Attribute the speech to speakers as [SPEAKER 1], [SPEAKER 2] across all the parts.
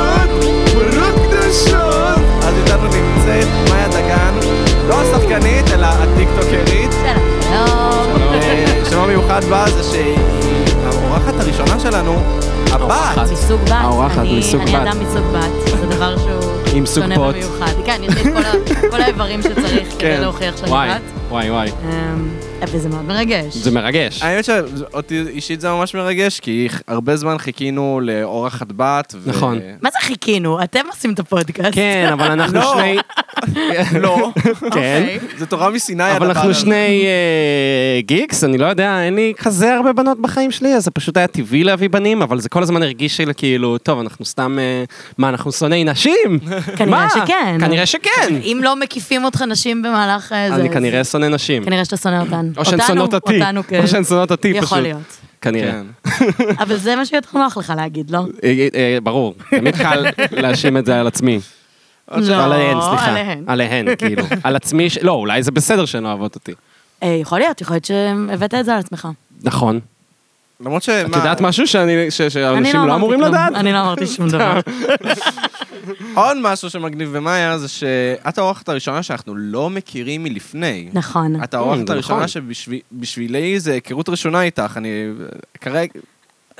[SPEAKER 1] לא
[SPEAKER 2] לא.
[SPEAKER 1] אה,
[SPEAKER 3] מסוג בת.
[SPEAKER 2] האורחת
[SPEAKER 3] אני-
[SPEAKER 2] מסוג
[SPEAKER 3] אני
[SPEAKER 2] בת.
[SPEAKER 3] אדם מסוג בת, זה דבר שהוא
[SPEAKER 2] עם סוג
[SPEAKER 3] שונה
[SPEAKER 2] פוט.
[SPEAKER 3] במיוחד. כן, יש לי את כל ה- כל האיברים שצריך כדי
[SPEAKER 2] כן.
[SPEAKER 3] להוכיח שאני
[SPEAKER 4] וואי,
[SPEAKER 3] בת.
[SPEAKER 4] וואי, וואי.
[SPEAKER 3] אמ, וזה מאוד מרגש.
[SPEAKER 4] זה מרגש.
[SPEAKER 1] האמת שאותי אישית זה ממש מרגש, כי הרבה זמן חיכינו לאורחת בת. ו-
[SPEAKER 2] נכון.
[SPEAKER 3] מה זה חיכינו? אתם עושים את הפודקאסט.
[SPEAKER 2] כן, אבל אנחנו
[SPEAKER 1] לא.
[SPEAKER 2] שני...
[SPEAKER 1] לא,
[SPEAKER 2] כן.
[SPEAKER 3] אוקיי.
[SPEAKER 1] זה תורה מסיני הדבר
[SPEAKER 2] אבל
[SPEAKER 1] הזה.
[SPEAKER 2] אנחנו שני אה, גיקס, אני לא יודע, אין לי כזה הרבה בנות בחיים שלי, אז זה פשוט היה טבעי להביא בנים, אבל זה כל הזמן הרגיש לי כאילו, טוב, אנחנו סתם, אה, מה, אנחנו שונאי נשים?
[SPEAKER 3] כנראה
[SPEAKER 2] מה?
[SPEAKER 3] שכן.
[SPEAKER 2] כנראה שכן.
[SPEAKER 3] אם לא מקיפים אותך נשים במהלך אה, זה...
[SPEAKER 2] אני
[SPEAKER 3] אז-
[SPEAKER 2] כנראה שונא נשים.
[SPEAKER 3] כנראה שאתה שונא אותן.
[SPEAKER 2] או שהן
[SPEAKER 3] אותנו-
[SPEAKER 2] שונאות אותי.
[SPEAKER 3] אותנו, כן.
[SPEAKER 2] או שהן שונאות אותי פשוט.
[SPEAKER 3] יכול להיות.
[SPEAKER 2] כנראה.
[SPEAKER 1] כן.
[SPEAKER 3] אבל זה מה שיותר נוח לך להגיד, לא?
[SPEAKER 2] אה, אה, ברור, תמיד קל להאשים את זה על עצמי.
[SPEAKER 3] לא,
[SPEAKER 2] עליהן, סליחה.
[SPEAKER 3] עליהן.
[SPEAKER 2] עליהן, כאילו. על עצמי, ש- לא, אולי זה בסדר שהן אוהבות אותי.
[SPEAKER 3] אה, יכול להיות, יכול להיות שהבאת את זה על עצמך.
[SPEAKER 2] נכון.
[SPEAKER 1] למרות ש...
[SPEAKER 2] את יודעת משהו שאני- ש-
[SPEAKER 3] אני
[SPEAKER 2] שאנשים לא
[SPEAKER 3] אמרתי
[SPEAKER 2] אמורים
[SPEAKER 3] כלום.
[SPEAKER 2] לדעת?
[SPEAKER 3] אני לא אמרתי שום דבר.
[SPEAKER 1] עוד משהו שמגניב במאיה זה שאת האורחת הראשונה שאנחנו לא מכירים מלפני.
[SPEAKER 3] נכון.
[SPEAKER 1] את האורחת
[SPEAKER 2] זה נכון.
[SPEAKER 1] הראשונה שבשבילי זה היכרות ראשונה איתך, אני כרגע...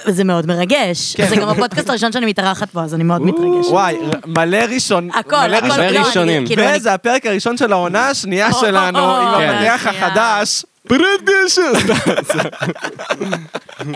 [SPEAKER 3] זה מאוד מרגש.
[SPEAKER 1] כן.
[SPEAKER 3] זה גם הפודקאסט הראשון שאני מתארחת בו, אז אני מאוד מתרגשת.
[SPEAKER 1] וואי, ר- מלא ראשון...
[SPEAKER 3] הכל,
[SPEAKER 1] מלא
[SPEAKER 3] הכל,
[SPEAKER 2] הרבה
[SPEAKER 3] לא,
[SPEAKER 2] ראשונים.
[SPEAKER 3] אני כאילו... אני-
[SPEAKER 1] וזה הפרק הראשון של העונה השנייה
[SPEAKER 3] או,
[SPEAKER 1] שלנו,
[SPEAKER 3] או, או,
[SPEAKER 1] עם
[SPEAKER 2] כן.
[SPEAKER 1] הפתיח
[SPEAKER 3] השנייה.
[SPEAKER 1] החדש. פרד גשר!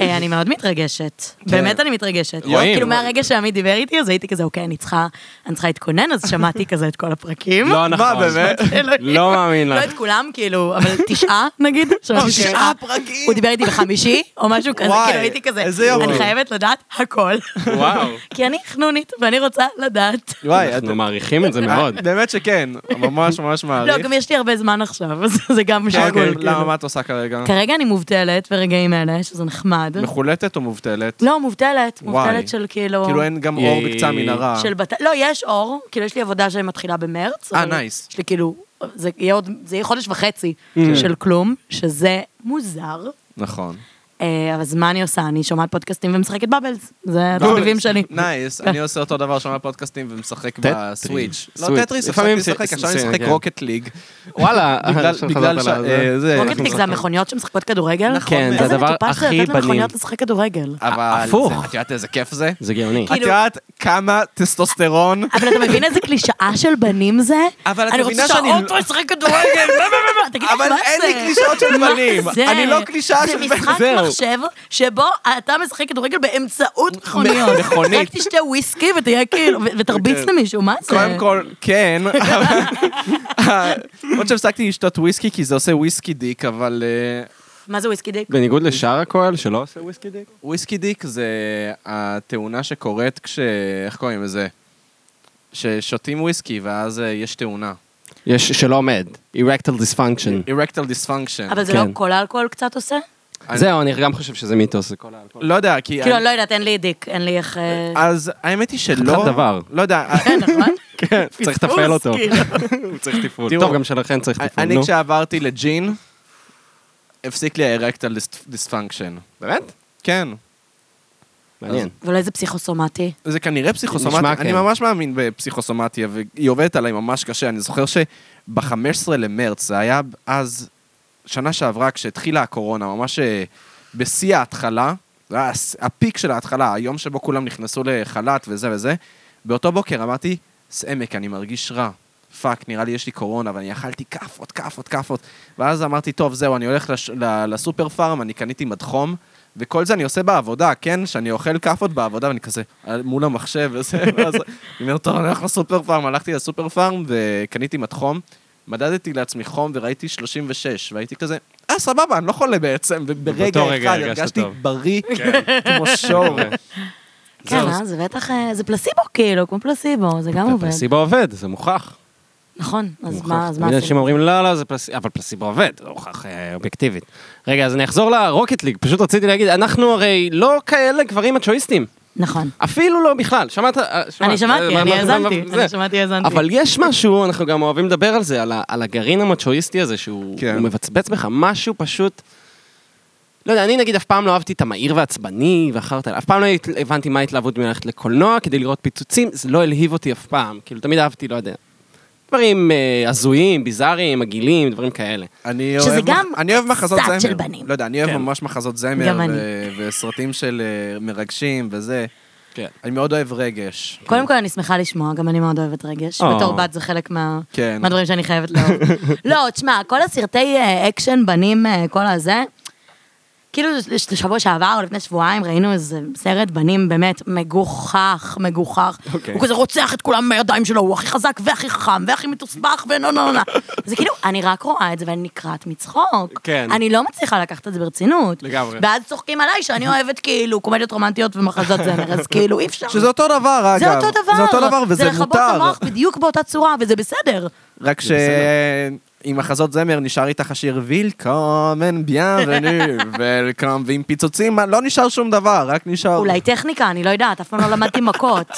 [SPEAKER 3] אה, אני מאוד מתרגשת. באמת אני מתרגשת.
[SPEAKER 2] רואים.
[SPEAKER 3] כאילו מהרגע שעמית דיבר איתי, אז הייתי כזה, אוקיי, אני צריכה אני צריכה להתכונן, אז שמעתי כזה את כל הפרקים.
[SPEAKER 2] לא נכון.
[SPEAKER 1] מה, באמת?
[SPEAKER 3] אלוהים.
[SPEAKER 2] לא מאמין
[SPEAKER 3] לא
[SPEAKER 2] לך.
[SPEAKER 3] את כולם, כאילו, אבל תשעה נגיד. שמעתי
[SPEAKER 1] תשעה פרקים.
[SPEAKER 3] הוא דיבר איתי בחמישי, או משהו כזה,
[SPEAKER 1] וואי,
[SPEAKER 3] כאילו הייתי כזה,
[SPEAKER 1] איזה יופי.
[SPEAKER 3] אני חייבת לדעת הכל.
[SPEAKER 2] וואו.
[SPEAKER 3] כי אני חנונית, ואני רוצה לדעת.
[SPEAKER 1] וואי, את-
[SPEAKER 2] אנחנו מעריכים את זה מאוד.
[SPEAKER 1] באמת שכן, ממש ממש מעריך.
[SPEAKER 3] לא, גם יש לי הרבה זמן עכשיו, אז זה גם
[SPEAKER 1] כן, כן,
[SPEAKER 3] שיקול.
[SPEAKER 1] למה,
[SPEAKER 3] כאילו.
[SPEAKER 1] מה את עושה כרגע?
[SPEAKER 3] כרגע אני מובטלת ברגעים אלה, שזה נחמד.
[SPEAKER 1] מחולטת או מובטלת?
[SPEAKER 3] לא, מובטלת, מובטלת
[SPEAKER 1] נכון. וואי.
[SPEAKER 3] של כאילו...
[SPEAKER 1] כאילו אין גם אור
[SPEAKER 2] יאי.
[SPEAKER 1] בקצה המנהרה.
[SPEAKER 3] של בת... לא, יש אור, כאילו יש לי עבודה שמתחילה במרץ.
[SPEAKER 1] אה,
[SPEAKER 3] אבל
[SPEAKER 1] nice.
[SPEAKER 3] יש לי כאילו, זה יהיה עוד, זה יהיה חודש וחצי
[SPEAKER 1] Mm.
[SPEAKER 3] של כלום, שזה מוזר.
[SPEAKER 1] נכון.
[SPEAKER 3] אה, אז מה אני עושה? אני שומעת פודקאסטים ומשחקת בבלס. זה התחביבים שלי.
[SPEAKER 1] לא, נייס, אני עושה אותו דבר, שומע פודקאסטים ומשחק
[SPEAKER 2] טטריס.
[SPEAKER 1] בסוויץ'. לא
[SPEAKER 2] סוויץ'.
[SPEAKER 1] טטריס, לפעמים
[SPEAKER 2] לפעמים
[SPEAKER 1] משחק,
[SPEAKER 2] זה-
[SPEAKER 1] עכשיו אני
[SPEAKER 2] זה-
[SPEAKER 1] משחק
[SPEAKER 2] כן.
[SPEAKER 1] רוקט ליג.
[SPEAKER 2] וואלה.
[SPEAKER 1] בגלל-
[SPEAKER 2] עכשיו
[SPEAKER 1] בגלל
[SPEAKER 2] חזרת
[SPEAKER 1] ש...
[SPEAKER 2] על
[SPEAKER 1] אה,
[SPEAKER 2] זה.
[SPEAKER 1] זה...
[SPEAKER 3] רוקטליק זה המכוניות שמשחקות כדורגל?
[SPEAKER 1] נכון,
[SPEAKER 2] כן, זה
[SPEAKER 3] איזה
[SPEAKER 2] הדבר
[SPEAKER 3] מטופש זה
[SPEAKER 2] הכי
[SPEAKER 3] לתת
[SPEAKER 2] בנים.
[SPEAKER 3] למכוניות לשחק כדורגל.
[SPEAKER 1] אבל...
[SPEAKER 2] הפוך.
[SPEAKER 1] זה- את יודעת איזה כיף זה?
[SPEAKER 2] זה גאוני.
[SPEAKER 1] את
[SPEAKER 3] כאילו- אה,
[SPEAKER 1] יודעת כמה טסטוסטרון?
[SPEAKER 3] אבל אתה מבין איזה קלישאה של בנים זה?
[SPEAKER 1] אבל את
[SPEAKER 3] אני
[SPEAKER 1] מבינה
[SPEAKER 3] רוצה
[SPEAKER 1] שאני לא-
[SPEAKER 3] שהאוטו ישחק כדורגל, מה, מה, מה, מה, תגיד לי,
[SPEAKER 1] אבל
[SPEAKER 3] מה
[SPEAKER 1] אין
[SPEAKER 3] זה?
[SPEAKER 1] לי קלישאות של
[SPEAKER 3] מה
[SPEAKER 1] בנים.
[SPEAKER 3] זה?
[SPEAKER 1] אני לא קלישאה של בנים.
[SPEAKER 3] זה משחק
[SPEAKER 2] זהו.
[SPEAKER 3] מחשב שבו אתה משחק כדורגל באמצעות מכוניות.
[SPEAKER 1] מכונית.
[SPEAKER 3] רק תשתה וויסקי ותהיה כאילו, ו- ותרביץ
[SPEAKER 1] כן.
[SPEAKER 3] למישהו, מה זה?
[SPEAKER 1] קודם כל, כן. אבל- למרות שהפסקתי לשתות וויסקי, כי זה עושה וויסקי דיק, אבל... אה,
[SPEAKER 3] מה זה וויסקי דיק?
[SPEAKER 2] בניגוד לשאר הכהל שלא עושה וויסקי דיק?
[SPEAKER 1] וויסקי דיק זה התאונה שקורית כש... איך קוראים לזה? ששותים וויסקי ואז אה, יש תאונה.
[SPEAKER 2] יש שלא עומד. Erectal dysfunction.
[SPEAKER 1] Erectal dysfunction.
[SPEAKER 3] אבל זה לא
[SPEAKER 2] כן.
[SPEAKER 3] כל האלכוהול קצת עושה?
[SPEAKER 1] אני-
[SPEAKER 2] זהו, אני גם חושב שזה מיתוס. זה כל האלכוהול.
[SPEAKER 1] לא יודע, כי...
[SPEAKER 3] כאילו,
[SPEAKER 1] אני-
[SPEAKER 3] אני לא יודעת, אין לי דיק, אין לי איך... אה,
[SPEAKER 1] אז האמת היא שלא...
[SPEAKER 2] חתיכת דבר.
[SPEAKER 1] לא יודע.
[SPEAKER 3] כן, נכון?
[SPEAKER 2] כן, צריך לתפעל אותו.
[SPEAKER 3] כאילו.
[SPEAKER 2] הוא צריך טיפול.
[SPEAKER 1] תראו,
[SPEAKER 2] טוב, גם שלכן צריך טיפול,
[SPEAKER 1] אני
[SPEAKER 2] נו.
[SPEAKER 1] כשעברתי לג'ין, הפסיק לי ה-Erectal dysfunction.
[SPEAKER 2] באמת?
[SPEAKER 1] כן.
[SPEAKER 2] מעניין.
[SPEAKER 3] ואולי זה פסיכוסומטי.
[SPEAKER 1] זה כנראה פסיכוסומטי,
[SPEAKER 2] נשמע
[SPEAKER 1] אני
[SPEAKER 2] כן.
[SPEAKER 1] ממש מאמין בפסיכוסומטיה, והיא עובדת עליי ממש קשה. אני זוכר שב-15 למרץ, זה היה אז, שנה שעברה, כשהתחילה הקורונה, ממש אה, בשיא ההתחלה, זה היה הס- הפיק של ההתחלה, היום שבו כולם נכנסו לחל"ת וזה וזה, באותו בוקר אמרתי, סעמק, אני מרגיש רע. פאק, נראה לי יש לי קורונה, ואני אכלתי כאפות, כאפות, כאפות. ואז אמרתי, טוב, זהו, אני הולך לש... ל- לסופר פארם, אני קניתי מדחום, וכל זה אני עושה בעבודה, כן? שאני אוכל כאפות בעבודה, ואני כזה, אה, מול המחשב וזה, ואז אני אומר, טוב, אני הולך לסופר פארם, הלכתי לסופר פארם וקניתי מדחום, מדדתי לעצמי חום וראיתי 36, והייתי כזה, אה, סבבה, אני לא חולה בעצם,
[SPEAKER 2] ובאותו
[SPEAKER 1] וברגע
[SPEAKER 2] רגע
[SPEAKER 1] אחד
[SPEAKER 2] הרגשת
[SPEAKER 1] הרגשתי
[SPEAKER 2] טוב.
[SPEAKER 1] בריא כמו שור.
[SPEAKER 3] כן, אה, זה בטח, אה, זה פלסיבו כאילו, כמו פלסיבו, זה גם עובד.
[SPEAKER 2] פלסיבו עובד, זה מוכח.
[SPEAKER 3] נכון, אז
[SPEAKER 2] מוכח.
[SPEAKER 3] מה אז מה
[SPEAKER 2] תמיד אנשים
[SPEAKER 3] עשינו?
[SPEAKER 2] אומרים, לא, לא, זה פלסיבו, אבל פלסיבו עובד, זה מוכח אה, אובייקטיבית. רגע, אז אני אחזור לרוקט ליג, פשוט רציתי להגיד, אנחנו הרי לא כאלה גברים מצ'ואיסטים.
[SPEAKER 3] נכון.
[SPEAKER 2] אפילו לא בכלל, שמעת? אה, שמעת.
[SPEAKER 3] אני שמעתי,
[SPEAKER 2] אה, מה-
[SPEAKER 3] אני
[SPEAKER 2] מה-
[SPEAKER 3] האזנתי,
[SPEAKER 2] מה-
[SPEAKER 3] אני
[SPEAKER 2] זה.
[SPEAKER 3] שמעתי, האזנתי.
[SPEAKER 2] אבל יש משהו, אנחנו גם אוהבים לדבר על זה, על ה- על הגרעין המצ'ואיסטי הזה, שהוא
[SPEAKER 1] כן.
[SPEAKER 2] הוא מבצבץ בך, משהו פשוט... לא יודע, אני נגיד אף פעם לא אהבתי את המהיר והעצבני, ואחרת, אף פעם לא הת- הבנתי מה ההתלהבות מללכת לקולנוע כדי לראות פיצוצים, זה לא הלהיב אותי אף פעם. כאילו, תמיד אהבתי, לא יודע. דברים אה, הזויים, ביזאריים, עגילים, דברים כאלה.
[SPEAKER 1] אני
[SPEAKER 3] שזה
[SPEAKER 1] אוהב מח-
[SPEAKER 3] גם
[SPEAKER 1] אני אוהב מחזות
[SPEAKER 3] קצת
[SPEAKER 1] זמר.
[SPEAKER 3] של בנים.
[SPEAKER 1] לא יודע, אני אוהב
[SPEAKER 2] כן.
[SPEAKER 1] ממש מחזות זמר,
[SPEAKER 3] גם אני.
[SPEAKER 1] ו- וסרטים של אה, מרגשים וזה.
[SPEAKER 2] כן.
[SPEAKER 1] אני מאוד אוהב רגש.
[SPEAKER 3] קודם כל, אני שמחה לשמוע, גם אני מאוד אוהבת רגש.
[SPEAKER 2] או.
[SPEAKER 3] בתור בת זה חלק מה-
[SPEAKER 1] כן.
[SPEAKER 3] מהדברים שאני חייבת לאהוב. לא, תשמע, כל הסרטי אה, אקשן, בנים, אה, כל הזה, כאילו ש- שבוע שעבר או לפני שבועיים ראינו איזה סרט בנים באמת מגוחך, מגוחך.
[SPEAKER 2] אוקיי.
[SPEAKER 3] הוא כזה רוצח את כולם בידיים שלו, הוא הכי חזק והכי חכם והכי מתוסבך ונו נו נו נו. זה כאילו, אני רק רואה את זה ואני נקרעת מצחוק.
[SPEAKER 2] כן.
[SPEAKER 3] אני לא מצליחה לקחת את זה ברצינות.
[SPEAKER 2] לגמרי.
[SPEAKER 3] ואז צוחקים עליי שאני אוהבת כאילו קומדיות רומנטיות ומחזות זמר, אז כאילו אי אפשר.
[SPEAKER 1] שזה אותו דבר, אגב.
[SPEAKER 3] זה אותו דבר.
[SPEAKER 1] זה אותו דבר, וזה
[SPEAKER 3] זה לכבות את
[SPEAKER 1] מותר.
[SPEAKER 3] המוח בדיוק באותה צורה, וזה בסדר.
[SPEAKER 1] רק ש... עם מחזות זמר נשאר איתך השיר וילקומן ביאבנו וילקום ועם פיצוצים מה, לא נשאר שום דבר רק נשאר
[SPEAKER 3] אולי טכניקה, אני לא יודעת, אף פעם לא למדתי מכות.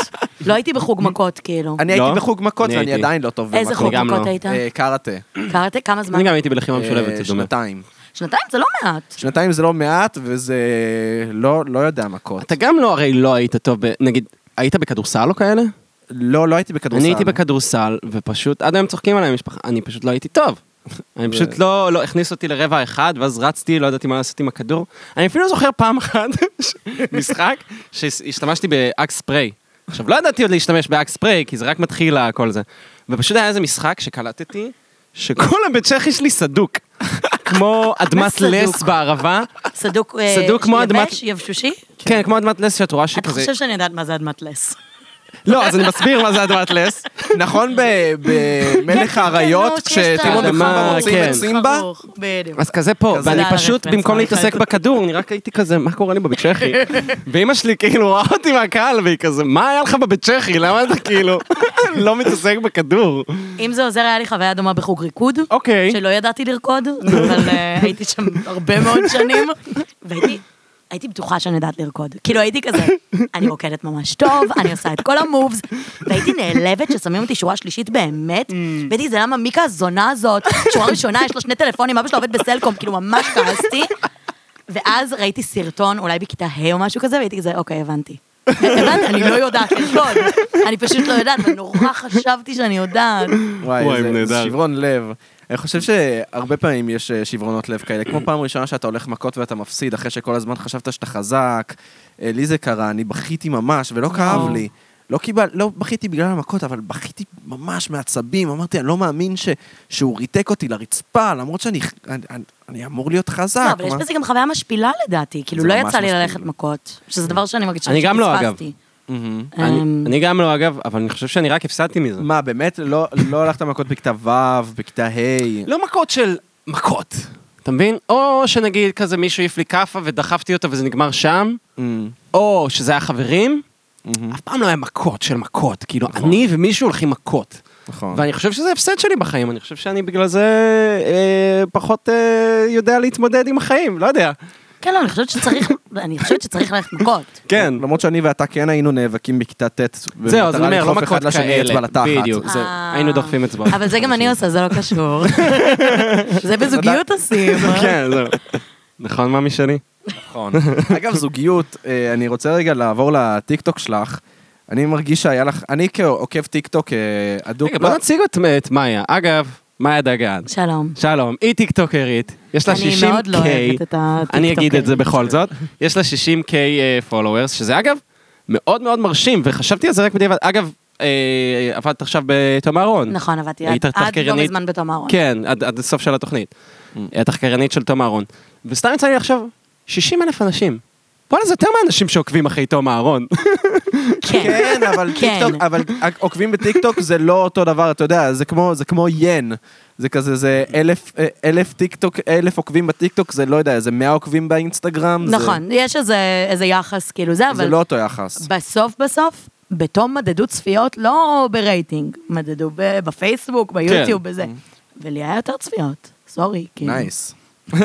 [SPEAKER 3] לא הייתי בחוג מכות, כאילו.
[SPEAKER 1] אני
[SPEAKER 2] לא?
[SPEAKER 1] הייתי בחוג מכות
[SPEAKER 2] אני
[SPEAKER 1] ואני
[SPEAKER 2] הייתי.
[SPEAKER 1] עדיין לא טוב במכות.
[SPEAKER 3] איזה חוג
[SPEAKER 2] גם
[SPEAKER 3] מכות
[SPEAKER 2] לא.
[SPEAKER 3] היית?
[SPEAKER 1] אה, קראטה.
[SPEAKER 3] קראתי כמה זמן?
[SPEAKER 2] אני גם הייתי בלחימה לא משולבת,
[SPEAKER 1] אה,
[SPEAKER 2] זה דומה.
[SPEAKER 1] שנתיים.
[SPEAKER 3] שנתיים זה לא מעט.
[SPEAKER 1] שנתיים זה לא מעט וזה לא לא יודע מכות.
[SPEAKER 2] אתה גם לא, הרי לא היית טוב, ב- נגיד, היית בכדורסל או כאלה?
[SPEAKER 1] לא, לא הייתי בכדורסל.
[SPEAKER 2] אני הייתי בכדורסל, ופשוט, עד היום צוחקים עליי המשפחה, אני פשוט לא הייתי טוב. אני פשוט לא, לא, הכניס אותי לרבע אחד, ואז רצתי, לא ידעתי מה לעשות עם הכדור. אני אפילו לא זוכר פעם אחת, משחק, שהשתמשתי באקס ספריי. עכשיו, לא ידעתי עוד להשתמש באקס ספריי, כי זה רק מתחיל הכל זה. ופשוט היה איזה משחק שקלטתי, שכל הבית צ'כי שלי סדוק. כמו
[SPEAKER 3] מה
[SPEAKER 2] אדמת
[SPEAKER 3] סדוק?
[SPEAKER 2] לס בערבה.
[SPEAKER 3] סדוק אה,
[SPEAKER 2] סדוק כמו אדמת-
[SPEAKER 3] יבש, יבשושי?
[SPEAKER 2] כן, כמו אדמת לס שאת רואה
[SPEAKER 3] אתה
[SPEAKER 2] שכזה...
[SPEAKER 3] חושב שאני יודעת מה זה אדמת לס.
[SPEAKER 2] לא, אז אני מסביר מה זה אדמת לס.
[SPEAKER 1] נכון ב-
[SPEAKER 3] כן,
[SPEAKER 1] במלך
[SPEAKER 3] כן,
[SPEAKER 2] לא,
[SPEAKER 1] האריות
[SPEAKER 3] נו, שיש את
[SPEAKER 1] כשטימון
[SPEAKER 2] ה-
[SPEAKER 1] וחמבה מוצאים
[SPEAKER 2] כן.
[SPEAKER 1] את סימבה?
[SPEAKER 3] ברוך, בדיוק.
[SPEAKER 2] אז כזה פה,
[SPEAKER 1] כזה
[SPEAKER 2] ואני
[SPEAKER 3] על
[SPEAKER 2] פשוט,
[SPEAKER 3] הרפרנס,
[SPEAKER 2] במקום
[SPEAKER 3] אני חייבת-
[SPEAKER 2] להתעסק בכדור, אני רק הייתי כזה, מה קורה לי בבית צ'כי? ואימא שלי כאילו רואה אותי מהקהל, והיא כזה, מה היה לך בבית צ'כי? למה אתה כאילו לא מתעסק בכדור?
[SPEAKER 3] אם זה עוזר, היה לי חוויה דומה בחוג ריקוד.
[SPEAKER 2] אוקיי.
[SPEAKER 3] שלא ידעתי לרקוד, אבל אה, הייתי שם הרבה מאוד שנים, והייתי... הייתי בטוחה שאני יודעת לרקוד. כאילו הייתי כזה, אני רוקדת ממש טוב, אני עושה את כל המובס, והייתי נעלבת ששמים אותי שורה שלישית באמת, והייתי זה למה מיקה הזונה הזאת, שורה ראשונה, יש לה שני טלפונים, אבא שלה עובד בסלקום, כאילו ממש כעסתי. ואז ראיתי סרטון, אולי בכיתה ה' או משהו כזה, והייתי כזה, אוקיי, הבנתי. הבנתי, אני לא יודעת לרקוד, אני פשוט לא יודעת, אבל נורא חשבתי שאני יודעת.
[SPEAKER 2] וואי,
[SPEAKER 1] וואי, זה-
[SPEAKER 2] נהדר.
[SPEAKER 1] זה שברון לב. אני חושב שהרבה פעמים יש אה, שברונות לב כאלה, כמו פעם ראשונה שאתה הולך מכות ואתה מפסיד, אחרי שכל הזמן חשבת שאתה חזק. אה, לי זה קרה, אני בכיתי ממש, ולא כאב
[SPEAKER 3] או.
[SPEAKER 1] לי. לא קיבל, לא בכיתי בגלל המכות, אבל בכיתי ממש מעצבים. אמרתי, אני לא מאמין ש, שהוא ריתק אותי לרצפה, למרות שאני אני, אני, אני אמור להיות חזק.
[SPEAKER 3] לא, אבל יש
[SPEAKER 1] מה-
[SPEAKER 3] בזה גם חוויה משפילה לדעתי, כאילו
[SPEAKER 1] זה
[SPEAKER 3] לא
[SPEAKER 1] ממש
[SPEAKER 3] יצא לי
[SPEAKER 1] משפיל.
[SPEAKER 3] ללכת מכות, שזה דבר שאני מרגישה
[SPEAKER 2] אני גם לא, אגב.
[SPEAKER 3] שפספסתי.
[SPEAKER 1] מהמם.
[SPEAKER 2] אני-
[SPEAKER 3] אמ,
[SPEAKER 2] אני גם לא, אגב, אבל אני חושב שאני רק הפסדתי מזה.
[SPEAKER 1] מה, באמת? לא, לא הלכת מכות בכיתה ו', בכיתה ה'.
[SPEAKER 2] לא מכות של מכות, אתה מבין? או שנגיד כזה מישהו העיף לי כאפה ודחפתי אותו וזה נגמר שם,
[SPEAKER 1] אמ,
[SPEAKER 2] או שזה היה חברים,
[SPEAKER 1] אמ,
[SPEAKER 2] אף פעם לא היה מכות של מכות. כאילו, אני ומישהו הולכים מכות.
[SPEAKER 1] נכון.
[SPEAKER 2] ואני חושב שזה הפסד שלי בחיים, אני חושב שאני בגלל זה אה, פחות אה, יודע להתמודד עם החיים, לא יודע.
[SPEAKER 3] כן, לא, אני חושבת שצריך, אני חושבת שצריך ללכת מכות.
[SPEAKER 2] כן.
[SPEAKER 1] למרות שאני ואתה כן היינו נאבקים בכיתה ט'.
[SPEAKER 2] זהו, אז אני
[SPEAKER 1] במטרה
[SPEAKER 2] אומר, לא
[SPEAKER 1] לדחוף
[SPEAKER 2] מכות
[SPEAKER 1] אחד לשני
[SPEAKER 2] כאלה.
[SPEAKER 1] אצבע לתחת.
[SPEAKER 2] בדיוק, זהו.
[SPEAKER 3] אה.
[SPEAKER 2] היינו דוחפים אצבעות.
[SPEAKER 3] אבל זה גם אני עושה, זה לא קשור. זה בזוגיות עושים.
[SPEAKER 2] כן, זהו. נכון, מאמי שלי?
[SPEAKER 1] נכון. אגב, זוגיות, אה, אני רוצה רגע לעבור לטיקטוק שלך. אני מרגיש שהיה לך, אני כעוקב טיקטוק אה, הדוק.
[SPEAKER 2] רגע, בוא
[SPEAKER 1] לא,
[SPEAKER 2] נציג את- את מאיה. אגב, מאיה דגן.
[SPEAKER 3] שלום.
[SPEAKER 2] שלום, היא טיקטוקרית, יש לה 60K.
[SPEAKER 3] אני מאוד לא אוהבת את הטיקטוקרית.
[SPEAKER 2] אני אגיד את זה בכל זאת. יש לה 60K פולוורס, שזה אגב מאוד מאוד מרשים, וחשבתי על זה רק בדיעבד. אגב, אה, עבדת עכשיו בתום אהרון.
[SPEAKER 3] נכון, עבדתי
[SPEAKER 2] היית
[SPEAKER 3] עד עד לא
[SPEAKER 2] תחקרנית?
[SPEAKER 3] מזמן בתום אהרון.
[SPEAKER 2] כן, עד, עד הסוף של התוכנית. התחקרנית של תום אהרון. וסתם יצא לי לחשוב, 60 אלף אנשים. וואלה, זה יותר מהאנשים שעוקבים אחרי תום אהרון.
[SPEAKER 3] כן.
[SPEAKER 1] כן, אבל
[SPEAKER 3] כן.
[SPEAKER 1] טיקטוק, אבל עוקבים בטיקטוק זה לא אותו דבר, אתה יודע, זה כמו, זה כמו ין. זה כזה, זה אלף, אה, אלף טיקטוק, אלף עוקבים בטיקטוק, זה לא יודע, זה מאה עוקבים באינסטגרם. זה-
[SPEAKER 3] נכון, יש איזה- איזה יחס כאילו זה,
[SPEAKER 1] זה
[SPEAKER 3] אבל
[SPEAKER 1] לא אותו יחס.
[SPEAKER 3] בסוף בסוף, בתום מדדו צפיות לא ברייטינג, מדדו ב- בפייסבוק, ביוטיוב, בזה. ולי היה יותר צפיות, סורי, כאילו.
[SPEAKER 1] כן. Mm. נייס.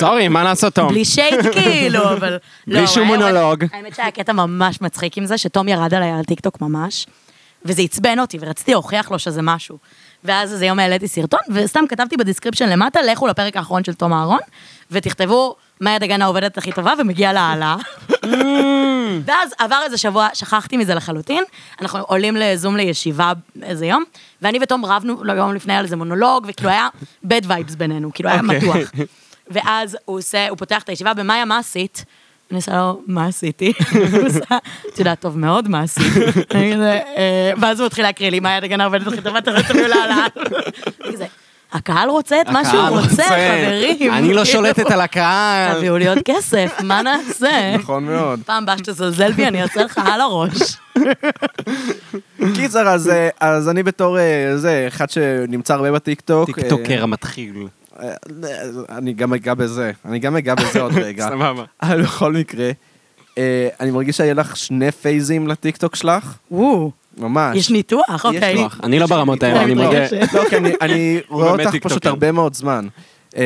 [SPEAKER 2] סורי, מה לעשות, תום?
[SPEAKER 3] בלי שייט כאילו, אבל...
[SPEAKER 2] בלי
[SPEAKER 3] לא,
[SPEAKER 2] שום
[SPEAKER 3] היה-
[SPEAKER 2] מונולוג.
[SPEAKER 3] האמת שהיה קטע ממש מצחיק עם זה, שתום ירד עליי על טיקטוק ממש, וזה עצבן אותי, ורציתי להוכיח לו שזה משהו. ואז איזה יום העליתי סרטון, וסתם כתבתי בדיסקריפשן למטה, לכו לפרק האחרון של תום אהרון, ותכתבו מאיה דגן העובדת הכי טובה, ומגיעה להעלאה. ואז עבר איזה שבוע, שכחתי מזה לחלוטין, אנחנו עולים לזום לישיבה איזה יום, ואני ותום רבנו לא, יום לפני על איזה מונולוג, וכאילו היה
[SPEAKER 2] אוקיי.
[SPEAKER 3] bad vibes בינינו, כאילו היה מתוח. ואז הוא עושה, הוא פותח את הישיבה, במאיה, מה עשית? אני עושה לו, מה עשיתי? הוא עושה, את יודעת טוב מאוד מה עשיתי. אני כזה, "אה", ואז הוא התחיל להקריא לי, מה יד הגנה עובדת הכי טובה, אתה רואה את המילה על ה... לא." אני כזה, הקהל רוצה את מה שהוא
[SPEAKER 2] הקהל
[SPEAKER 3] רוצה, חברים.
[SPEAKER 2] אני לא
[SPEAKER 3] כאילו,
[SPEAKER 2] שולטת על הקהל.
[SPEAKER 3] תביאו לי עוד כסף, מה נעשה?
[SPEAKER 1] נכון מאוד.
[SPEAKER 3] פעם הבאה שתזלזל בי, אני אעשה לך על הראש.
[SPEAKER 1] קיצר, אז, אה, אז אני בתור אה, זה, אחד שנמצא הרבה בטיקטוק.
[SPEAKER 3] אוקיי.
[SPEAKER 1] אה,
[SPEAKER 2] טיקטוקר המתחיל.
[SPEAKER 1] אה, אני גם אגע בזה, אני גם אגע בזה עוד רגע.
[SPEAKER 2] סבבה.
[SPEAKER 1] אבל בכל מקרה, אה, אני מרגיש שהיה לך שני פייזים לטיקטוק שלך,
[SPEAKER 3] וואו,
[SPEAKER 1] ממש.
[SPEAKER 3] יש ניתוח, אוקיי.
[SPEAKER 1] לי-
[SPEAKER 2] אני לא ברמות האלה, אני
[SPEAKER 3] לא,
[SPEAKER 2] מודה.
[SPEAKER 3] יש-
[SPEAKER 1] לא, כי אני- אני
[SPEAKER 2] הוא
[SPEAKER 1] רואה
[SPEAKER 2] באמת
[SPEAKER 1] אותך
[SPEAKER 2] טיקטוקר.
[SPEAKER 1] פשוט הרבה מאוד זמן. אה,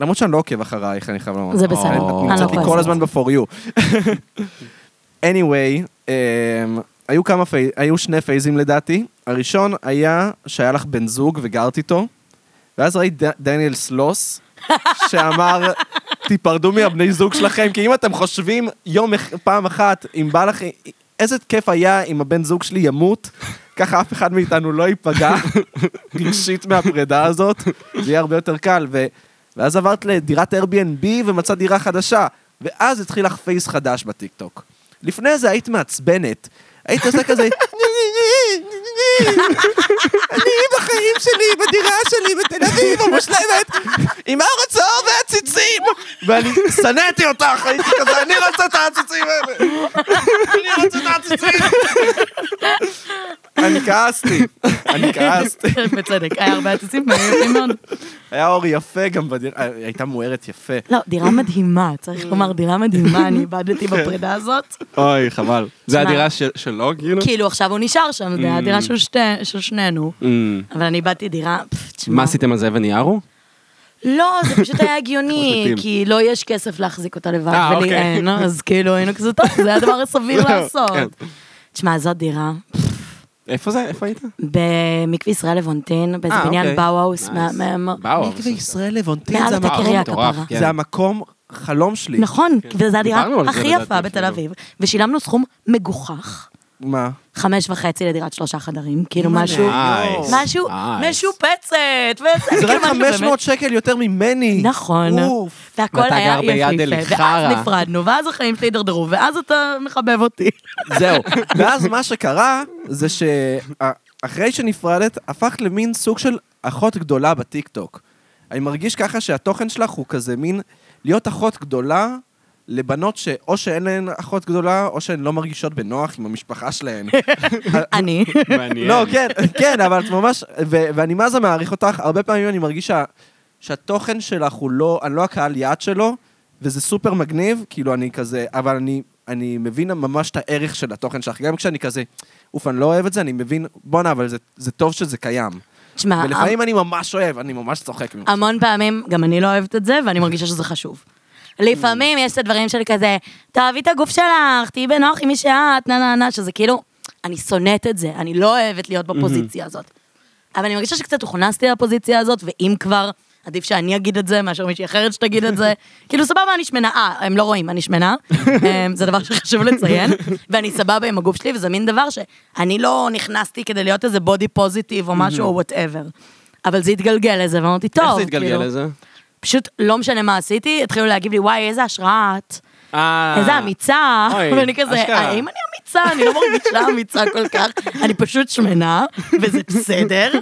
[SPEAKER 1] למרות שאני לא עוקב אחרייך, אני חייב לומר.
[SPEAKER 3] זה בסדר,
[SPEAKER 1] אני-
[SPEAKER 2] אני לא
[SPEAKER 1] נמצאתי
[SPEAKER 2] כועסת.
[SPEAKER 1] כל הזמן ב-for you. anyway, אה, היו כמה פי- היו שני פייזים לדעתי. הראשון היה שהיה לך בן זוג וגרת איתו, ואז ראית ד- דניאל סלוס, שאמר, תיפרדו מהבני זוג שלכם, כי אם אתם חושבים יום, אח- פעם אחת, אם בא לך, איזה כיף היה אם הבן זוג שלי ימות, ככה אף אחד מאיתנו לא ייפגע רגשית מהפרידה הזאת, זה יהיה הרבה יותר קל. ו... ואז עברת לדירת Airbnb ומצאת דירה חדשה, ואז התחיל לך פייס חדש בטיקטוק. לפני זה היית מעצבנת, היית עושה כזה... בחיים שלי, בדירה שלי, בתל אביב המושלמת, עם האור הצהוב והציצים! ואני שנאתי אותך, הייתי כזה, אני רוצה את העציצים האלה! אני רוצה את העציצים! אני כעסתי, אני כעסתי.
[SPEAKER 3] בצדק, היה הרבה עציצים, מעניינים מאוד.
[SPEAKER 1] היה אור יפה גם בדירה, אה, הייתה מוארת יפה.
[SPEAKER 3] לא, דירה מדהימה, צריך לומר, דירה מדהימה, אני איבדתי בפרידה הזאת.
[SPEAKER 2] אוי, חבל. זה
[SPEAKER 3] מה?
[SPEAKER 2] הדירה של- שלו, כאילו?
[SPEAKER 3] כאילו, עכשיו הוא נשאר שם, זה הדירה של שתי- של שנינו.
[SPEAKER 2] אמ,
[SPEAKER 3] אבל אני איבדתי דירה, פפ, תשמע.
[SPEAKER 2] מה עשיתם על זה אבן יערו?
[SPEAKER 3] לא, זה פשוט היה הגיוני,
[SPEAKER 2] מתים.
[SPEAKER 3] כי לא יש כסף להחזיק אותה לבד,
[SPEAKER 2] אה,
[SPEAKER 3] ולי
[SPEAKER 2] אוקיי.
[SPEAKER 3] אין, אז כאילו היינו כזה טוב, זה הדבר הסביר
[SPEAKER 2] לא,
[SPEAKER 3] לעשות.
[SPEAKER 2] כן.
[SPEAKER 3] תשמע, זאת דירה,
[SPEAKER 2] איפה זה? איפה היית?
[SPEAKER 3] במקווה ישראל לבונטין, באיזה
[SPEAKER 2] אה,
[SPEAKER 3] בניין
[SPEAKER 2] אוקיי.
[SPEAKER 3] באוהאוס,
[SPEAKER 2] Nice.
[SPEAKER 3] מה- מה-
[SPEAKER 2] באו.
[SPEAKER 1] מקווה ישראל לבונטין,
[SPEAKER 3] מעל
[SPEAKER 1] זה
[SPEAKER 3] התקריה
[SPEAKER 1] המקום,
[SPEAKER 2] מטורף,
[SPEAKER 3] הכפרה.
[SPEAKER 2] כן.
[SPEAKER 1] זה המקום חלום שלי.
[SPEAKER 3] נכון, וזו הדירה
[SPEAKER 2] דיברנו על זה,
[SPEAKER 3] הכי
[SPEAKER 2] לדעתי,
[SPEAKER 3] יפה בתל
[SPEAKER 2] אפילו.
[SPEAKER 3] אביב, ושילמנו סכום מגוחך,
[SPEAKER 1] מה?
[SPEAKER 3] חמש וחצי לדירת שלושה חדרים, כאילו משהו,
[SPEAKER 2] נייס,
[SPEAKER 3] לא, משהו,
[SPEAKER 2] נייס.
[SPEAKER 3] משופצת, וזה,
[SPEAKER 1] זה רק
[SPEAKER 3] כאילו משהו באמת-
[SPEAKER 1] 500 שקל יותר ממני.
[SPEAKER 3] נכון.
[SPEAKER 1] אוף.
[SPEAKER 3] והכל
[SPEAKER 2] ואתה
[SPEAKER 3] היה
[SPEAKER 2] גר ביד
[SPEAKER 3] יפהפה,
[SPEAKER 2] אל-חרא.
[SPEAKER 3] ואז נפרדנו, ואז החיים שלי הידרדרו, ואז אתה מחבב אותי.
[SPEAKER 1] זהו. ואז מה שקרה, זה שאחרי שנפרדת, הפכת למין סוג של אחות גדולה בטיקטוק. אני מרגיש ככה שהתוכן שלך הוא כזה מין להיות אחות גדולה לבנות שאו שאין להן אחות גדולה, או שהן לא מרגישות בנוח עם המשפחה שלהן.
[SPEAKER 3] אני.
[SPEAKER 2] מעניין.
[SPEAKER 1] לא, כן, כן, אבל את ממש, ו- ואני מה זה מעריך אותך, הרבה פעמים אני מרגיש שה- שהתוכן שלך הוא לא, אני לא הקהל יעד שלו, וזה סופר מגניב, כאילו אני כזה, אבל אני, אני מבין ממש את הערך של התוכן שלך, גם כשאני כזה, אוף, אני לא אוהב את זה, אני מבין, בואנה, אבל זה, זה טוב שזה קיים.
[SPEAKER 3] תשמע,
[SPEAKER 1] ולפעמים אני ממש אוהב, אני ממש צוחק ממך.
[SPEAKER 3] המון פעמים, גם אני לא אוהבת את זה, ואני מרגישה שזה חשוב. לפעמים יש את הדברים של כזה, תאהבי את הגוף שלך, תהיי בנוח עם מי שאת, נה נה נה, שזה כאילו, אני שונאת את זה, אני לא אוהבת להיות בפוזיציה הזאת. אבל אני מרגישה שקצת הוכנסתי לפוזיציה הזאת, ואם כבר, עדיף שאני אגיד את זה, מאשר מישהי אחרת שתגיד את זה. כאילו, סבבה, אני שמנה. אה, הם לא רואים, אני שמנה. אה, זה דבר שחשוב לציין. ואני סבבה עם הגוף שלי, וזה מין דבר שאני לא נכנסתי כדי להיות איזה בודי פוזיטיב או משהו או וואטאבר. אבל זה התגלגל לזה, ואמרתי, טוב,
[SPEAKER 2] איך
[SPEAKER 3] כאילו.
[SPEAKER 2] זה התגלגל לזה?
[SPEAKER 3] פשוט לא משנה מה עשיתי, התחילו להגיב לי, וואי, איזה השראה את,
[SPEAKER 2] אה.
[SPEAKER 3] איזה אמיצה,
[SPEAKER 2] אוי,
[SPEAKER 3] ואני כזה,
[SPEAKER 2] אשכרה.
[SPEAKER 3] האם אני אמיצה? אני לא מרגישה אמיצה כל כך, אני פשוט שמנה, וזה בסדר,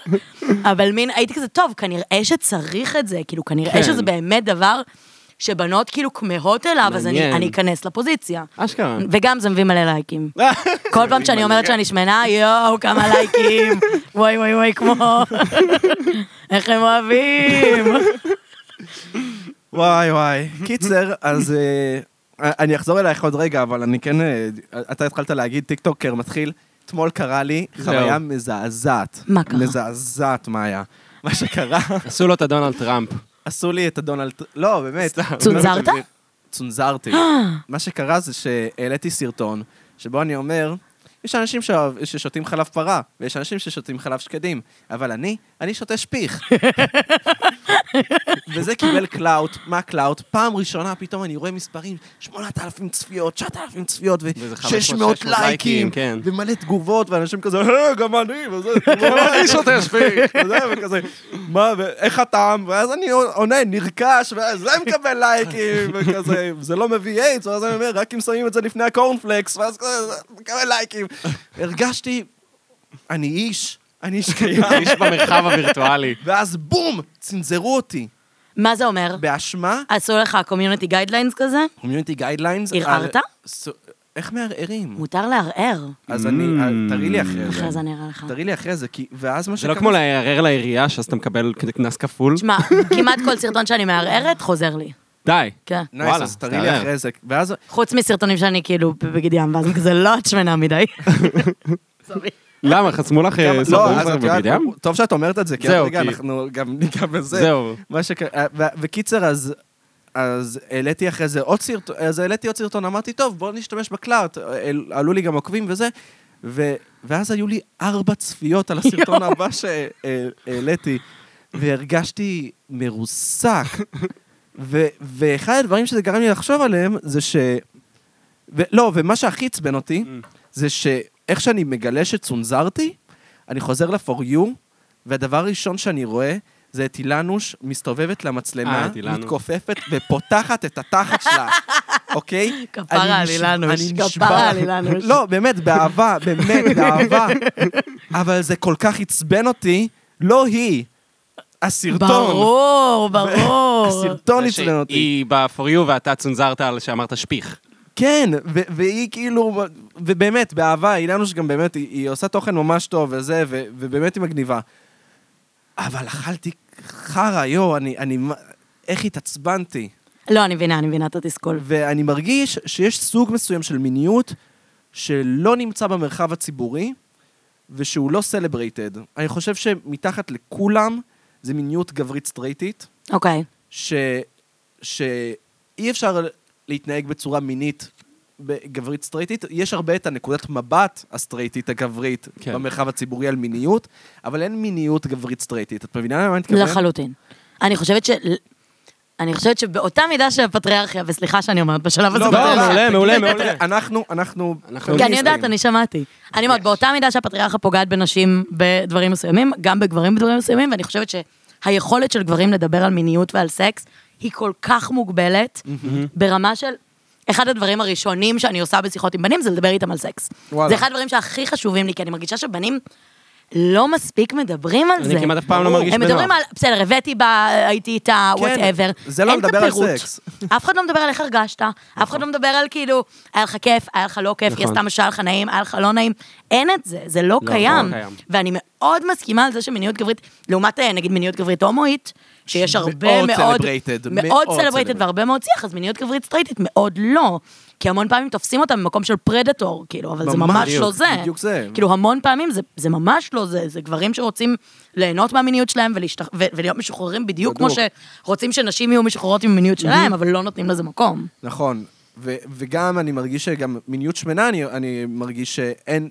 [SPEAKER 3] אבל מין, הייתי כזה, טוב, כנראה שצריך את זה, כאילו, כנראה
[SPEAKER 2] כן.
[SPEAKER 3] שזה באמת דבר שבנות כאילו כמהות אליו, אז אני
[SPEAKER 2] מעניין. אה.
[SPEAKER 3] אני אכנס לפוזיציה.
[SPEAKER 2] אשכרה.
[SPEAKER 3] וגם זה מביא מלא לייקים.
[SPEAKER 2] אה,
[SPEAKER 3] כל פעם שאני אומרת שאני שמנה, יואו, כמה לייקים. וואי וואי וואי, כמו... איך הם אוהבים.
[SPEAKER 1] וואי וואי. קיצר, אז אה, אני אחזור אלייך עוד רגע, אבל אני כן, אה, אתה התחלת להגיד טיקטוקר מתחיל. אתמול קרה לי חוויה מזעזעת.
[SPEAKER 3] מה קרה?
[SPEAKER 1] מזעזעת מה היה. מה שקרה,
[SPEAKER 2] עשו לו את הדונלד טראמפ.
[SPEAKER 1] עשו לי את הדונלד... טר- לא, באמת.
[SPEAKER 3] צונזרת?
[SPEAKER 1] צונזרתי. מה שקרה זה שהעליתי סרטון, שבו אני אומר, יש אנשים שאוהב- ששותים חלב פרה, ויש אנשים ששותים חלב שקדים, אבל אני, אני שותה שפיך. וזה קיבל קלאוט, מה קלאוט? פעם ראשונה פתאום אני רואה מספרים, 8,000 צפיות, 9,000 צפיות,
[SPEAKER 2] וזה 500,
[SPEAKER 1] ו-600 לייקים,
[SPEAKER 2] כן.
[SPEAKER 1] ומלא תגובות, ואנשים כזה, "אה, גם אני, וזה, "גם אני שותה שפיך, וזה, וכזה, מה, ואיך הטעם? ואז אני עונה, נרכש, ואז זה מקבל לייקים, וכזה, זה לא מביא איידס, ואז אני אומר, רק אם שמים את זה לפני הקורנפלקס, ואז כזה, זה מקבל לייקים. הרגשתי, אני איש, אני איש קיים,
[SPEAKER 2] איש במרחב הווירטואלי.
[SPEAKER 1] ואז בום, צנזרו אותי,
[SPEAKER 3] מה זה אומר?
[SPEAKER 1] באשמה,
[SPEAKER 3] עשו לך קומיוניטי גיידליינס כזה?
[SPEAKER 1] קומיוניטי גיידליינס.
[SPEAKER 3] ערערת?
[SPEAKER 1] איך מערערים?
[SPEAKER 3] מותר לערער.
[SPEAKER 2] Mm.
[SPEAKER 1] אז אני, אה, תראי לי אחרי זה.
[SPEAKER 3] אחרי זה אני אראה לך.
[SPEAKER 1] תראי לי אחרי זה, כי... ואז מה
[SPEAKER 2] זה לא כמו לערער לעירייה, שאז אתה מקבל קנס כפול.
[SPEAKER 3] תשמע, כמעט כל סרטון שאני מערערת חוזר לי.
[SPEAKER 2] די.
[SPEAKER 3] כן.
[SPEAKER 1] נייס,
[SPEAKER 2] וואלה,
[SPEAKER 1] אז תראי לי
[SPEAKER 2] תערער.
[SPEAKER 1] אחרי זה. ואז...
[SPEAKER 3] חוץ מסרטונים שאני כאילו בבגד ים, ואז אני כזה לא את שמנה מדי. סורי.
[SPEAKER 2] למה, חסמו לך אה,
[SPEAKER 1] גם- לא,
[SPEAKER 2] סרטון
[SPEAKER 1] אז את יודעת, לא
[SPEAKER 2] בבגד ים?
[SPEAKER 1] טוב שאת אומרת את זה, כי
[SPEAKER 2] זהו,
[SPEAKER 1] עוד רגע
[SPEAKER 2] כי-
[SPEAKER 1] אנחנו גם ניגע בזה.
[SPEAKER 2] זהו.
[SPEAKER 1] מה שקרה... ו- וקיצר, אז... אז העליתי אחרי זה עוד סרטון, אז העליתי עוד סרטון, אמרתי, טוב, בוא נשתמש בקלארט, אל- עלו לי גם עוקבים וזה, ו, ואז היו לי ארבע צפיות על הסרטון הבא שהעליתי, והרגשתי מרוסק. ו, ואחד הדברים שזה גרם לי לחשוב עליהם, זה ש... ו, לא, ומה שהכי עצבן אותי,
[SPEAKER 2] Mm.
[SPEAKER 1] זה שאיך שאני מגלה שצונזרתי, אני חוזר ל-for you, והדבר הראשון שאני רואה, זה את אילנוש מסתובבת
[SPEAKER 2] אה,
[SPEAKER 1] למצלמה,
[SPEAKER 2] את אילנוש.
[SPEAKER 1] מתכופפת ופותחת את התחת שלה, אוקיי? אני
[SPEAKER 3] כפרה על
[SPEAKER 1] נש-
[SPEAKER 3] אילנוש,
[SPEAKER 1] אני נשבע.
[SPEAKER 3] כפרה על אילנוש.
[SPEAKER 1] לא, באמת, באהבה, באמת, באהבה. אבל זה כל כך עצבן אותי, לא היא, הסרטון.
[SPEAKER 3] ברור, ברור.
[SPEAKER 1] הסרטון
[SPEAKER 2] זה
[SPEAKER 1] עצבן אותי.
[SPEAKER 2] שהיא ב-for you ואתה צונזרת על שאמרת שפיך.
[SPEAKER 1] כן, ו- והיא כאילו, ובאמת, באהבה, אילנוש גם באמת, היא, היא עושה תוכן ממש טוב וזה, ו- ובאמת היא מגניבה. אבל אכלתי חרא, יואו, אני, אני, מה- איך התעצבנתי.
[SPEAKER 3] לא, אני מבינה, אני מבינה את התסכול.
[SPEAKER 1] ואני מרגיש שיש סוג מסוים של מיניות שלא נמצא במרחב הציבורי, ושהוא לא סלברייטד. אני חושב שמתחת לכולם זה מיניות גברית סטרייטית.
[SPEAKER 3] אוקיי.
[SPEAKER 1] ש... שאי אפשר להתנהג בצורה מינית ב- גברית סטרייטית. יש הרבה את הנקודת מבט הסטרייטית הגברית
[SPEAKER 2] כן.
[SPEAKER 1] כן. במרחב הציבורי על מיניות, אבל אין מיניות גברית סטרייטית. את מבינה למה אני מתכוון?
[SPEAKER 3] לחלוטין. אני חושבת ש... אני חושבת שבאותה מידה שהפטריארכיה, וסליחה שאני אומרת בשלב הזה,
[SPEAKER 2] לא,
[SPEAKER 3] פטריארכיה.
[SPEAKER 2] מעולה, מעולה,
[SPEAKER 1] תגידי,
[SPEAKER 2] מעולה.
[SPEAKER 1] אנחנו, אנחנו...
[SPEAKER 2] אנחנו-
[SPEAKER 3] כי כן, אני
[SPEAKER 1] פמיניסטים.
[SPEAKER 3] יודעת, אני שמעתי. אני אומרת, באותה מידה שהפטריארכיה פוגעת בנשים בדברים מסוימים, גם בגברים בדברים מסוימים, ואני חושבת שהיכולת של גברים לדבר על מיניות ועל סקס היא כל כך מוגבלת, ברמה של... אחד הדברים הראשונים שאני עושה בשיחות עם בנים זה לדבר איתם על סקס.
[SPEAKER 1] וואלה.
[SPEAKER 3] זה אחד הדברים שהכי חשובים לי, כי אני מרגישה שבנים לא מספיק מדברים על זה.
[SPEAKER 2] אני כמעט אף פעם לא
[SPEAKER 1] ברור.
[SPEAKER 2] מרגיש
[SPEAKER 3] הם מדברים
[SPEAKER 2] בנוח.
[SPEAKER 3] על, בסדר, הבאתי בה, הייתי איתה,
[SPEAKER 1] כן,
[SPEAKER 3] וואטאבר.
[SPEAKER 1] זה לא מדבר על סקס. נכון.
[SPEAKER 3] אף אחד לא מדבר על איך הרגשת, אף אחד לא מדבר על כאילו, היה לך כיף, היה לך לא כיף, היא
[SPEAKER 2] נכון.
[SPEAKER 3] עשתה מה שהיה לך נעים, היה לך לא נעים. אין את זה, זה לא
[SPEAKER 2] לא,
[SPEAKER 3] קיים.
[SPEAKER 2] זה לא קיים.
[SPEAKER 3] ואני מאוד מסכימה על זה שמיניות גברית, לעומת אה, נגיד מיניות גברית הומואית, שיש
[SPEAKER 1] שהיא
[SPEAKER 3] הרבה
[SPEAKER 1] מאוד
[SPEAKER 3] מאוד...
[SPEAKER 1] celebrated,
[SPEAKER 3] מאוד
[SPEAKER 1] מאוד
[SPEAKER 3] סלברייטד
[SPEAKER 1] celebrated.
[SPEAKER 3] והרבה מאוד שיח, אז מיניות גברית סטרייטית מאוד לא. כי המון פעמים תופסים אותה במקום של פרדטור, כאילו, אבל זה
[SPEAKER 1] ממש,
[SPEAKER 3] ממש לא
[SPEAKER 1] בדיוק,
[SPEAKER 3] זה.
[SPEAKER 1] בדיוק זה.
[SPEAKER 3] כאילו, המון פעמים זה, זה ממש לא זה, זה גברים שרוצים ליהנות מהמיניות שלהם ולהשתח... ו- ולהיות משוחררים בדיוק כמו
[SPEAKER 1] בדיוק.
[SPEAKER 3] שרוצים שנשים יהיו משוחררות עם המיניות שלהם, אבל לא נותנים לזה מקום.
[SPEAKER 1] נכון. ו- וגם אני מרגיש שגם מיניות שמנה, אני, אני מרגיש שאין...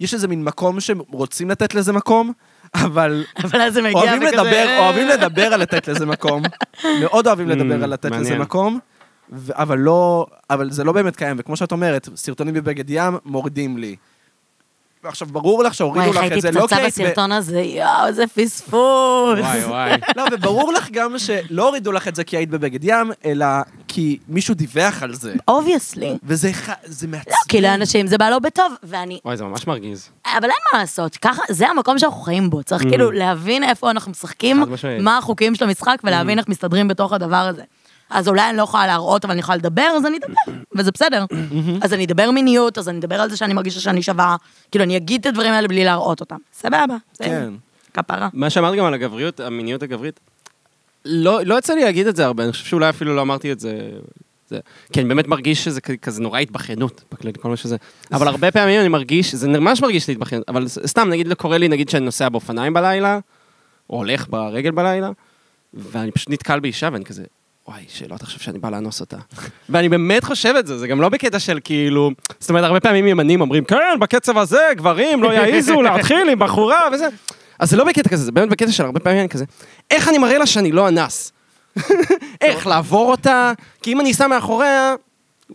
[SPEAKER 1] יש איזה מין מקום שרוצים לתת לזה מקום, אבל
[SPEAKER 3] אבל אז זה מגיע
[SPEAKER 1] אוהבים
[SPEAKER 3] וכזה... "אה,
[SPEAKER 1] לדבר, אוהבים לדבר על לתת לזה מקום. מאוד אוהבים לדבר על לתת לזה
[SPEAKER 2] Mm, מעניין.
[SPEAKER 1] מקום, ו- אבל לא, אבל זה לא באמת קיים, וכמו שאת אומרת, סרטונים בבגד ים מורידים לי. עכשיו, ברור לך
[SPEAKER 3] וואי,
[SPEAKER 1] שהורידו
[SPEAKER 3] איך
[SPEAKER 1] לך
[SPEAKER 3] הייתי
[SPEAKER 1] את זה, לא
[SPEAKER 3] פצצה
[SPEAKER 1] כי היית ב-
[SPEAKER 3] בסרטון הזה, יואו, איזה פספוס.
[SPEAKER 2] וואי וואי.
[SPEAKER 1] לא, וברור לך גם שלא הורידו לך את זה כי היית בבגד ים, אלא כי מישהו דיווח על זה.
[SPEAKER 3] אובייסלי.
[SPEAKER 1] וזה ח- זה מעצבן.
[SPEAKER 3] לא, כי לאנשים זה בא לא בטוב, ואני
[SPEAKER 2] וואי, זה ממש מרגיז.
[SPEAKER 3] אבל אין מה לעשות, ככה, זה המקום שאנחנו חיים בו. צריך כאילו להבין איפה אנחנו משחקים,
[SPEAKER 2] Mm. חד משמעית. Mm.
[SPEAKER 3] מה החוקים של המשחק, ולהבין איך מסתדרים בתוך הדבר הזה. אז אולי אני לא יכולה להראות, אבל אני יכולה לדבר, אז אני אדבר, וזה בסדר.
[SPEAKER 2] Mm-hmm.
[SPEAKER 3] אז אני אדבר מיניות, אז אני אדבר על זה שאני מרגישה שאני שווה, כאילו, אני אגיד את הדברים האלה בלי להראות אותם. סבבה, בסדר.
[SPEAKER 1] כן.
[SPEAKER 3] כפרה.
[SPEAKER 2] מה שאמרת גם על הגבריות, המיניות הגברית, לא לא יצא לי להגיד את זה הרבה, אני חושב שאולי אפילו לא אמרתי את זה. זה- כי אני באמת מרגיש שזה כ- כזה נורא התבכיינות, בכלל, כל מה שזה. אבל הרבה פעמים אני מרגיש, זה ממש מרגיש לי התבכיינות, אבל ס- סתם, נגיד, לא קורה לי, נגיד שאני נוסע באופניים בלילה, או הולך ברגל בלילה, ואני פשוט נתקל באישה ואני כזה, וואי, שלא תחשוב שאני בא לאנוס אותה. ואני באמת חושב את זה, זה גם לא בקטע של כאילו... זאת אומרת, הרבה פעמים ימנים אומרים, כן, בקצב הזה, גברים לא יעיזו להתחיל עם בחורה וזה. אז זה לא בקטע כזה, זה באמת בקטע של הרבה פעמים אני כזה, איך אני מראה לה שאני לא אנס? איך לעבור אותה? כי אם אני אסע מאחוריה,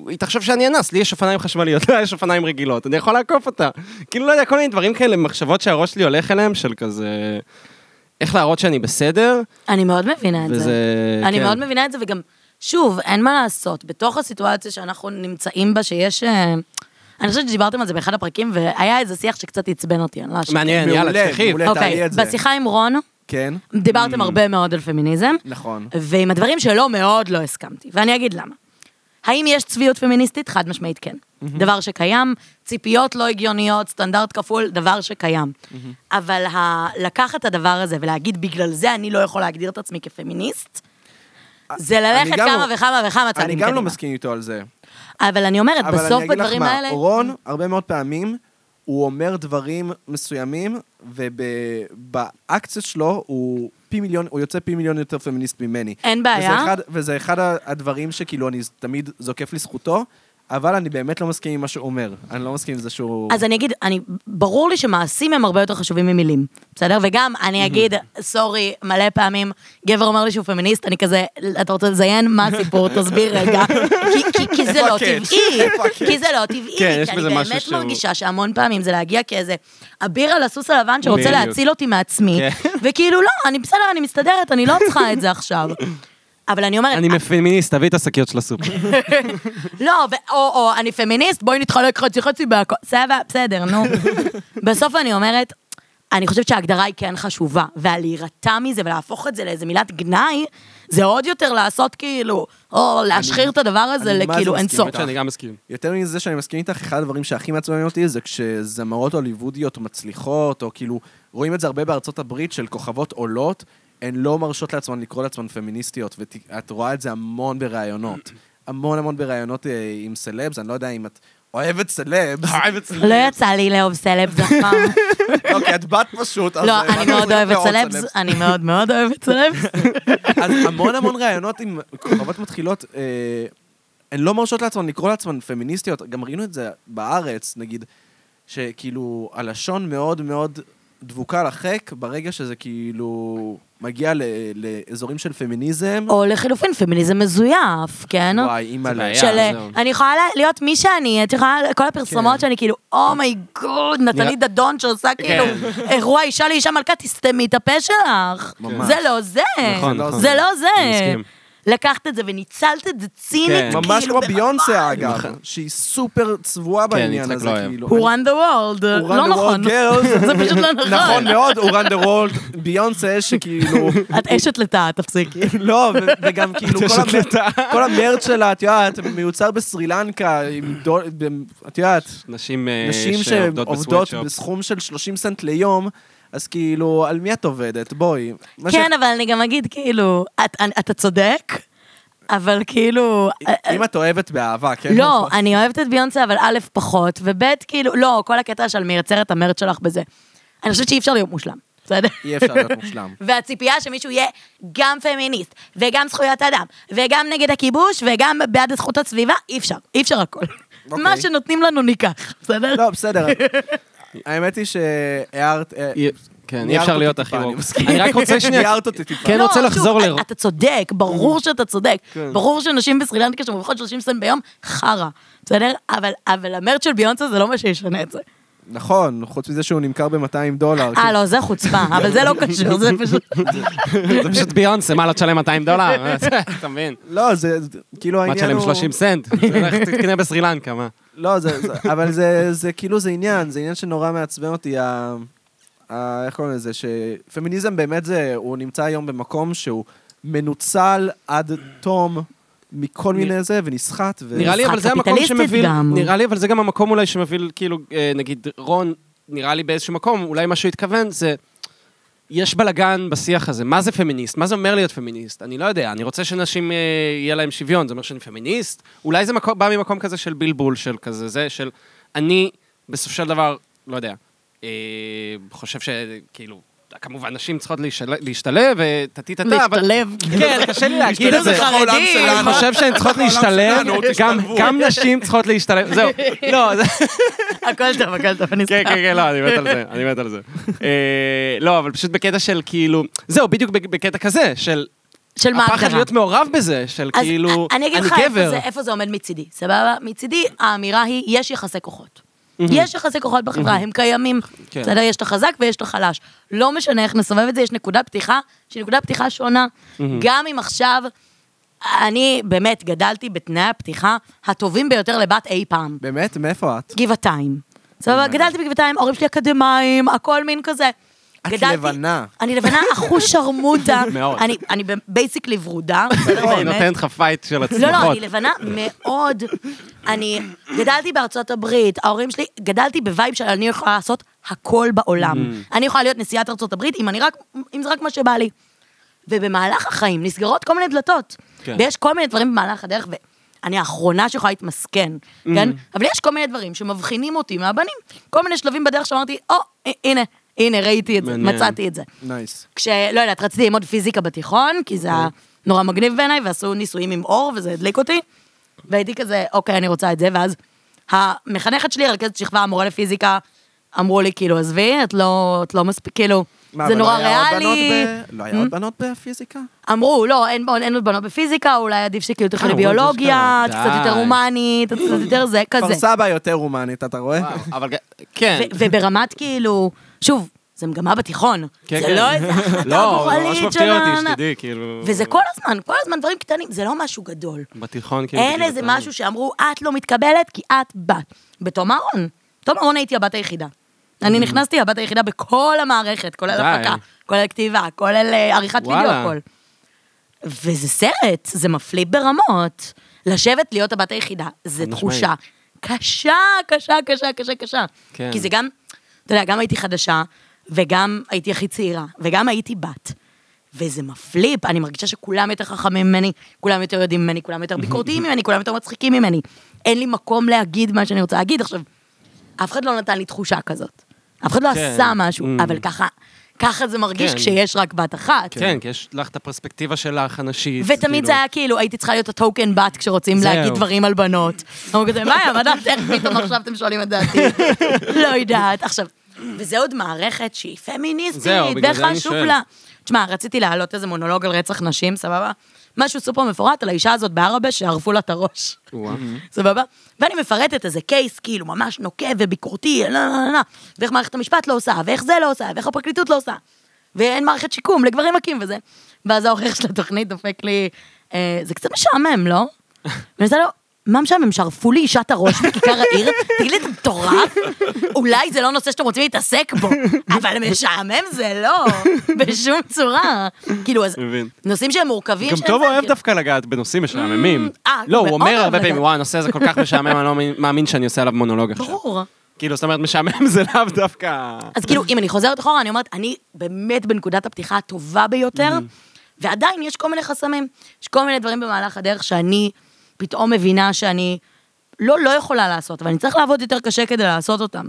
[SPEAKER 2] היא תחשוב שאני אנס, לי יש אופניים חשמליות, לה יש אופניים רגילות, אני יכול לעקוף אותה. כאילו, לא יודע, כל מיני דברים כאלה, מחשבות שהראש שלי הולך אליהם, של כזה... איך להראות שאני בסדר,
[SPEAKER 3] אני מאוד מבינה את זה.
[SPEAKER 2] וזה...
[SPEAKER 3] אני
[SPEAKER 2] כן.
[SPEAKER 3] מאוד מבינה את זה, וגם, שוב, אין מה לעשות, בתוך הסיטואציה שאנחנו נמצאים בה, שיש... אה, אני חושבת שדיברתם על זה באחד הפרקים, והיה איזה שיח שקצת עצבן אותי, אני לא אשכח.
[SPEAKER 2] מעניין,
[SPEAKER 1] מעולה,
[SPEAKER 2] יאללה, תשכחי.
[SPEAKER 1] מעולה. תעלי
[SPEAKER 3] אוקיי,
[SPEAKER 1] את זה.
[SPEAKER 3] בשיחה עם רון,
[SPEAKER 1] כן,
[SPEAKER 3] דיברתם הרבה מאוד על פמיניזם,
[SPEAKER 1] נכון.
[SPEAKER 3] ועם הדברים שלא מאוד לא הסכמתי, ואני אגיד למה. האם יש צביעות פמיניסטית? חד משמעית כן.
[SPEAKER 1] Mm-hmm.
[SPEAKER 3] דבר שקיים, ציפיות לא הגיוניות, סטנדרט כפול, דבר שקיים.
[SPEAKER 1] Mm-hmm.
[SPEAKER 3] אבל ה- לקחת את הדבר הזה ולהגיד, בגלל זה אני לא יכול להגדיר את עצמי כפמיניסט, זה ללכת
[SPEAKER 1] אה, אני גם
[SPEAKER 3] כמה
[SPEAKER 1] לא-
[SPEAKER 3] וכמה וכמה צעדים
[SPEAKER 1] אני גם
[SPEAKER 3] קדימה.
[SPEAKER 1] לא מסכים איתו על זה.
[SPEAKER 3] אבל אני אומרת,
[SPEAKER 1] אבל
[SPEAKER 3] בסוף
[SPEAKER 1] אני אגיד לך
[SPEAKER 3] בדברים
[SPEAKER 1] מה,
[SPEAKER 3] האלה...
[SPEAKER 1] רון, הרבה מאוד פעמים, הוא אומר דברים מסוימים, ובאקציות שלו הוא פי מיליון, הוא יוצא פי מיליון יותר פמיניסט ממני.
[SPEAKER 3] אין בעיה.
[SPEAKER 1] וזה אחד, וזה אחד ה- הדברים שכאילו אני תמיד זוקף לזכותו, אבל אני באמת לא מסכים עם מה שהוא אומר. אני לא מסכים עם זה שהוא...
[SPEAKER 3] אז אני אגיד, אני, ברור לי שמעשים הם הרבה יותר חשובים ממילים, בסדר? וגם אני אגיד, סורי, מלא פעמים, גבר אומר לי שהוא פמיניסט, אני כזה, אתה רוצה לזיין? מה הסיפור? תסביר רגע. כי- כי- כי זה
[SPEAKER 2] איפה
[SPEAKER 3] לא
[SPEAKER 2] הקאץ'?
[SPEAKER 3] טבעי, כי זה לא טבעי,
[SPEAKER 2] כן, יש
[SPEAKER 3] כי אני
[SPEAKER 2] בזה משהו
[SPEAKER 3] באמת
[SPEAKER 2] שהוא-
[SPEAKER 3] מרגישה שהמון פעמים זה להגיע כאיזה אביר על הסוס הלבן שרוצה
[SPEAKER 2] בדיוק.
[SPEAKER 3] להציל אותי מעצמי,
[SPEAKER 2] כן.
[SPEAKER 3] וכאילו, לא, אני בסדר, אני מסתדרת, אני לא צריכה את זה עכשיו. אבל אני אומרת,
[SPEAKER 2] אני מפמיניסט, תביא את השקיות של הסופר.
[SPEAKER 3] לא, ו- או, או אני פמיניסט, בואי נתחלק חצי חצי בהכל. סבבה, בסדר, נו. בסוף אני אומרת, אני חושבת שההגדרה היא כן חשובה, ולהירתע מזה ולהפוך את זה לאיזה מילת גנאי, זה עוד יותר לעשות כאילו, או להשחיר את הדבר הזה
[SPEAKER 1] אני מה זה
[SPEAKER 3] לכאילו
[SPEAKER 1] מסכים
[SPEAKER 3] אינסוף.
[SPEAKER 1] איתך. שאני
[SPEAKER 2] גם מסכים.
[SPEAKER 1] יותר מזה שאני מסכים איתך, אחד הדברים שהכי מעצבנים אותי זה כשזמרות הוליוודיות מצליחות, או כאילו, רואים את זה הרבה בארצות הברית של כוכבות עולות, הן לא מרשות לעצמן לקרוא לעצמן פמיניסטיות, ואת רואה את זה המון בראיונות. המון המון בראיונות אה, עם סלבס, אני לא יודע אם את אוהבת סלבס.
[SPEAKER 3] לא יצא לי לאהוב סלבס אף פעם.
[SPEAKER 1] לא, כי את בת פשוט. אז,
[SPEAKER 3] לא,
[SPEAKER 1] אה,
[SPEAKER 3] אני
[SPEAKER 1] אנחנו
[SPEAKER 3] מאוד
[SPEAKER 1] יכולים
[SPEAKER 3] אוהבת
[SPEAKER 1] לראות
[SPEAKER 3] סלבס, אני מאוד מאוד אוהבת סלבס.
[SPEAKER 1] אז המון המון ראיונות עם כוכבות מתחילות, אה, הן לא מרשות לעצמן לקרוא לעצמן פמיניסטיות, גם ראינו את זה בארץ, נגיד, שכאילו הלשון מאוד מאוד דבוקה לחק ברגע שזה כאילו מגיע ל- לאזורים של פמיניזם.
[SPEAKER 3] או לחילופין, פמיניזם מזויף, כן?
[SPEAKER 1] וואי, אימא'לה.
[SPEAKER 2] בעיה.
[SPEAKER 3] של
[SPEAKER 2] אה,
[SPEAKER 3] אה,
[SPEAKER 2] זהו.
[SPEAKER 3] אני יכולה לה- להיות מי שאני, את יכולה, כל הפרסומות
[SPEAKER 1] כן.
[SPEAKER 3] שאני כאילו, אומייגוד, נטלי
[SPEAKER 2] נראה-
[SPEAKER 3] דדון שעושה כאילו אירוע אישה לאישה מלכה, תסתמי את הפה שלך.
[SPEAKER 1] ממש.
[SPEAKER 3] זה לא זה.
[SPEAKER 2] נכון,
[SPEAKER 1] נכון.
[SPEAKER 3] זה לא
[SPEAKER 2] אני
[SPEAKER 3] זה.
[SPEAKER 2] מסכים.
[SPEAKER 3] לקחת את זה וניצלת את זה
[SPEAKER 2] כן.
[SPEAKER 3] צינית, כאילו,
[SPEAKER 1] ממש כמו
[SPEAKER 3] ברמה-
[SPEAKER 1] ביונסה, אגב, שהיא סופר צבועה בעניין
[SPEAKER 2] נכון.
[SPEAKER 1] הזה,
[SPEAKER 2] יצחק לא אוהב.
[SPEAKER 1] כאילו.
[SPEAKER 3] Who run the world.
[SPEAKER 1] הוא run
[SPEAKER 3] לא
[SPEAKER 1] the
[SPEAKER 3] נכון.
[SPEAKER 1] world girls.
[SPEAKER 3] זה פשוט לא נכון.
[SPEAKER 1] נכון מאוד, הוא run the world, ביונסה שכאילו,
[SPEAKER 3] את אשת לטאה, תפסיקי.
[SPEAKER 1] לא, ו- וגם כאילו כל המ- כל המרץ שלה, את יודעת, מיוצר בסרי לנקה, עם דול- ב- את יודעת,
[SPEAKER 2] נשים אה,
[SPEAKER 1] נשים שעובדות בסכום של 30 סנט ליום, אז כאילו, על מי את עובדת? בואי. מה ש-
[SPEAKER 3] כן, אבל אני גם אגיד, כאילו, את- אתה צודק, אבל כאילו...
[SPEAKER 1] אם את אוהבת באהבה, כן?
[SPEAKER 3] לא, אני אוהבת את ביונסה, אבל א', פחות, וב', כאילו, לא, כל הקטע של מי יצר את המרץ שלך בזה. אני חושבת שאי אפשר להיות מושלם, בסדר?
[SPEAKER 1] אי אפשר להיות מושלם.
[SPEAKER 3] והציפייה שמישהו יהיה גם פמיניסט, וגם זכויות אדם, וגם נגד הכיבוש, וגם בעד זכות הסביבה, אי אפשר, אי אפשר הכל.
[SPEAKER 1] אוקיי.
[SPEAKER 3] מה שנותנים לנו ניקח, בסדר?
[SPEAKER 1] לא, בסדר. האמת היא שהערת... אה,
[SPEAKER 2] כן, אי
[SPEAKER 1] ניירת
[SPEAKER 2] אפשר
[SPEAKER 1] אותי
[SPEAKER 2] להיות
[SPEAKER 1] טיפה,
[SPEAKER 2] הכי
[SPEAKER 1] אני
[SPEAKER 2] רוב.
[SPEAKER 1] מסכים.
[SPEAKER 2] אני רק רוצה שנייה...
[SPEAKER 1] ניירת אותי טיפה.
[SPEAKER 2] כן,
[SPEAKER 3] לא,
[SPEAKER 2] רוצה
[SPEAKER 3] שוב,
[SPEAKER 2] לחזור
[SPEAKER 3] את-
[SPEAKER 2] ל...
[SPEAKER 3] אתה צודק, ברור
[SPEAKER 1] Mm.
[SPEAKER 3] שאתה צודק.
[SPEAKER 1] כן.
[SPEAKER 3] ברור שנשים בסרי לנקה שמרוויחות 30 סנט ביום, חרא, בסדר? אבל- אבל המרץ של ביונסה זה לא מה שישנה את זה.
[SPEAKER 1] נכון, חוץ מזה שהוא נמכר ב-200 דולר. כאילו-
[SPEAKER 3] אה, לא, זה חוצפה, אבל זה לא קשור, זה פשוט...
[SPEAKER 2] זה פשוט ביונסה, מה, לא תשלם 200 דולר? אתה מבין?
[SPEAKER 1] לא, זה זה- כאילו
[SPEAKER 2] מה
[SPEAKER 1] העניין
[SPEAKER 2] תשלם
[SPEAKER 1] הוא...
[SPEAKER 2] 30 סנט? לך תקנה בסרי לנקה, מה?
[SPEAKER 1] לא, זה, זה, אבל זה, זה כאילו, זה עניין, זה עניין שנורא מעצבן אותי, ה, ה, איך קוראים לזה, שפמיניזם באמת זה, הוא נמצא היום במקום שהוא מנוצל עד תום מכל מיני זה, ונסחט, ו...
[SPEAKER 2] נראה לי אבל זה המקום
[SPEAKER 3] קפיטליסטית
[SPEAKER 2] שמביא,
[SPEAKER 3] גם.
[SPEAKER 2] נראה לי אבל זה גם המקום אולי שמביא, כאילו, אה, נגיד, רון, נראה לי באיזשהו מקום, אולי מה שהוא התכוון זה, יש בלגן בשיח הזה, מה זה פמיניסט? מה זה אומר להיות פמיניסט? אני לא יודע, אני רוצה שנשים, אה, יהיה להם שוויון, זה אומר שאני פמיניסט? אולי זה מקום, בא ממקום כזה של בלבול, של כזה, זה, של אני, בסופו של דבר, לא יודע, אה, חושב שכאילו... כמובן, נשים צריכות להשתל- להשתלב, וטטי טטה, אבל...
[SPEAKER 3] להשתלב.
[SPEAKER 2] כן, קשה לי להגיד
[SPEAKER 3] לא, כאילו
[SPEAKER 2] את
[SPEAKER 3] זה
[SPEAKER 2] זה.
[SPEAKER 3] חרדי.
[SPEAKER 1] העולם
[SPEAKER 2] אני
[SPEAKER 1] שלנו.
[SPEAKER 2] חושב שהן צריכות
[SPEAKER 1] העולם
[SPEAKER 2] להשתלב,
[SPEAKER 1] שלנו,
[SPEAKER 2] גם-
[SPEAKER 1] תשתלבו.
[SPEAKER 2] גם נשים צריכות להשתלב, זהו. לא, זה...
[SPEAKER 3] הכל טוב, הכל טוב, אני
[SPEAKER 2] כן,
[SPEAKER 3] סתם.
[SPEAKER 2] כן, כן, לא, אני מת על זה, אני מת על זה. אה, לא, אבל פשוט בקטע של כאילו... זהו, בדיוק בק- בקטע כזה, של...
[SPEAKER 3] של מה
[SPEAKER 2] הפחד
[SPEAKER 3] ההגדרה?
[SPEAKER 2] להיות מעורב בזה, של
[SPEAKER 3] אז
[SPEAKER 2] כאילו...
[SPEAKER 3] אני אגיד לך איפה
[SPEAKER 2] גבר.
[SPEAKER 3] זה- איפה זה עומד מצידי, סבבה? מצידי, האמירה היא, יש יחסי כוחות. יש יחסי כוחות בחברה, הם קיימים.
[SPEAKER 2] כן.
[SPEAKER 3] בסדר, יש את החזק ויש את החלש. לא משנה איך נסובב את זה, יש נקודת פתיחה, שהיא נקודת פתיחה שונה. גם אם עכשיו, אני באמת גדלתי בתנאי הפתיחה הטובים ביותר לבת אי פעם.
[SPEAKER 1] באמת? מאיפה את?
[SPEAKER 3] גבעתיים. סבבה, גדלתי בגבעתיים, ההורים שלי אקדמאים, הכל מין כזה.
[SPEAKER 1] את
[SPEAKER 3] גדלתי-
[SPEAKER 1] לבנה.
[SPEAKER 3] אני לבנה אחוש שרמוטה.
[SPEAKER 2] מאוד. נכון,
[SPEAKER 3] אני- אני בייסיקלי ורודה, בסדר,
[SPEAKER 2] היא
[SPEAKER 3] באמת.
[SPEAKER 2] נותנת לך פייט של הצלחות.
[SPEAKER 3] לא, לא, אני לבנה מאוד. אני גדלתי בארצות הברית, ההורים שלי, גדלתי בווייב של אני יכולה לעשות הכל בעולם.
[SPEAKER 2] Mm.
[SPEAKER 3] אני יכולה להיות נשיאת ארצות הברית אם אני רק, אם זה רק מה שבא לי. ובמהלך החיים נסגרות כל מיני דלתות.
[SPEAKER 2] כן.
[SPEAKER 3] ויש כל מיני דברים במהלך הדרך, ואני האחרונה שיכולה להתמסכן,
[SPEAKER 2] Mm.
[SPEAKER 3] כן? אבל יש כל מיני דברים שמבחינים אותי מהבנים. כל מיני שלבים בדרך שאמרתי, או, ה- הנה, הנה, ראיתי את זה,
[SPEAKER 2] מעניין.
[SPEAKER 3] מצאתי את זה.
[SPEAKER 1] נייס.
[SPEAKER 3] כש... לא יודעת, רציתי ללמוד פיזיקה בתיכון, כי זה היה נורא מגניב בעיניי, ועשו ניסויים עם אור, וזה הדליק אותי. והייתי כזה, אוקיי, אני רוצה את זה, ואז המחנכת שלי, רכזת שכבה, המורה לפיזיקה, אמרו לי, כאילו, עזבי, את לא, את לא מספיק, כאילו,
[SPEAKER 1] מה, אבל
[SPEAKER 3] זה
[SPEAKER 1] לא
[SPEAKER 3] נורא
[SPEAKER 1] היה עוד בנות
[SPEAKER 3] ריאלי. Hmm?
[SPEAKER 1] ב- לא היה עוד בנות בפיזיקה?
[SPEAKER 3] אמרו, לא, אין, אין, אין עוד בנות בפיזיקה, אולי עדיף שכאילו תלכי
[SPEAKER 2] אה, אמרו את זה
[SPEAKER 3] לביולוגיה, את
[SPEAKER 2] אשכרה,
[SPEAKER 3] קצת יותר
[SPEAKER 2] די.
[SPEAKER 3] הומנית, את קצת יותר זה, כזה.
[SPEAKER 1] כפר סבא יותר הומנית, אתה רואה?
[SPEAKER 2] אבל ג- כן.
[SPEAKER 3] ו- וברמת כאילו, שוב, זה מגמה בתיכון.
[SPEAKER 2] כן,
[SPEAKER 3] זה
[SPEAKER 2] כן.
[SPEAKER 3] לא איזה החלטה
[SPEAKER 2] לא, זה ממש
[SPEAKER 3] גורלית
[SPEAKER 2] מפתיע אותי,
[SPEAKER 3] של-
[SPEAKER 2] שתדעי, כאילו...
[SPEAKER 3] וזה כל הזמן, כל הזמן דברים קטנים, זה לא משהו גדול.
[SPEAKER 2] בתיכון, כאילו...
[SPEAKER 3] אין
[SPEAKER 2] בגיל
[SPEAKER 3] איזה
[SPEAKER 2] הקטן.
[SPEAKER 3] משהו שאמרו, את לא מתקבלת כי את בת. בתום אהרון. בתום אהרון הייתי הבת היחידה. אני נכנסתי הבת היחידה בכל המערכת, כולל
[SPEAKER 2] Mm. די.
[SPEAKER 3] הפקה, כולל כתיבה, כולל אה, עריכת וידאו,
[SPEAKER 2] וואלה.
[SPEAKER 3] הכל. וזה סרט, זה מפליא ברמות. לשבת להיות הבת היחידה, זה
[SPEAKER 2] חד
[SPEAKER 3] תחושה קשה, קשה, קשה, קשה, קשה.
[SPEAKER 2] כן.
[SPEAKER 3] כי זה גם, אתה יודע, גם הייתי חדשה, וגם הייתי הכי צעירה, וגם הייתי בת. וזה מפליא, אני מרגישה שכולם יותר חכמים ממני, כולם יותר יודעים ממני, כולם יותר ביקורתיים ממני, כולם יותר מצחיקים ממני. אין לי מקום להגיד מה שאני רוצה להגיד. עכשיו, אף אחד לא נתן לי תחושה כזאת. אף אחד לא
[SPEAKER 2] כן.
[SPEAKER 3] עשה משהו,
[SPEAKER 2] Mm.
[SPEAKER 3] אבל ככה, ככה זה מרגיש
[SPEAKER 2] כן.
[SPEAKER 3] כשיש רק בת אחת.
[SPEAKER 2] כן, כי יש לך את הפרספקטיבה שלך, הנשית.
[SPEAKER 3] ותמיד
[SPEAKER 2] כאילו.
[SPEAKER 3] זה היה כאילו, הייתי צריכה להיות הטוקן בת כשרוצים
[SPEAKER 2] זהו.
[SPEAKER 3] להגיד דברים על בנות. אמרו כזה, מה, מה דעתך פתאום עכשיו אתם שואלים את דעתי? לא יודעת. עכשיו, וזה עוד מערכת שהיא
[SPEAKER 2] זהו,
[SPEAKER 3] פמיניסטית,
[SPEAKER 2] בגלל זה אני
[SPEAKER 3] וחשוב
[SPEAKER 2] שואל.
[SPEAKER 3] לה. תשמע, רציתי להעלות איזה מונולוג על רצח נשים, סבבה? משהו סופר מפורט על האישה הזאת בערבה שערפו לה את הראש.
[SPEAKER 2] וואו.
[SPEAKER 3] סבבה? ואני מפרטת איזה קייס, כאילו, ממש נוקב וביקורתי, לא, לא, לא, לא, ואיך מערכת המשפט לא עושה, ואיך זה לא עושה, ואיך הפרקליטות לא עושה. ואין מערכת שיקום לגברים מכים וזה. ואז העורך של התוכנית דופק לי, אה, זה קצת משעמם, לא? ואני עושה לו, מה משעמם, שערפו לי אישה את הראש בכיכר העיר? תגיד לי, אתה מטורף? אולי זה לא נושא שאתם רוצים להתעסק בו, אבל משעמם זה לא, בשום צורה. כאילו, אז
[SPEAKER 2] מבין.
[SPEAKER 3] נושאים שהם מורכבים.
[SPEAKER 2] גם
[SPEAKER 3] שהם
[SPEAKER 2] טוב
[SPEAKER 3] זה,
[SPEAKER 2] אוהב
[SPEAKER 3] כאילו-
[SPEAKER 2] דווקא לגעת בנושאים משעממים.
[SPEAKER 3] אה,
[SPEAKER 2] לא, הוא
[SPEAKER 3] מאוד
[SPEAKER 2] אומר
[SPEAKER 3] אוהב
[SPEAKER 2] הרבה פעמים,
[SPEAKER 3] לגעת.
[SPEAKER 2] וואי, הנושא הזה כל כך משעמם, אני לא מאמין- מאמין שאני עושה עליו מונולוג עכשיו.
[SPEAKER 3] ברור.
[SPEAKER 2] כאילו, זאת אומרת, משעמם זה לאו דווקא...
[SPEAKER 3] אז כאילו, אם אני חוזרת אחורה, אני אומרת, אני באמת בנקודת הפתיחה הטובה ביותר, ועדיין יש כל מיני חסמים. יש כל מיני דברים במהלך הדרך שאני פתאום מבינה שאני לא, לא יכולה לעשות, אבל אני צריך לעבוד יותר קשה כדי לעשות אותם.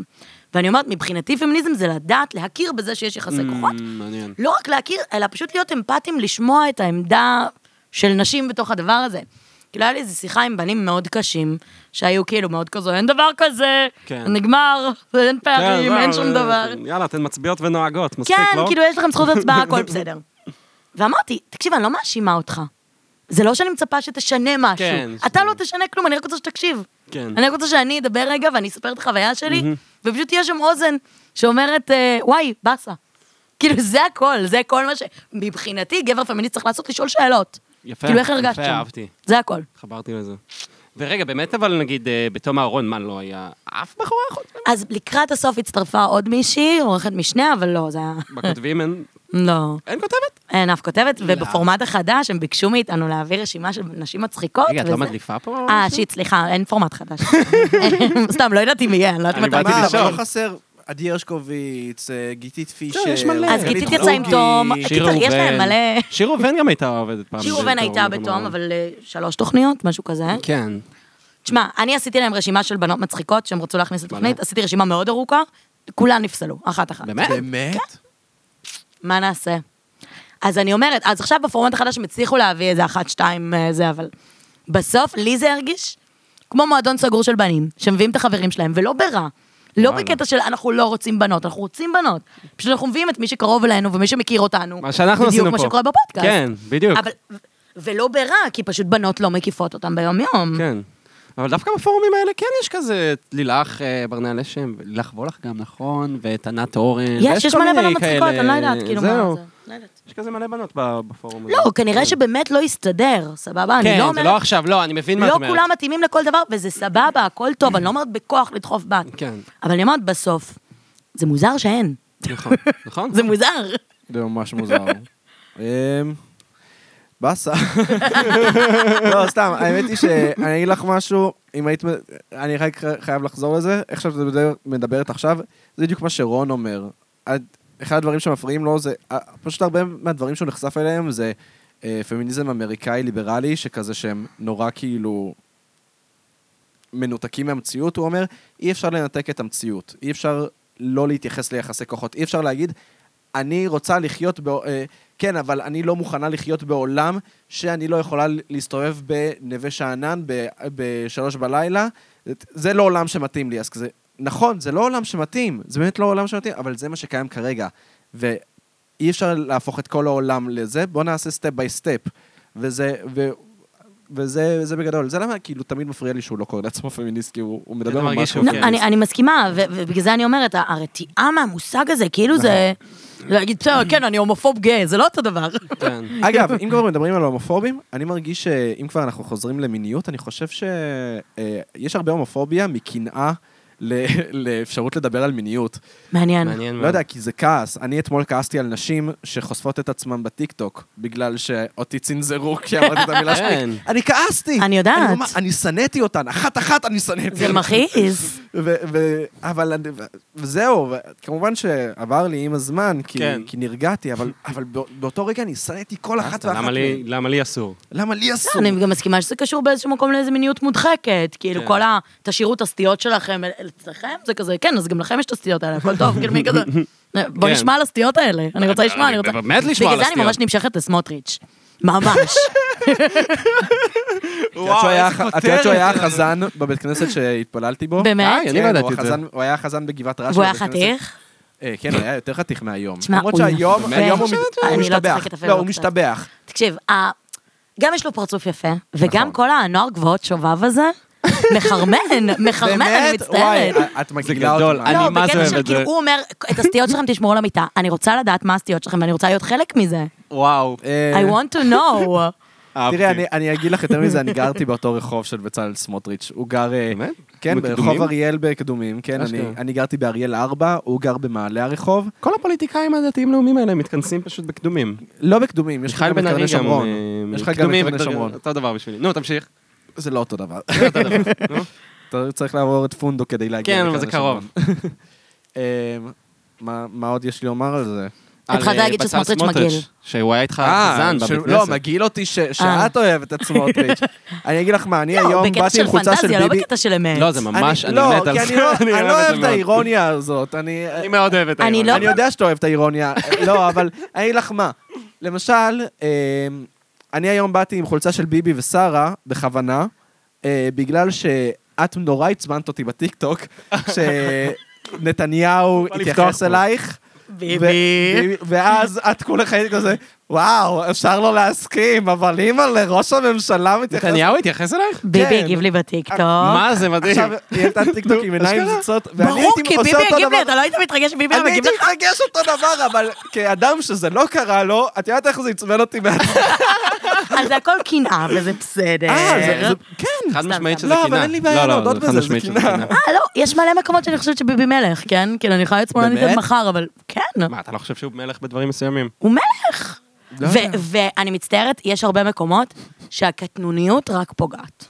[SPEAKER 3] ואני אומרת, מבחינתי פמיניזם זה לדעת להכיר בזה שיש יחסי כוחות.
[SPEAKER 2] מ, מעניין.
[SPEAKER 3] לא רק להכיר, אלא פשוט להיות אמפתיים, לשמוע את העמדה של נשים בתוך הדבר הזה. כאילו, היה לי איזו שיחה עם בנים מאוד קשים, שהיו כאילו מאוד כזו, אין דבר כזה,
[SPEAKER 2] כן.
[SPEAKER 3] נגמר, אין פערים,
[SPEAKER 2] כן,
[SPEAKER 3] אין
[SPEAKER 2] זהו,
[SPEAKER 3] שום דבר.
[SPEAKER 2] יאללה, אתן מצביעות ונוהגות, מספיק,
[SPEAKER 3] כן,
[SPEAKER 2] לא?
[SPEAKER 3] כאילו, יש לכם זכות הצבעה, הכל בסדר. ואמרתי, תקשיב, אני לא מאשימה אותך. זה לא שאני מצפה שתשנה משהו.
[SPEAKER 2] כן,
[SPEAKER 3] אתה
[SPEAKER 2] שנייה.
[SPEAKER 3] לא תשנה כלום, אני רק רוצה שתקשיב.
[SPEAKER 2] כן.
[SPEAKER 3] אני רק רוצה שאני אדבר רגע ואני אספר את החוויה שלי, ופשוט תהיה שם אוזן שאומרת, אה, וואי, באסה. כאילו, זה הכל, זה כל מה ש... מבחינתי, גבר פמיניסט צריך לעשות לשאול שאלות.
[SPEAKER 2] יפה,
[SPEAKER 3] כאילו, איך הרגשת
[SPEAKER 2] יפה,
[SPEAKER 3] שם?
[SPEAKER 2] אהבתי.
[SPEAKER 3] זה הכל.
[SPEAKER 2] חברתי לזה. ורגע, באמת, אבל נגיד, אה, בתום אהרון, מה, לא היה אף בחורה חוץ ממנו?
[SPEAKER 3] אז לקראת הסוף הצטרפה עוד מישהי, עורכת משנה, אבל לא, זה היה...
[SPEAKER 2] בכותבים אין...
[SPEAKER 3] לא.
[SPEAKER 2] אין כותבת?
[SPEAKER 3] אין אף כותבת, ובפורמט החדש הם ביקשו מאיתנו להעביר רשימה של נשים מצחיקות.
[SPEAKER 2] רגע, את לא
[SPEAKER 3] וזה.
[SPEAKER 2] מדליפה פה?
[SPEAKER 3] אה, שיט, סליחה, אין פורמט חדש. סתם, לא ידעתי מי יהיה, אני לא יודעת
[SPEAKER 2] אני
[SPEAKER 3] מתי.
[SPEAKER 2] באתי
[SPEAKER 1] מה, אבל
[SPEAKER 2] לשאול.
[SPEAKER 1] לא חסר עדי הרשקוביץ, אה, גיתית פישר. אה,
[SPEAKER 2] יש מלא.
[SPEAKER 3] כן, אז
[SPEAKER 1] רחלי
[SPEAKER 3] גיתית יצאה עם
[SPEAKER 1] חוגי.
[SPEAKER 3] תום,
[SPEAKER 2] שיר
[SPEAKER 3] קיצר, אה, יש להם
[SPEAKER 2] ראובן.
[SPEAKER 3] מלא...
[SPEAKER 2] שיר ראובן גם הייתה עובדת פעם.
[SPEAKER 3] שיר
[SPEAKER 2] בתור-
[SPEAKER 3] ראובן הייתה
[SPEAKER 2] בתור
[SPEAKER 3] בתום,
[SPEAKER 2] אהרון.
[SPEAKER 3] אבל אה, שלוש תוכניות, משהו כזה.
[SPEAKER 2] כן.
[SPEAKER 3] תשמע, אני עשיתי להם רשימה של בנות מצחיקות שהם רצו להכניס לתוכנית, עשיתי רשימה מאוד ארוכה, כולן נפסלו, אחת-אחת.
[SPEAKER 2] באמת?
[SPEAKER 1] באמת?
[SPEAKER 3] מה נעשה? אז אני אומרת, אז עכשיו בפורמט החדש הם הצליחו להביא איזה אחת, שתיים, אה, זה, אבל... בסוף, לי זה הרגיש כמו מועדון סגור של בנים, שמביאים את החברים שלהם, ולא ברע. לא
[SPEAKER 2] וואלה.
[SPEAKER 3] בקטע של אנחנו לא רוצים בנות, אנחנו רוצים בנות. פשוט אנחנו מביאים את מי שקרוב אלינו ומי שמכיר אותנו.
[SPEAKER 2] מה שאנחנו עשינו פה.
[SPEAKER 3] בדיוק מה שקורה בפודקאסט.
[SPEAKER 2] כן, בדיוק.
[SPEAKER 3] אבל, ו- ולא ברע, כי פשוט בנות לא מקיפות אותם ביום-יום.
[SPEAKER 2] כן. אבל דווקא בפורומים האלה כן יש כזה את לילך אה, ברנע לשם, לילך וולך גם, נכון, ואת ענת אורן.
[SPEAKER 3] יש, יש
[SPEAKER 2] כל
[SPEAKER 3] מלא
[SPEAKER 2] מיני
[SPEAKER 3] בנות מצחיקות,
[SPEAKER 2] כאלה.
[SPEAKER 3] אני לא יודעת, כאילו, מה
[SPEAKER 2] זהו.
[SPEAKER 3] זה. לא יודעת.
[SPEAKER 2] יש כזה מלא בנות ב- בפורום הזה.
[SPEAKER 3] לא, כנראה שבאמת לא הסתדר, סבבה? אני
[SPEAKER 2] כן,
[SPEAKER 3] לא
[SPEAKER 2] זה לא
[SPEAKER 3] אומרת,
[SPEAKER 2] עכשיו, לא, אני מבין מה את
[SPEAKER 3] לא
[SPEAKER 2] אומרת.
[SPEAKER 3] כולם מתאימים לכל דבר, וזה סבבה, הכל טוב, אני לא אומרת בכוח לדחוף בת.
[SPEAKER 2] כן.
[SPEAKER 3] אבל אני אומרת בסוף, זה מוזר שאין.
[SPEAKER 2] נכון, נכון.
[SPEAKER 3] זה מוזר.
[SPEAKER 1] זה ממש מוזר. אמ, באסה. לא, סתם, האמת היא שאני אגיד לך משהו, אם היית, מ- אני רק חייב לחזור לזה, איך שאת מדבר- מדברת עכשיו, זה בדיוק מה שרון אומר. את- אחד הדברים שמפריעים לו זה, אה, פשוט הרבה מהדברים שהוא נחשף אליהם זה אה, פמיניזם אמריקאי ליברלי, שכזה שהם נורא כאילו מנותקים מהמציאות, הוא אומר, אי אפשר לנתק את המציאות, אי אפשר לא להתייחס ליחסי כוחות, אי אפשר להגיד, אני רוצה לחיות, בא... אה, כן, אבל אני לא מוכנה לחיות בעולם שאני לא יכולה להסתובב בנווה שאנן ב- בשלוש בלילה, זה לא עולם שמתאים לי, אז כזה, נכון, זה לא עולם שמתאים, זה באמת לא עולם שמתאים, אבל זה מה שקיים כרגע, ואי אפשר להפוך את כל העולם לזה, בואו נעשה סטפ ביי סטפ, וזה, ו... וזה זה בגדול, זה למה כאילו תמיד מפריע לי שהוא לא קורא לעצמו פמיניסט, כי הוא, הוא מדבר
[SPEAKER 2] אתה מרגיש
[SPEAKER 1] ממש
[SPEAKER 2] שהוא
[SPEAKER 3] לא,
[SPEAKER 2] כן.
[SPEAKER 3] אני אני מסכימה, ו- ובגלל זה אני אומרת, ה- הרתיעה מהמושג הזה, כאילו זה...
[SPEAKER 2] נכון.
[SPEAKER 3] להגיד, "בסדר, כן, אני הומופוב גאה, זה לא אותו דבר.
[SPEAKER 2] כן.
[SPEAKER 1] אגב, אם כבר מדברים על הומופובים, אני מרגיש שאם כבר אנחנו חוזרים למיניות, אני חושב שיש הרבה הומופוביה מקנאה ל- לאפשרות לדבר על מיניות.
[SPEAKER 3] מעניין.
[SPEAKER 2] מעניין מאוד.
[SPEAKER 1] לא יודע, כי זה כעס. אני אתמול כעסתי על נשים שחושפות את עצמן בטיקטוק, בגלל שאותי צנזרו כשאמרתי את המילה
[SPEAKER 2] כן.
[SPEAKER 1] שלי. אני כעסתי!
[SPEAKER 3] אני יודעת.
[SPEAKER 1] ממש- אני שנאתי אותן, אחת-אחת אני שנאתי.
[SPEAKER 3] זה מכעיס.
[SPEAKER 1] ו- ו- אבל אני- ו- וזהו, ו- כמובן שעבר לי עם הזמן, כי,
[SPEAKER 2] כן. אה,
[SPEAKER 1] כי נרגעתי, אבל, אבל בא- באותו רגע אני שנאתי כל אחת ואחת.
[SPEAKER 2] למה לי-
[SPEAKER 1] מהן.
[SPEAKER 2] למה לי אסור?
[SPEAKER 1] למה לי אסור?
[SPEAKER 3] לא, אני גם מסכימה שזה קשור באיזשהו מקום לאיזו מיניות מודחקת. כאילו,
[SPEAKER 2] כן.
[SPEAKER 3] כל ה... תשאירו את הסטיות שלכם אל- אצלכם, זה כזה, כן, אז גם לכם יש את הסטיות האלה, הכל טוב, כאילו, מי כזה... בוא
[SPEAKER 2] כן. אה,
[SPEAKER 3] נשמע על הסטיות האלה, אני רוצה לשמוע, אני רוצה...
[SPEAKER 2] באמת לשמוע על
[SPEAKER 3] בגלל זה אני
[SPEAKER 2] הסטיות.
[SPEAKER 3] ממש נמשכת לסמוטריץ'. ממש.
[SPEAKER 1] את יודעת שהוא היה- את יודעת שהוא היה החזן בבית כנסת שהתפללתי בו?
[SPEAKER 3] באמת?
[SPEAKER 1] כן,
[SPEAKER 2] אני לא
[SPEAKER 1] הוא
[SPEAKER 2] ידעתי את זה.
[SPEAKER 1] החזן- הוא היה החזן בגבעת רש"י.
[SPEAKER 3] והוא היה
[SPEAKER 1] בבית כנסת.
[SPEAKER 3] חתיך?
[SPEAKER 1] אה, כן, הוא היה יותר חתיך מהיום.
[SPEAKER 3] תשמע,
[SPEAKER 1] למרות
[SPEAKER 3] הוא
[SPEAKER 1] שהיום
[SPEAKER 3] יפה.
[SPEAKER 1] היום הוא מת-
[SPEAKER 3] אני
[SPEAKER 1] הוא
[SPEAKER 3] לא
[SPEAKER 1] משתבח.
[SPEAKER 3] צוחקת אפילו
[SPEAKER 1] לא,
[SPEAKER 3] לא
[SPEAKER 1] הוא
[SPEAKER 3] קצת.
[SPEAKER 1] משתבח.
[SPEAKER 3] תקשיב, ה- גם יש לו פרצוף יפה,
[SPEAKER 2] נכון.
[SPEAKER 3] וגם כל הנוער גבעות שובב הזה, מחרמן, מחרמן, אני
[SPEAKER 1] באמת? וואי,
[SPEAKER 3] מצטערת.
[SPEAKER 1] את מגעילה אותי.
[SPEAKER 2] גדול.
[SPEAKER 3] לא,
[SPEAKER 2] אני מה זה
[SPEAKER 3] בקטע
[SPEAKER 2] אוהב
[SPEAKER 3] של
[SPEAKER 2] את
[SPEAKER 3] כאילו,
[SPEAKER 2] זה.
[SPEAKER 3] הוא אומר, את הסטיות שלכם תשמרו על המיטה, אני רוצה לדעת מה הסטיות שלכם ואני רוצה להיות חלק מזה.
[SPEAKER 2] וואו.
[SPEAKER 1] אה,
[SPEAKER 3] I want to know.
[SPEAKER 2] אהבתי.
[SPEAKER 1] תראה, אני- אני אגיד לך יותר מזה, אני גרתי באותו רחוב של בצלאל סמוטריץ'. הוא גר... אה,
[SPEAKER 2] באמת?
[SPEAKER 1] כן,
[SPEAKER 2] בקדומים?
[SPEAKER 1] ברחוב אריאל בקדומים. כן, אני-
[SPEAKER 2] אשכרה.
[SPEAKER 1] אני גרתי באריאל 4, הוא גר במעלה הרחוב.
[SPEAKER 2] כל הפוליטיקאים הדתיים-לאומיים האלה מתכנסים פשוט בקדומים.
[SPEAKER 1] לא בקדומים, יש לך
[SPEAKER 2] מיכאל
[SPEAKER 1] גם את
[SPEAKER 2] בן
[SPEAKER 1] קרני
[SPEAKER 2] ארי גם...
[SPEAKER 1] שומרון.
[SPEAKER 2] אה,
[SPEAKER 1] יש לך גם את
[SPEAKER 2] קדומים
[SPEAKER 1] קרני
[SPEAKER 2] וקדומים,
[SPEAKER 1] שומרון.
[SPEAKER 2] אותו דבר בשבילי. נו, תמשיך.
[SPEAKER 1] זה לא אותו דבר.
[SPEAKER 2] אותו דבר. נו.
[SPEAKER 1] אתה צריך לעבור את פונדו כדי להגיע
[SPEAKER 2] כן,
[SPEAKER 1] לקרני
[SPEAKER 2] אבל זה
[SPEAKER 1] שומרון.
[SPEAKER 2] קרוב.
[SPEAKER 1] אמ, מה מה עוד יש לי לומר על זה?
[SPEAKER 3] התחלת
[SPEAKER 2] על, אה,
[SPEAKER 3] להגיד
[SPEAKER 2] בצלאל
[SPEAKER 3] שסמוטריץ'
[SPEAKER 2] סמוטריץ',
[SPEAKER 3] מגעיל.
[SPEAKER 2] שהוא היה איתך
[SPEAKER 1] אה,
[SPEAKER 2] חזן
[SPEAKER 1] ש-
[SPEAKER 2] בבית
[SPEAKER 1] לא,
[SPEAKER 2] כנסת.
[SPEAKER 1] מגעיל אותי ש- שאת אוהבת את סמוטריץ'. אני אגיד לך מה, אני
[SPEAKER 3] אה. לא,
[SPEAKER 1] היום
[SPEAKER 3] בקטע
[SPEAKER 1] באתי עם
[SPEAKER 3] של
[SPEAKER 1] חולצה של
[SPEAKER 3] פנטזיה, לא
[SPEAKER 1] ביבי.
[SPEAKER 3] בקטע של אמת.
[SPEAKER 2] לא, זה ממש, אני
[SPEAKER 1] לא,
[SPEAKER 2] מת על
[SPEAKER 1] כי
[SPEAKER 2] זה.
[SPEAKER 1] אני לא- אני
[SPEAKER 2] אוהב
[SPEAKER 1] לא
[SPEAKER 2] את זה
[SPEAKER 1] אוהב את
[SPEAKER 2] מאוד.
[SPEAKER 1] האירוניה הזאת. אני...
[SPEAKER 2] אני מאוד אוהב את
[SPEAKER 3] אני
[SPEAKER 2] האירוניה.
[SPEAKER 3] לא-
[SPEAKER 1] אני יודע שאתה אוהב את האירוניה. לא, אבל אני אגיד לך מה. למשל, אמ, אני היום באתי עם חולצה של ביבי ושרה, בכוונה, אה, בגלל שאת נורא עצבנת אותי בטיקטוק, שנתניהו
[SPEAKER 2] בא לפתוח
[SPEAKER 1] התייחס
[SPEAKER 2] פה.
[SPEAKER 1] אלייך. ו-
[SPEAKER 3] ביבי.
[SPEAKER 1] ואז את כולך היית כזה, וואו, אפשר לא להסכים, אבל אימא לראש הממשלה מתייחס...
[SPEAKER 2] נתניהו התייחס אלייך?
[SPEAKER 3] ביבי
[SPEAKER 1] כן.
[SPEAKER 3] הגיב לי בטיקטוק.
[SPEAKER 2] מה זה מדהים.
[SPEAKER 1] עכשיו, היא העלתה טיקטוק עם עיניים
[SPEAKER 2] אשכרה.
[SPEAKER 1] זוצות, ואני
[SPEAKER 3] ברור,
[SPEAKER 1] הייתי
[SPEAKER 3] כי
[SPEAKER 1] עושה
[SPEAKER 3] ביבי
[SPEAKER 1] אותו
[SPEAKER 3] הגיב לי,
[SPEAKER 1] דבר.
[SPEAKER 3] אתה לא היית מתרגש אם ביבי היה
[SPEAKER 1] אני
[SPEAKER 3] מגיב
[SPEAKER 1] הייתי
[SPEAKER 3] לך?
[SPEAKER 1] מתרגש אותו דבר, אבל כאדם שזה לא קרה לו, את יודעת איך זה עצבן אותי
[SPEAKER 3] אה,
[SPEAKER 1] בעצמי.
[SPEAKER 3] אז זה הכל קנאה, וזה בסדר.
[SPEAKER 1] אה, כן.
[SPEAKER 2] חד
[SPEAKER 3] סתם,
[SPEAKER 2] משמעית
[SPEAKER 3] סתם.
[SPEAKER 2] שזה
[SPEAKER 1] לא,
[SPEAKER 2] קינה.
[SPEAKER 1] אבל אין לי בעיה להודות
[SPEAKER 2] חד
[SPEAKER 1] בזה, זה
[SPEAKER 2] משמעית שזה
[SPEAKER 1] קינה.
[SPEAKER 3] אה, לא, יש מלא מקומות שאני חושבת שביבי מלך, כן? כאילו, אני יכולה להיות שמאלנית
[SPEAKER 1] באמת?
[SPEAKER 3] עד מחר, אבל כן,
[SPEAKER 2] מה, אתה לא חושב שהוא מלך בדברים מסוימים?
[SPEAKER 3] הוא מלך.
[SPEAKER 1] לא.
[SPEAKER 3] ו- ואני מצטערת, יש הרבה מקומות שהקטנוניות רק פוגעת.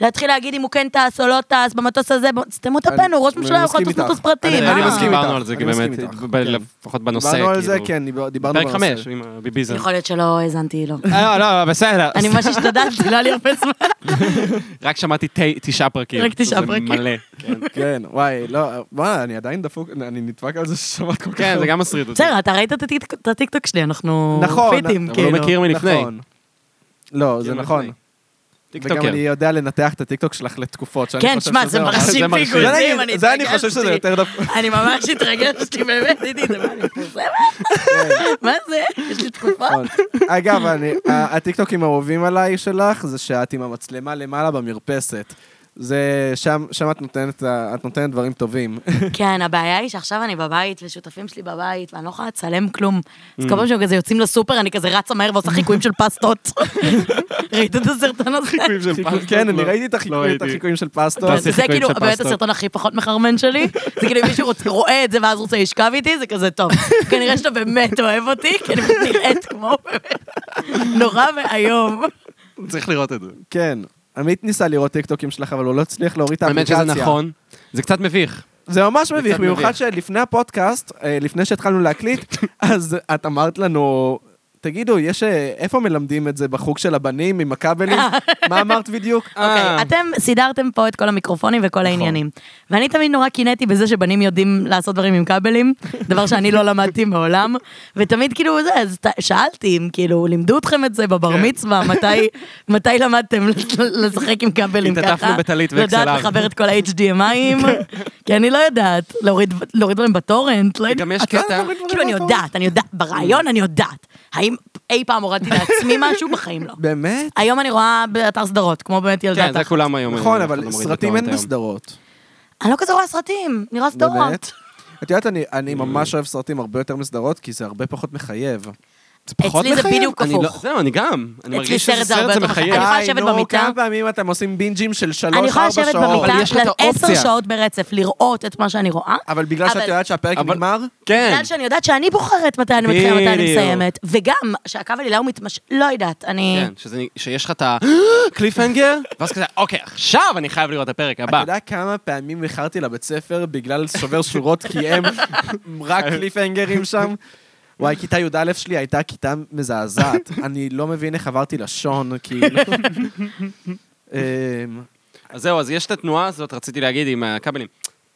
[SPEAKER 3] להתחיל להגיד אם הוא כן טס או לא טס, במטוס הזה, ב- סתמו את
[SPEAKER 1] אני-
[SPEAKER 3] הפה, נו, ראש
[SPEAKER 1] אני
[SPEAKER 3] ממשלה יכול
[SPEAKER 1] מסכים
[SPEAKER 3] לטוס
[SPEAKER 1] איתך.
[SPEAKER 3] מטוס פרטי, אה.
[SPEAKER 1] אני-
[SPEAKER 3] מה?
[SPEAKER 1] אני מסכים
[SPEAKER 2] דיברנו
[SPEAKER 1] איתך,
[SPEAKER 2] על זה
[SPEAKER 1] אני
[SPEAKER 2] גם
[SPEAKER 1] מסכים
[SPEAKER 2] באמת,
[SPEAKER 1] איתך,
[SPEAKER 2] ב-
[SPEAKER 1] כן.
[SPEAKER 2] לפחות בנושא,
[SPEAKER 1] דיברנו על זה,
[SPEAKER 2] כאילו.
[SPEAKER 1] כן, דיבר- דיברנו
[SPEAKER 2] פרק
[SPEAKER 1] בנושא.
[SPEAKER 2] חמש, עם הביביזם.
[SPEAKER 3] יכול להיות שלא האזנתי לו.
[SPEAKER 2] אה, לא, לא, בסדר.
[SPEAKER 3] אני ממש השתדלתי, לא היה לי הרבה זמן.
[SPEAKER 2] רק שמעתי תי- תשעה פרקים.
[SPEAKER 3] רק תשעה פרקים.
[SPEAKER 2] זה מלא. כן.
[SPEAKER 1] כן, וואי, לא, מה, אני עדיין דפוק, אני נדפק על זה ששמעת כל כך
[SPEAKER 2] כן, זה גם מסריד אותי.
[SPEAKER 3] בסדר, אתה ראית את הטיק- את הטיקטוק שלי, אנחנו
[SPEAKER 1] נכון,
[SPEAKER 3] פיטים,
[SPEAKER 2] אבל
[SPEAKER 3] כאילו.
[SPEAKER 2] לא מכיר מלפני.
[SPEAKER 1] נכון. לא, זה
[SPEAKER 2] מכיר
[SPEAKER 1] נכון.
[SPEAKER 2] מלפני.
[SPEAKER 1] וגם
[SPEAKER 2] טיקטוקר.
[SPEAKER 1] אני יודע לנתח את הטיקטוק שלך לתקופות, שאני
[SPEAKER 3] כן,
[SPEAKER 1] חושב
[SPEAKER 3] תשמע,
[SPEAKER 1] שזה
[SPEAKER 3] זה
[SPEAKER 1] ממש-
[SPEAKER 2] זה
[SPEAKER 3] מרשים
[SPEAKER 2] מרשים.
[SPEAKER 3] פיגוזים,
[SPEAKER 1] זה
[SPEAKER 3] אני
[SPEAKER 1] אני-
[SPEAKER 3] התרגשתי.
[SPEAKER 1] זה אני חושב שזה יותר דפוק.
[SPEAKER 3] אני ממש התרגשתי, באמת, עידית, מה, אני מפורסמת? מה זה? יש לי תקופה?
[SPEAKER 1] כן. נכון. אגב, אני- ה- הטיקטוקים האהובים עליי שלך, זה שאת עם המצלמה למעלה במרפסת. זה שם, שם את נותנת, ה- את נותנת דברים טובים.
[SPEAKER 3] כן, הבעיה היא שעכשיו אני בבית, ושותפים שלי בבית, ואני לא יכולה לצלם כלום.
[SPEAKER 1] Mm.
[SPEAKER 3] אז כל פעם שהם כזה יוצאים לסופר, אני כזה רצה מהר ועושה חיקויים של פסטות. ראית את הסרטון הזה?
[SPEAKER 1] כן, אני ראיתי את
[SPEAKER 2] לא
[SPEAKER 1] החיקויים- את
[SPEAKER 2] ראיתי.
[SPEAKER 1] החיקויים של פסטות.
[SPEAKER 2] תעשי
[SPEAKER 3] זה
[SPEAKER 2] חיקויים
[SPEAKER 3] כאילו
[SPEAKER 2] של
[SPEAKER 3] באמת
[SPEAKER 2] פסטות.
[SPEAKER 3] הסרטון הכי פחות מחרמן שלי. זה כאילו אם מישהו רוצ- רואה את זה ואז רוצה לשכב איתי, זה כזה טוב. כנראה שאתה באמת אוהב אותי, כי אני באמת נראית כמו באמת נורא ואיום.
[SPEAKER 2] צריך לראות את זה.
[SPEAKER 1] כן. עמית ניסה לראות טיקטוקים שלך, אבל הוא לא הצליח להוריד את
[SPEAKER 2] האמת
[SPEAKER 1] האפליקציה.
[SPEAKER 2] שזה נכון. זה קצת מביך.
[SPEAKER 1] זה ממש מביך,
[SPEAKER 2] קצת
[SPEAKER 1] במיוחד
[SPEAKER 2] מביך.
[SPEAKER 1] שלפני הפודקאסט, אה, לפני שהתחלנו להקליט, אז את אמרת לנו, תגידו, יש, אה, איפה מלמדים את זה בחוג של הבנים עם הכבלים? מה אמרת בדיוק?
[SPEAKER 2] אה.
[SPEAKER 1] אה,
[SPEAKER 3] אוקיי, אתם סידרתם פה את כל המיקרופונים וכל
[SPEAKER 2] נכון.
[SPEAKER 3] העניינים. ואני תמיד נורא קינאתי בזה שבנים יודעים לעשות דברים עם כבלים, דבר שאני לא למדתי מעולם. ותמיד כאילו זה, אז ת- שאלתי אם כאילו, לימדו אתכם את זה בבר
[SPEAKER 2] כן.
[SPEAKER 3] מצווה, מתי- מתי למדתם לשחק עם כבלים ככה?
[SPEAKER 2] התעטפנו בטלית כן.
[SPEAKER 3] לדעת
[SPEAKER 2] ו-XLR.
[SPEAKER 3] לחבר את כל ה-HDMIים, כי אני לא יודעת, להוריד להוריד דברים בטורנט, לא יודעת.
[SPEAKER 2] גם יש
[SPEAKER 1] את לא
[SPEAKER 2] קטע...
[SPEAKER 1] מדברת
[SPEAKER 3] כאילו אני יודעת, אני יודעת, ברעיון אני יודעת. האם אי פעם הורדתי לעצמי משהו? בחיים לא.
[SPEAKER 1] באמת?
[SPEAKER 3] היום אני רואה באתר סדרות, כמו באמת ילדה
[SPEAKER 2] כן,
[SPEAKER 3] תחת.
[SPEAKER 2] זה כולם היום.
[SPEAKER 1] נכון,
[SPEAKER 2] אה, אף אחד
[SPEAKER 1] אבל
[SPEAKER 2] לא מוריד
[SPEAKER 1] סרטים
[SPEAKER 2] בטורנט
[SPEAKER 1] אין
[SPEAKER 2] היום.
[SPEAKER 1] בסדרות.
[SPEAKER 3] אני לא כזה רואה סרטים, אני רואה סדרות.
[SPEAKER 1] באמת? את יודעת, אני-
[SPEAKER 2] אה.
[SPEAKER 1] אני ממש אוהב סרטים הרבה יותר מסדרות, כי זה הרבה פחות מחייב.
[SPEAKER 2] זה פחות
[SPEAKER 3] אצלי זה
[SPEAKER 2] מחייב?
[SPEAKER 3] בדיוק
[SPEAKER 2] אני לא-
[SPEAKER 3] הפוך.
[SPEAKER 2] זהו, אני גם. אני
[SPEAKER 3] אצלי
[SPEAKER 2] מרגיש
[SPEAKER 3] סרט
[SPEAKER 2] שזה
[SPEAKER 3] זה הרבה
[SPEAKER 2] סרט זה
[SPEAKER 3] יותר מחייב.
[SPEAKER 2] מחייב.
[SPEAKER 3] אני יכולה לשבת
[SPEAKER 1] נו,
[SPEAKER 3] במיטה.
[SPEAKER 1] כמה פעמים אתם עושים בינג'ים של
[SPEAKER 3] אני
[SPEAKER 1] שלוש,
[SPEAKER 3] יכולה
[SPEAKER 1] ארבע
[SPEAKER 3] לשבת
[SPEAKER 1] שעות.
[SPEAKER 2] לא אבל יש לך את
[SPEAKER 3] במיטה עשר
[SPEAKER 2] האופציה.
[SPEAKER 3] שעות ברצף, לראות את מה שאני רואה.
[SPEAKER 1] אבל בגלל שאת
[SPEAKER 3] אבל-
[SPEAKER 1] יודעת שהפרק
[SPEAKER 2] אבל-
[SPEAKER 1] נגמר?
[SPEAKER 2] כן.
[SPEAKER 3] בגלל שאני יודעת שאני בוחרת מתי אני מתחילה, מתי אני
[SPEAKER 2] בדיוק.
[SPEAKER 3] מסיימת. וגם, שהקו עלילה הוא מתמש... לא יודעת, אני...
[SPEAKER 2] כן, שזה- שיש לך את הקליפהנגר, ואז כזה, אוקיי, עכשיו אני חייב לראות את הפרק
[SPEAKER 1] אתה
[SPEAKER 2] הבא.
[SPEAKER 1] יודע כמה פעמים איחרתי לבית ספר בגלל שובר שורות, כי הם רק קליפהנגרים שם? וואי, כיתה י"א שלי הייתה כיתה מזעזעת. אני לא מבין איך עברתי לשון, כאילו. אמ,
[SPEAKER 2] אז זהו, אז יש את התנועה הזאת, רציתי להגיד, עם הכבלים.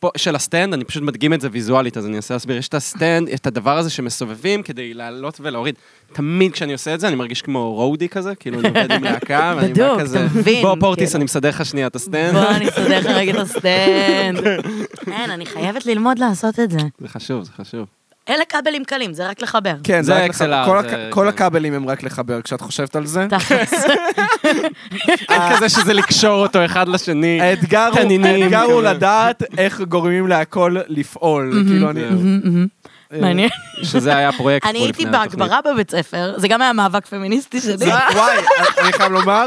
[SPEAKER 2] פה, של הסטנד, אני פשוט מדגים את זה ויזואלית, אז אני אנסה להסביר. יש את הסטנד, יש את הדבר הזה שמסובבים כדי לעלות ולהוריד. תמיד כשאני עושה את זה, אני מרגיש כמו רודי כזה, כאילו אני עובד עם להקה, ואני
[SPEAKER 3] בדוק,
[SPEAKER 2] בא
[SPEAKER 3] אתה
[SPEAKER 2] כזה...
[SPEAKER 3] מבין,
[SPEAKER 2] בוא, פורטיס,
[SPEAKER 3] כאילו."
[SPEAKER 2] אני מסדר לך שנייה את הסטנד.
[SPEAKER 3] בוא, אני אסדר לך רגע את הסטנד.
[SPEAKER 2] כן.
[SPEAKER 3] אין, אני חייבת ללמוד לעשות את זה.
[SPEAKER 2] זה חשוב, זה חשוב.
[SPEAKER 3] אלה כבלים קלים, זה רק לחבר.
[SPEAKER 1] כן,
[SPEAKER 2] זה
[SPEAKER 1] זה רק
[SPEAKER 2] ה-XLR,
[SPEAKER 1] לחבר. כל
[SPEAKER 2] זה-
[SPEAKER 1] הכ- כל
[SPEAKER 2] כן.
[SPEAKER 1] הכבלים הם רק לחבר, כשאת חושבת על זה.
[SPEAKER 3] תכלס.
[SPEAKER 2] אין כזה שזה לקשור אותו אחד לשני.
[SPEAKER 1] האתגר הוא-
[SPEAKER 2] תנינים,
[SPEAKER 1] האתגר הוא
[SPEAKER 2] כזה.
[SPEAKER 1] לדעת איך גורמים להכל לפעול. כאילו, אני...
[SPEAKER 2] זהו.
[SPEAKER 1] אה,
[SPEAKER 3] מעניין.
[SPEAKER 2] שזה היה הפרויקט.
[SPEAKER 3] אני
[SPEAKER 2] פה
[SPEAKER 3] הייתי
[SPEAKER 2] לפני התוכנית.
[SPEAKER 3] בהגברה בבית ספר, זה גם היה מאבק פמיניסטי
[SPEAKER 1] זה-
[SPEAKER 3] שלי.
[SPEAKER 1] וואי, אני חייב לומר,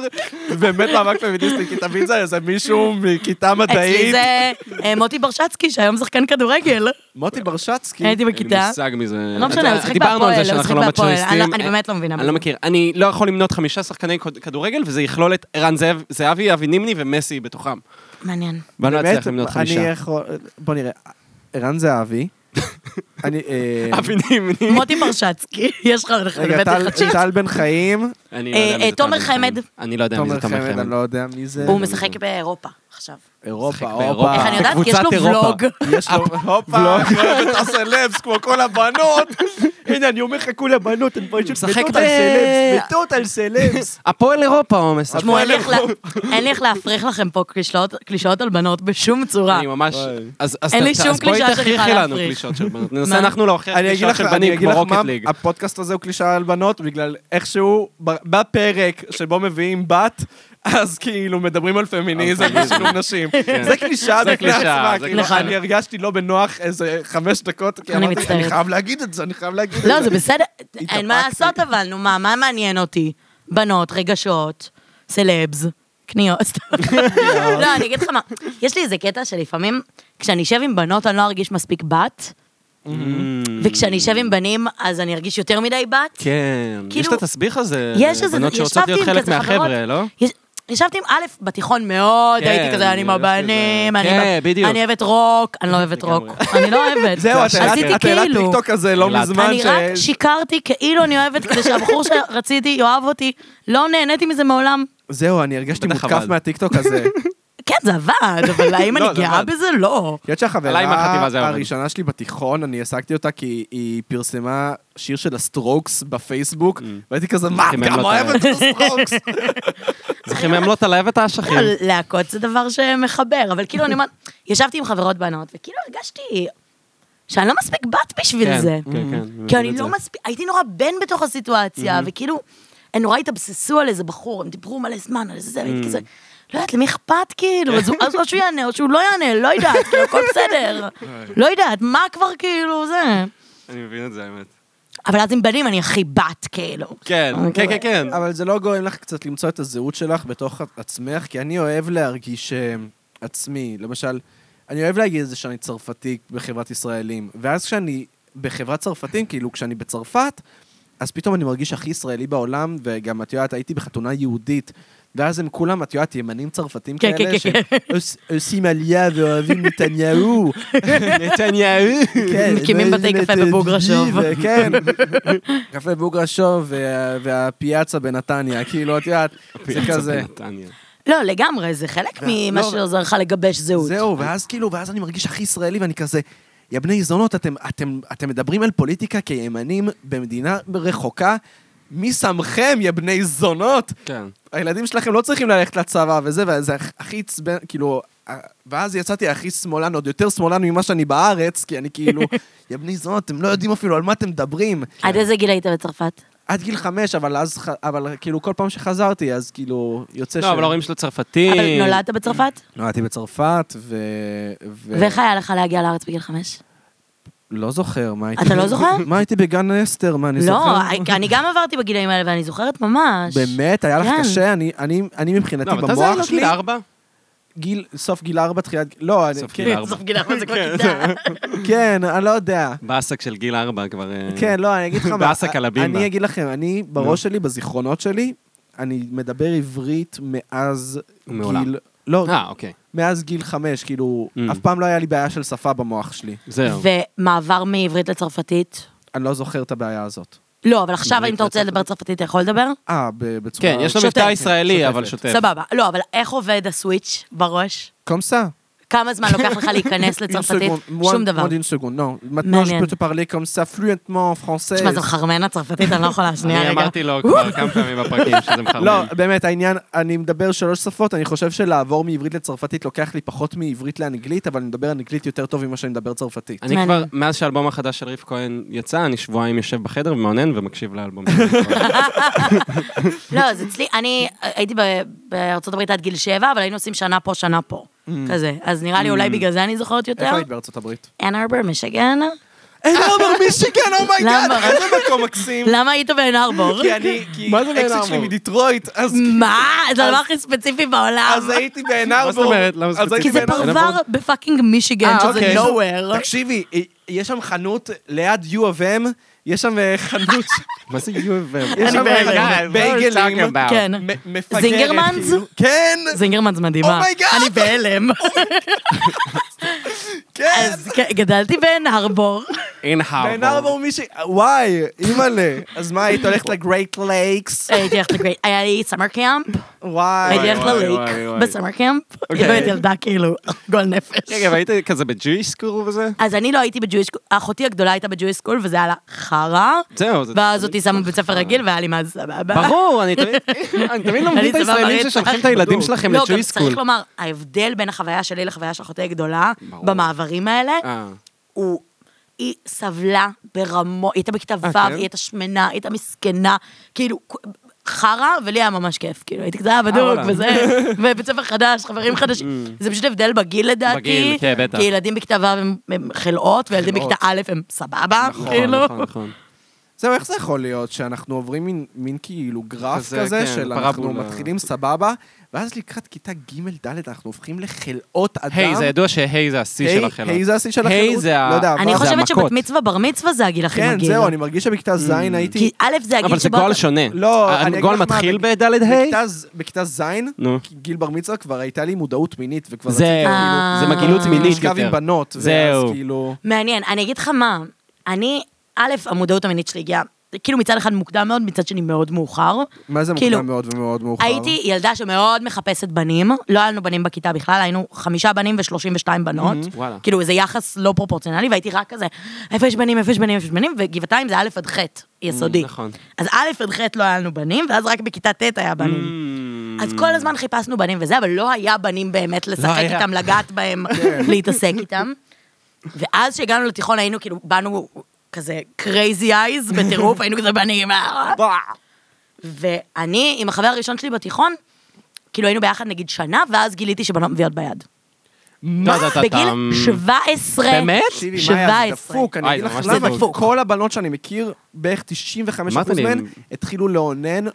[SPEAKER 1] זה באמת מאבק פמיניסטי, כי תמיד זה איזה מישהו מכיתה
[SPEAKER 3] אצלי
[SPEAKER 1] מדעית.
[SPEAKER 3] זה אה, מוטי ברשצקי, שהיום שחקן כדורגל.
[SPEAKER 1] מוטי ברשצקי.
[SPEAKER 3] הייתי
[SPEAKER 2] כן, אין לי
[SPEAKER 3] בכיתה.
[SPEAKER 2] מושג מזה.
[SPEAKER 3] לא משנה,
[SPEAKER 2] אתה-
[SPEAKER 3] הוא שיחק
[SPEAKER 2] דיברנו
[SPEAKER 3] בהפועל,
[SPEAKER 2] על
[SPEAKER 3] הוא
[SPEAKER 2] זה
[SPEAKER 3] שיחק
[SPEAKER 2] שאנחנו לא
[SPEAKER 3] בהפועל. אני
[SPEAKER 2] מצ'ואיסטים.
[SPEAKER 3] לא- אני באמת לא מבינה
[SPEAKER 2] אני
[SPEAKER 3] בזה.
[SPEAKER 2] לא מכיר. אני לא יכול למנות חמישה שחקני כד- כדורגל, וזה יכלול את ערן זאב- זהבי, אבי נימני ומסי בתוכם.
[SPEAKER 3] מעניין.
[SPEAKER 2] ואני לא
[SPEAKER 1] באמת,
[SPEAKER 2] אצליח למנות חמישה.
[SPEAKER 1] אני יכול... בוא נראה. ערן זהבי. אני... אה,
[SPEAKER 2] אבי נימני.
[SPEAKER 3] מוטי ברשצקי, יש לך לך
[SPEAKER 1] רגע,
[SPEAKER 3] בטח
[SPEAKER 1] טל-
[SPEAKER 3] חדשית.
[SPEAKER 1] טל בן חיים,
[SPEAKER 2] אני לא יודע
[SPEAKER 3] אה,
[SPEAKER 2] מי זה
[SPEAKER 3] תומר חמד.
[SPEAKER 2] אני לא יודע מי
[SPEAKER 1] תומר
[SPEAKER 2] זה תומר
[SPEAKER 1] חמד, אני
[SPEAKER 2] חמד.
[SPEAKER 1] לא יודע מי זה.
[SPEAKER 3] הוא משחק באירופה עכשיו.
[SPEAKER 2] משחק
[SPEAKER 1] אירופה,
[SPEAKER 2] באירופה.
[SPEAKER 1] אירופה.
[SPEAKER 3] איך אני יודעת? כי יש
[SPEAKER 2] אה, בקבוצת
[SPEAKER 3] לו
[SPEAKER 2] אירופה.
[SPEAKER 3] ולוג.
[SPEAKER 1] יש לו... הופה, אתה סלבס כמו כל הבנות. הנה, אני אומר לך, כל הבנות, הן פשוט
[SPEAKER 2] משחק
[SPEAKER 1] מתות
[SPEAKER 2] ב-
[SPEAKER 1] על סלבס, מתות על סלבס.
[SPEAKER 2] הפועל אירופה עומס.
[SPEAKER 3] תשמעו, אין לי איך לה- אין לי איך להפריך לכם פה קלישאות- קלישאות על בנות בשום צורה.
[SPEAKER 2] אני ממש...
[SPEAKER 1] וואי.
[SPEAKER 2] אז אז
[SPEAKER 3] אין
[SPEAKER 2] ת-
[SPEAKER 3] לי שום
[SPEAKER 2] אז בואי
[SPEAKER 3] קלישאה שאני
[SPEAKER 2] תכריחי
[SPEAKER 3] יכולה
[SPEAKER 2] לנו
[SPEAKER 3] להפריך.
[SPEAKER 2] קלישאות של בנות. ננסה
[SPEAKER 3] מה?
[SPEAKER 2] אנחנו להוכיח
[SPEAKER 1] אני אגיד
[SPEAKER 2] קלישאות
[SPEAKER 1] לך,
[SPEAKER 2] כן, של
[SPEAKER 1] אני
[SPEAKER 2] בנים
[SPEAKER 1] אגיד
[SPEAKER 2] כמו
[SPEAKER 1] לך מה,
[SPEAKER 2] רוקט ליג.
[SPEAKER 1] הפודקאסט הזה הוא קלישאה על בנות, בגלל איכשהו ב- בפרק שבו מביאים בת, אז כאילו מדברים על פמיניזם
[SPEAKER 2] על פמיניזם. כן.
[SPEAKER 1] ושילוב נשים. זה קלישאה
[SPEAKER 2] זה
[SPEAKER 1] בפני
[SPEAKER 2] קלישאה,
[SPEAKER 1] עצמה,
[SPEAKER 2] זה
[SPEAKER 1] כאילו,
[SPEAKER 3] קלישאה.
[SPEAKER 1] אני הרגשתי לא בנוח איזה חמש דקות, כי
[SPEAKER 3] אני
[SPEAKER 1] אמרתי, אני
[SPEAKER 3] מצטערת.
[SPEAKER 1] חייב להגיד את זה, אני חייב להגיד את זה.
[SPEAKER 3] לא, זה בסדר,
[SPEAKER 1] התאפקתי.
[SPEAKER 3] אין מה לעשות אבל, נו מה, מה מעניין אותי? בנות, רגשות, סלבס, קניות. סתם. לא, אני אגיד לך מה, יש לי איזה קטע שלפעמים, כשאני אשב עם בנות אני לא ארגיש מספיק בת,
[SPEAKER 1] Mm.
[SPEAKER 3] וכשאני אשב עם בנים אז אני ארגיש יותר מדי בת.
[SPEAKER 2] כן, יש
[SPEAKER 3] כאילו-
[SPEAKER 2] את התסביך הזה,
[SPEAKER 3] יש איזה,
[SPEAKER 2] בנות שרוצות
[SPEAKER 3] ישבתי
[SPEAKER 2] להיות
[SPEAKER 3] עם
[SPEAKER 2] חלק
[SPEAKER 3] כזה חברות.
[SPEAKER 2] מהחבר'ה, לא?
[SPEAKER 3] יש- ישבתי עם א' בתיכון מאוד,
[SPEAKER 2] כן,
[SPEAKER 3] הייתי כזה, אני
[SPEAKER 2] אני לא
[SPEAKER 3] מבנים,
[SPEAKER 2] כזה.
[SPEAKER 3] אני
[SPEAKER 2] כן,
[SPEAKER 3] ב-
[SPEAKER 2] בדיוק.
[SPEAKER 3] אני אוהבת רוק, אני לא אוהבת רוק,
[SPEAKER 2] לגמרי.
[SPEAKER 3] אני לא אוהבת.
[SPEAKER 1] זהו, את העלת-
[SPEAKER 3] עשיתי
[SPEAKER 1] את העלת
[SPEAKER 3] כאילו.
[SPEAKER 1] טיקטוק כזה לא
[SPEAKER 2] אני
[SPEAKER 1] מזמן.
[SPEAKER 3] אני
[SPEAKER 1] ש-
[SPEAKER 3] רק שיקרתי כאילו אני אוהבת, כדי שהבחור שרציתי יאהב אותי. לא נהניתי מזה מעולם.
[SPEAKER 1] זהו, אני הרגשתי
[SPEAKER 2] בטח
[SPEAKER 1] מותקף
[SPEAKER 2] עבד.
[SPEAKER 1] מהטיקטוק הזה.
[SPEAKER 3] כן, זה עבד, אבל האם
[SPEAKER 2] לא,
[SPEAKER 3] אני
[SPEAKER 2] זה
[SPEAKER 3] גאה
[SPEAKER 2] עבד.
[SPEAKER 3] בזה? לא.
[SPEAKER 1] את יודעת
[SPEAKER 2] עליי עם החטיבה זה
[SPEAKER 1] שהחברה
[SPEAKER 2] עבד.
[SPEAKER 1] הראשונה שלי בתיכון, אני העסקתי אותה כי היא פרסמה שיר של הסטרוקס
[SPEAKER 2] Mm.
[SPEAKER 1] בפייסבוק, והייתי כזה, מה, את
[SPEAKER 2] חימם
[SPEAKER 1] גם
[SPEAKER 2] לו את
[SPEAKER 1] אוהבת את הסטרוקס?
[SPEAKER 2] זה חימם לו את הלב ואת האשכים.
[SPEAKER 3] אבל להכות זה דבר שמחבר, אבל כאילו אני אומרת, ישבתי עם חברות בנות, וכאילו הרגשתי שאני לא מספיק בת בשביל
[SPEAKER 2] כן,
[SPEAKER 3] זה.
[SPEAKER 2] כן, כן, אני
[SPEAKER 3] כי
[SPEAKER 2] מבין
[SPEAKER 3] אני
[SPEAKER 2] את
[SPEAKER 3] לא
[SPEAKER 2] זה. Mm-hmm.
[SPEAKER 3] מספיק, הייתי נורא בן בתוך הסיטואציה, וכאילו, הם נורא התאבססו על איזה בחור, הם דיברו מלא זמן על איזה זה, והייתי כזה,
[SPEAKER 2] Mm-hmm.
[SPEAKER 3] לא יודעת, למי אכפת כאילו, אז הוא- אז או שהוא יענה או שהוא לא יענה, לא יודעת, כאילו, הכל בסדר. לא יודעת, מה כבר כאילו זה?
[SPEAKER 2] אני מבין את זה, האמת.
[SPEAKER 3] אבל אז עם בנים אני הכי בת, כאילו.
[SPEAKER 2] כן,
[SPEAKER 3] אני
[SPEAKER 2] כן,
[SPEAKER 3] כזה-
[SPEAKER 2] כן, כן.
[SPEAKER 1] אבל זה לא גורם לך קצת למצוא את הזהות שלך בתוך עצמך, כי אני אוהב להרגיש אה, עצמי. למשל, אני אוהב להגיד את זה שאני צרפתי בחברת ישראלים, ואז כשאני בחברת צרפתים, כאילו כשאני בצרפת, אז פתאום אני מרגיש הכי ישראלי בעולם, וגם, את יודעת, הייתי בחתונה יהודית, ואז הם כולם, את יודעת, ימנים צרפתים
[SPEAKER 3] כן,
[SPEAKER 1] כאלה,
[SPEAKER 3] כן, כן,
[SPEAKER 1] שעושים עלייה ואוהבים נתניהו.
[SPEAKER 2] נתניהו.
[SPEAKER 1] כן,
[SPEAKER 3] מקימים בתי
[SPEAKER 1] ואוהבים
[SPEAKER 3] קפה
[SPEAKER 1] את
[SPEAKER 3] בבוגרשוב.
[SPEAKER 1] תל אביב, כן, קפה בוגרשוב וה- והפיאצה בנתניה, כאילו, את יודעת, זה כזה.
[SPEAKER 2] כן.
[SPEAKER 3] לא, לגמרי, זה חלק ממה
[SPEAKER 1] לא,
[SPEAKER 3] שעוזר לך לגבש זהות.
[SPEAKER 1] זהו, ואז כאילו, ואז אני מרגיש הכי ישראלי, ואני כזה, יא בני זונות, אתם- אתם- אתם מדברים על פוליטיקה כימנים במדינה רחוקה, מי שמכם, יא בני זונות?
[SPEAKER 2] כן.
[SPEAKER 1] הילדים שלכם לא צריכים ללכת לצבא וזה, וזה הכ- הכי עצבן, כאילו... ה- ואז יצאתי הכי שמאלן, עוד יותר שמאלן ממה שאני בארץ, כי אני כאילו, יא בני זונות, אתם לא יודעים אפילו על מה אתם מדברים.
[SPEAKER 3] עד
[SPEAKER 2] כן.
[SPEAKER 3] איזה גיל היית בצרפת?
[SPEAKER 1] עד גיל חמש, אבל אז, ח- אבל כאילו כל פעם שחזרתי, אז כאילו, יוצא
[SPEAKER 2] לא, אבל ההורים שלו צרפתים.
[SPEAKER 3] אבל
[SPEAKER 1] אה,
[SPEAKER 3] נולדת בצרפת?
[SPEAKER 1] נולדתי בצרפת, ו... ו...
[SPEAKER 3] ואיך היה לך להגיע לארץ בגיל חמש?
[SPEAKER 1] לא זוכר, מה הייתי...
[SPEAKER 3] אתה לא זוכר?
[SPEAKER 1] מה הייתי בגן אסתר, מה, אני
[SPEAKER 3] לא,
[SPEAKER 1] זוכר?
[SPEAKER 3] אני גם עברתי בגילאים האלה ואני זוכרת ממש.
[SPEAKER 1] באמת? היה לך
[SPEAKER 3] כן.
[SPEAKER 1] קשה? אני- אני אני מבחינתי
[SPEAKER 2] לא, אבל אתה זה
[SPEAKER 1] במוח
[SPEAKER 2] היה
[SPEAKER 1] שלי...
[SPEAKER 2] גיל ארבע?
[SPEAKER 1] גיל, סוף גיל ארבע, תחילת... לא, אני-
[SPEAKER 2] סוף
[SPEAKER 1] כן,
[SPEAKER 2] גיל ארבע.
[SPEAKER 3] סוף גיל ארבע זה כבר כיתה.
[SPEAKER 1] כן, אני לא יודע.
[SPEAKER 2] באסק של גיל ארבע כבר... אה,
[SPEAKER 1] כן, לא, אני אגיד לך מה.
[SPEAKER 2] באסה קלבימבה.
[SPEAKER 1] אני אגיד לכם, אני בראש שלי, בזיכרונות שלי, אני מדבר עברית מאז
[SPEAKER 2] ומעולם.
[SPEAKER 1] גיל... לא,
[SPEAKER 2] אה, אוקיי.
[SPEAKER 1] מאז גיל חמש, כאילו,
[SPEAKER 2] Mm.
[SPEAKER 1] אף פעם לא היה לי בעיה של שפה במוח שלי.
[SPEAKER 2] זהו.
[SPEAKER 3] ומעבר מעברית לצרפתית?
[SPEAKER 1] אני לא זוכר את הבעיה הזאת.
[SPEAKER 3] לא, אבל עכשיו אם
[SPEAKER 2] עברית
[SPEAKER 3] אתה רוצה לדבר צרפתית, אתה יכול לדבר?
[SPEAKER 1] אה, ב- בצורה...
[SPEAKER 2] כן, יש לו
[SPEAKER 3] שוטף.
[SPEAKER 2] מבטא ישראלי, אבל
[SPEAKER 1] שוטפת.
[SPEAKER 2] שוטף.
[SPEAKER 3] סבבה. לא, אבל איך עובד הסוויץ' בראש?
[SPEAKER 1] קומסה.
[SPEAKER 3] כמה זמן לוקח לך להיכנס לצרפתית? שום דבר.
[SPEAKER 1] Moins d'une seconde, non. Maintenant, je
[SPEAKER 3] מעניין.
[SPEAKER 1] peux te parler comme ça fluentement en français.
[SPEAKER 3] תשמע, זו חרמן הצרפתית, אני לא יכולה שנייה
[SPEAKER 2] אני
[SPEAKER 3] רגע.
[SPEAKER 2] אמרתי לו כבר כמה פעמים בפרקים שזה מחרמן.
[SPEAKER 1] לא, באמת, העניין, אני מדבר שלוש שפות, אני חושב שלעבור מעברית לצרפתית לוקח לי פחות מעברית לאנגלית, אבל אני מדבר אנגלית יותר טוב ממה שאני מדבר צרפתית.
[SPEAKER 2] אני
[SPEAKER 3] מעניין.
[SPEAKER 2] כבר, מאז שהאלבום החדש של ריף כהן יצא, אני שבועיים יושב בחדר ומעונן ומקשיב לאלבום. שלו.
[SPEAKER 3] לא, אז אצלי, אני הייתי ב- בארצות הברית עד גיל שבע, אבל היינו עושים שנה פה, שנה פה. כזה. אז נראה לי אולי בגלל זה אני זוכרת יותר.
[SPEAKER 1] Mm. איפה היית בארצות הברית?
[SPEAKER 3] אנ ארבר, מישיגן.
[SPEAKER 1] אין ארבור מישיגן, אומייגאד,
[SPEAKER 3] למה?
[SPEAKER 1] איזה מקום מקסים.
[SPEAKER 3] למה היית באנ ארבור?
[SPEAKER 1] כי אני, כי
[SPEAKER 2] מה זה בעין
[SPEAKER 1] אקזיט שלי
[SPEAKER 2] ארבור?
[SPEAKER 1] מדיטרויט, אז
[SPEAKER 3] מה? זה הדבר הכי ספציפי בעולם.
[SPEAKER 1] אז הייתי בעין
[SPEAKER 2] מה זאת
[SPEAKER 1] ארבור.
[SPEAKER 2] אומרת? למה
[SPEAKER 1] אז
[SPEAKER 2] ספציפית?
[SPEAKER 1] הייתי
[SPEAKER 3] כי זה
[SPEAKER 1] בעין ארבור.
[SPEAKER 3] פרבר בפאקינג מישיגן,
[SPEAKER 1] אה,
[SPEAKER 3] שזה
[SPEAKER 1] אוקיי.
[SPEAKER 3] nowhere.
[SPEAKER 1] תקשיבי, אה, יש שם חנות ליד U of M, יש שם אה, חנות
[SPEAKER 2] מה זה um, U.F.M?
[SPEAKER 1] יש שם
[SPEAKER 3] בהלם.
[SPEAKER 1] בייגלים. בייגלים.
[SPEAKER 3] כן.
[SPEAKER 1] מ- מפגרת.
[SPEAKER 3] זינגרמנס?
[SPEAKER 1] כאילו. כן,
[SPEAKER 3] זינגרמנס מדהימה.
[SPEAKER 1] אומייגאד!
[SPEAKER 3] אני בהלם.
[SPEAKER 1] כן.
[SPEAKER 3] אז כן, גדלתי בעין ארבור.
[SPEAKER 2] אין
[SPEAKER 1] בעין ארבור מישהי, וואי, אימא'לה. אז מה, היית הולכת לגרייט לייקס?
[SPEAKER 3] הייתי הולכת לגרייט, היה לי סמר קאמפ,
[SPEAKER 1] וואי.
[SPEAKER 3] הייתי הולכת
[SPEAKER 2] וואי,
[SPEAKER 3] ללייק
[SPEAKER 2] וואי, וואי.
[SPEAKER 3] בסמר קאמפ.
[SPEAKER 2] אוקיי.
[SPEAKER 3] באמת ילדה כאילו, גול נפש.
[SPEAKER 2] רגע, כן, והיית כזה בג'ויש סקול וזה?
[SPEAKER 3] אז אני לא הייתי בג'ויש סקול, אחותי הגדולה הייתה בג'ויש סקול, וזה היה לה חרא.
[SPEAKER 2] זהו, זה...
[SPEAKER 3] ואז אותי שמו בבית ספר רגיל, והיה לי מה זה סבבה.
[SPEAKER 2] ברור, אני תמיד אני תמיד לא מבין את
[SPEAKER 3] אני סבבה,
[SPEAKER 2] הישראלים
[SPEAKER 3] רצח.
[SPEAKER 2] ששולחים את הילדים
[SPEAKER 1] בדוק.
[SPEAKER 2] שלכם
[SPEAKER 3] לא, גם
[SPEAKER 2] לג'ויש סקול.
[SPEAKER 3] צריך לומר, ההבדל בין החוויה שלי לחוויה של אחותי הגדולה,
[SPEAKER 2] ברור.
[SPEAKER 3] במעברים האלה,
[SPEAKER 2] אה,
[SPEAKER 3] הוא... היא סבלה ברמות, היא הייתה בכיתה ו',
[SPEAKER 2] כן?
[SPEAKER 3] היא הייתה שמנה, היא הייתה מסכנה, כאילו, חרא, ולי היה ממש כיף, כאילו, הייתי כזה, אה, בדוק,
[SPEAKER 2] וואלה. Mm.
[SPEAKER 3] וזה, ובית ספר חדש, חברים חדשים, זה פשוט הבדל בגיל לדעתי,
[SPEAKER 2] בגיל, כן, בטח.
[SPEAKER 3] כי ילדים בכיתה ו' הם- הם חלאות, וילדים
[SPEAKER 2] חלאות.
[SPEAKER 3] בכיתה א' הם סבבה,
[SPEAKER 2] נכון,
[SPEAKER 3] כאילו,
[SPEAKER 2] נכון, נכון.
[SPEAKER 1] זהו, איך זה יכול להיות שאנחנו עוברים מין, מין כאילו גרף
[SPEAKER 2] כזה,
[SPEAKER 1] כזה,
[SPEAKER 2] כן,
[SPEAKER 1] כזה של אנחנו
[SPEAKER 2] פרבולה.
[SPEAKER 1] מתחילים סבבה, ואז לקראת כיתה ג'-ד' אנחנו הופכים לחלאות אדם.
[SPEAKER 2] היי, זה ידוע שהיי זה השיא של
[SPEAKER 1] היי-
[SPEAKER 2] החלאות.
[SPEAKER 1] היי זה השיא של
[SPEAKER 2] היי
[SPEAKER 1] החלאות?
[SPEAKER 2] זה ה-
[SPEAKER 1] לא יודע,
[SPEAKER 2] אבל
[SPEAKER 3] אני
[SPEAKER 1] זה
[SPEAKER 3] חושבת
[SPEAKER 2] המכות.
[SPEAKER 3] שבת מצווה בר מצווה זה הגיל הכי
[SPEAKER 1] כן,
[SPEAKER 3] מגעיל.
[SPEAKER 1] זהו, אני מרגיש שבכיתה ז'
[SPEAKER 2] Mm.
[SPEAKER 1] הייתי...
[SPEAKER 3] כי א' זה הגיל
[SPEAKER 2] אבל זה
[SPEAKER 3] שבו...
[SPEAKER 2] גועל
[SPEAKER 3] אתה-
[SPEAKER 2] שונה.
[SPEAKER 1] לא, אני אגיד
[SPEAKER 2] גועל
[SPEAKER 1] לך מה,
[SPEAKER 2] כן. אה, מתחיל
[SPEAKER 1] בכ-
[SPEAKER 2] בדלת היי?
[SPEAKER 1] בכיתה ז- בכיתה ז',
[SPEAKER 2] נו.
[SPEAKER 1] גיל בר מצווה, כבר הייתה לי מודעות מינית, וכבר
[SPEAKER 2] זהו,
[SPEAKER 1] רציתי
[SPEAKER 3] אה.
[SPEAKER 2] זה מגעילות
[SPEAKER 3] כאילו,
[SPEAKER 2] מינית
[SPEAKER 1] לשכב
[SPEAKER 2] יותר.
[SPEAKER 1] עם בנות,
[SPEAKER 2] זהו.
[SPEAKER 1] ואז כאילו...
[SPEAKER 3] מעניין, אני אגיד לך מה, אני, א', המודעות המינית שלי הגיעה, כאילו מצד אחד מוקדם מאוד, מצד שני מאוד מאוחר.
[SPEAKER 1] מה זה
[SPEAKER 3] כאילו,
[SPEAKER 1] מוקדם מאוד ומאוד מאוחר?
[SPEAKER 3] הייתי ילדה שמאוד מחפשת בנים, לא היה לנו בנים בכיתה בכלל, היינו חמישה בנים ושלושים ושתיים בנות.
[SPEAKER 2] Mhm, וואלה.
[SPEAKER 3] כאילו, זה יחס לא פרופורציונלי, והייתי רק כזה, איפה יש בנים, איפה יש בנים, איפה יש בנים, וגבעתיים זה א' עד ח', יסודי.
[SPEAKER 2] נכון.
[SPEAKER 3] אז א' עד ח' לא היה לנו בנים, ואז רק בכיתה ט' היה בנים.
[SPEAKER 2] Hmm.
[SPEAKER 3] אז כל הזמן חיפשנו בנים וזה, אבל לא היה בנים באמת
[SPEAKER 2] לא
[SPEAKER 3] לשחק
[SPEAKER 2] היה. כן.
[SPEAKER 3] איתם, לגעת בהם, להתעסק איתם. ואז שהגענו לתיכון היינו כאילו, באנו כזה crazy eyes בטירוף, היינו כזה בנים. אה, אה. ואני עם החבר הראשון שלי בתיכון, כאילו היינו ביחד נגיד שנה, ואז גיליתי שבנות מביאות ביד.
[SPEAKER 2] מה?
[SPEAKER 3] בגיל 17.
[SPEAKER 2] באמת?
[SPEAKER 1] תקשיבי, מאיה, זה
[SPEAKER 3] 17.
[SPEAKER 1] דפוק, אני
[SPEAKER 2] אוי,
[SPEAKER 1] אגיד
[SPEAKER 2] זה
[SPEAKER 1] לך
[SPEAKER 2] ממש
[SPEAKER 1] למה,
[SPEAKER 2] דפוק.
[SPEAKER 1] כי כל הבנות שאני מכיר, בערך 95%
[SPEAKER 2] אמרת לי,
[SPEAKER 1] מהן,
[SPEAKER 2] הם-
[SPEAKER 1] התחילו לאונן,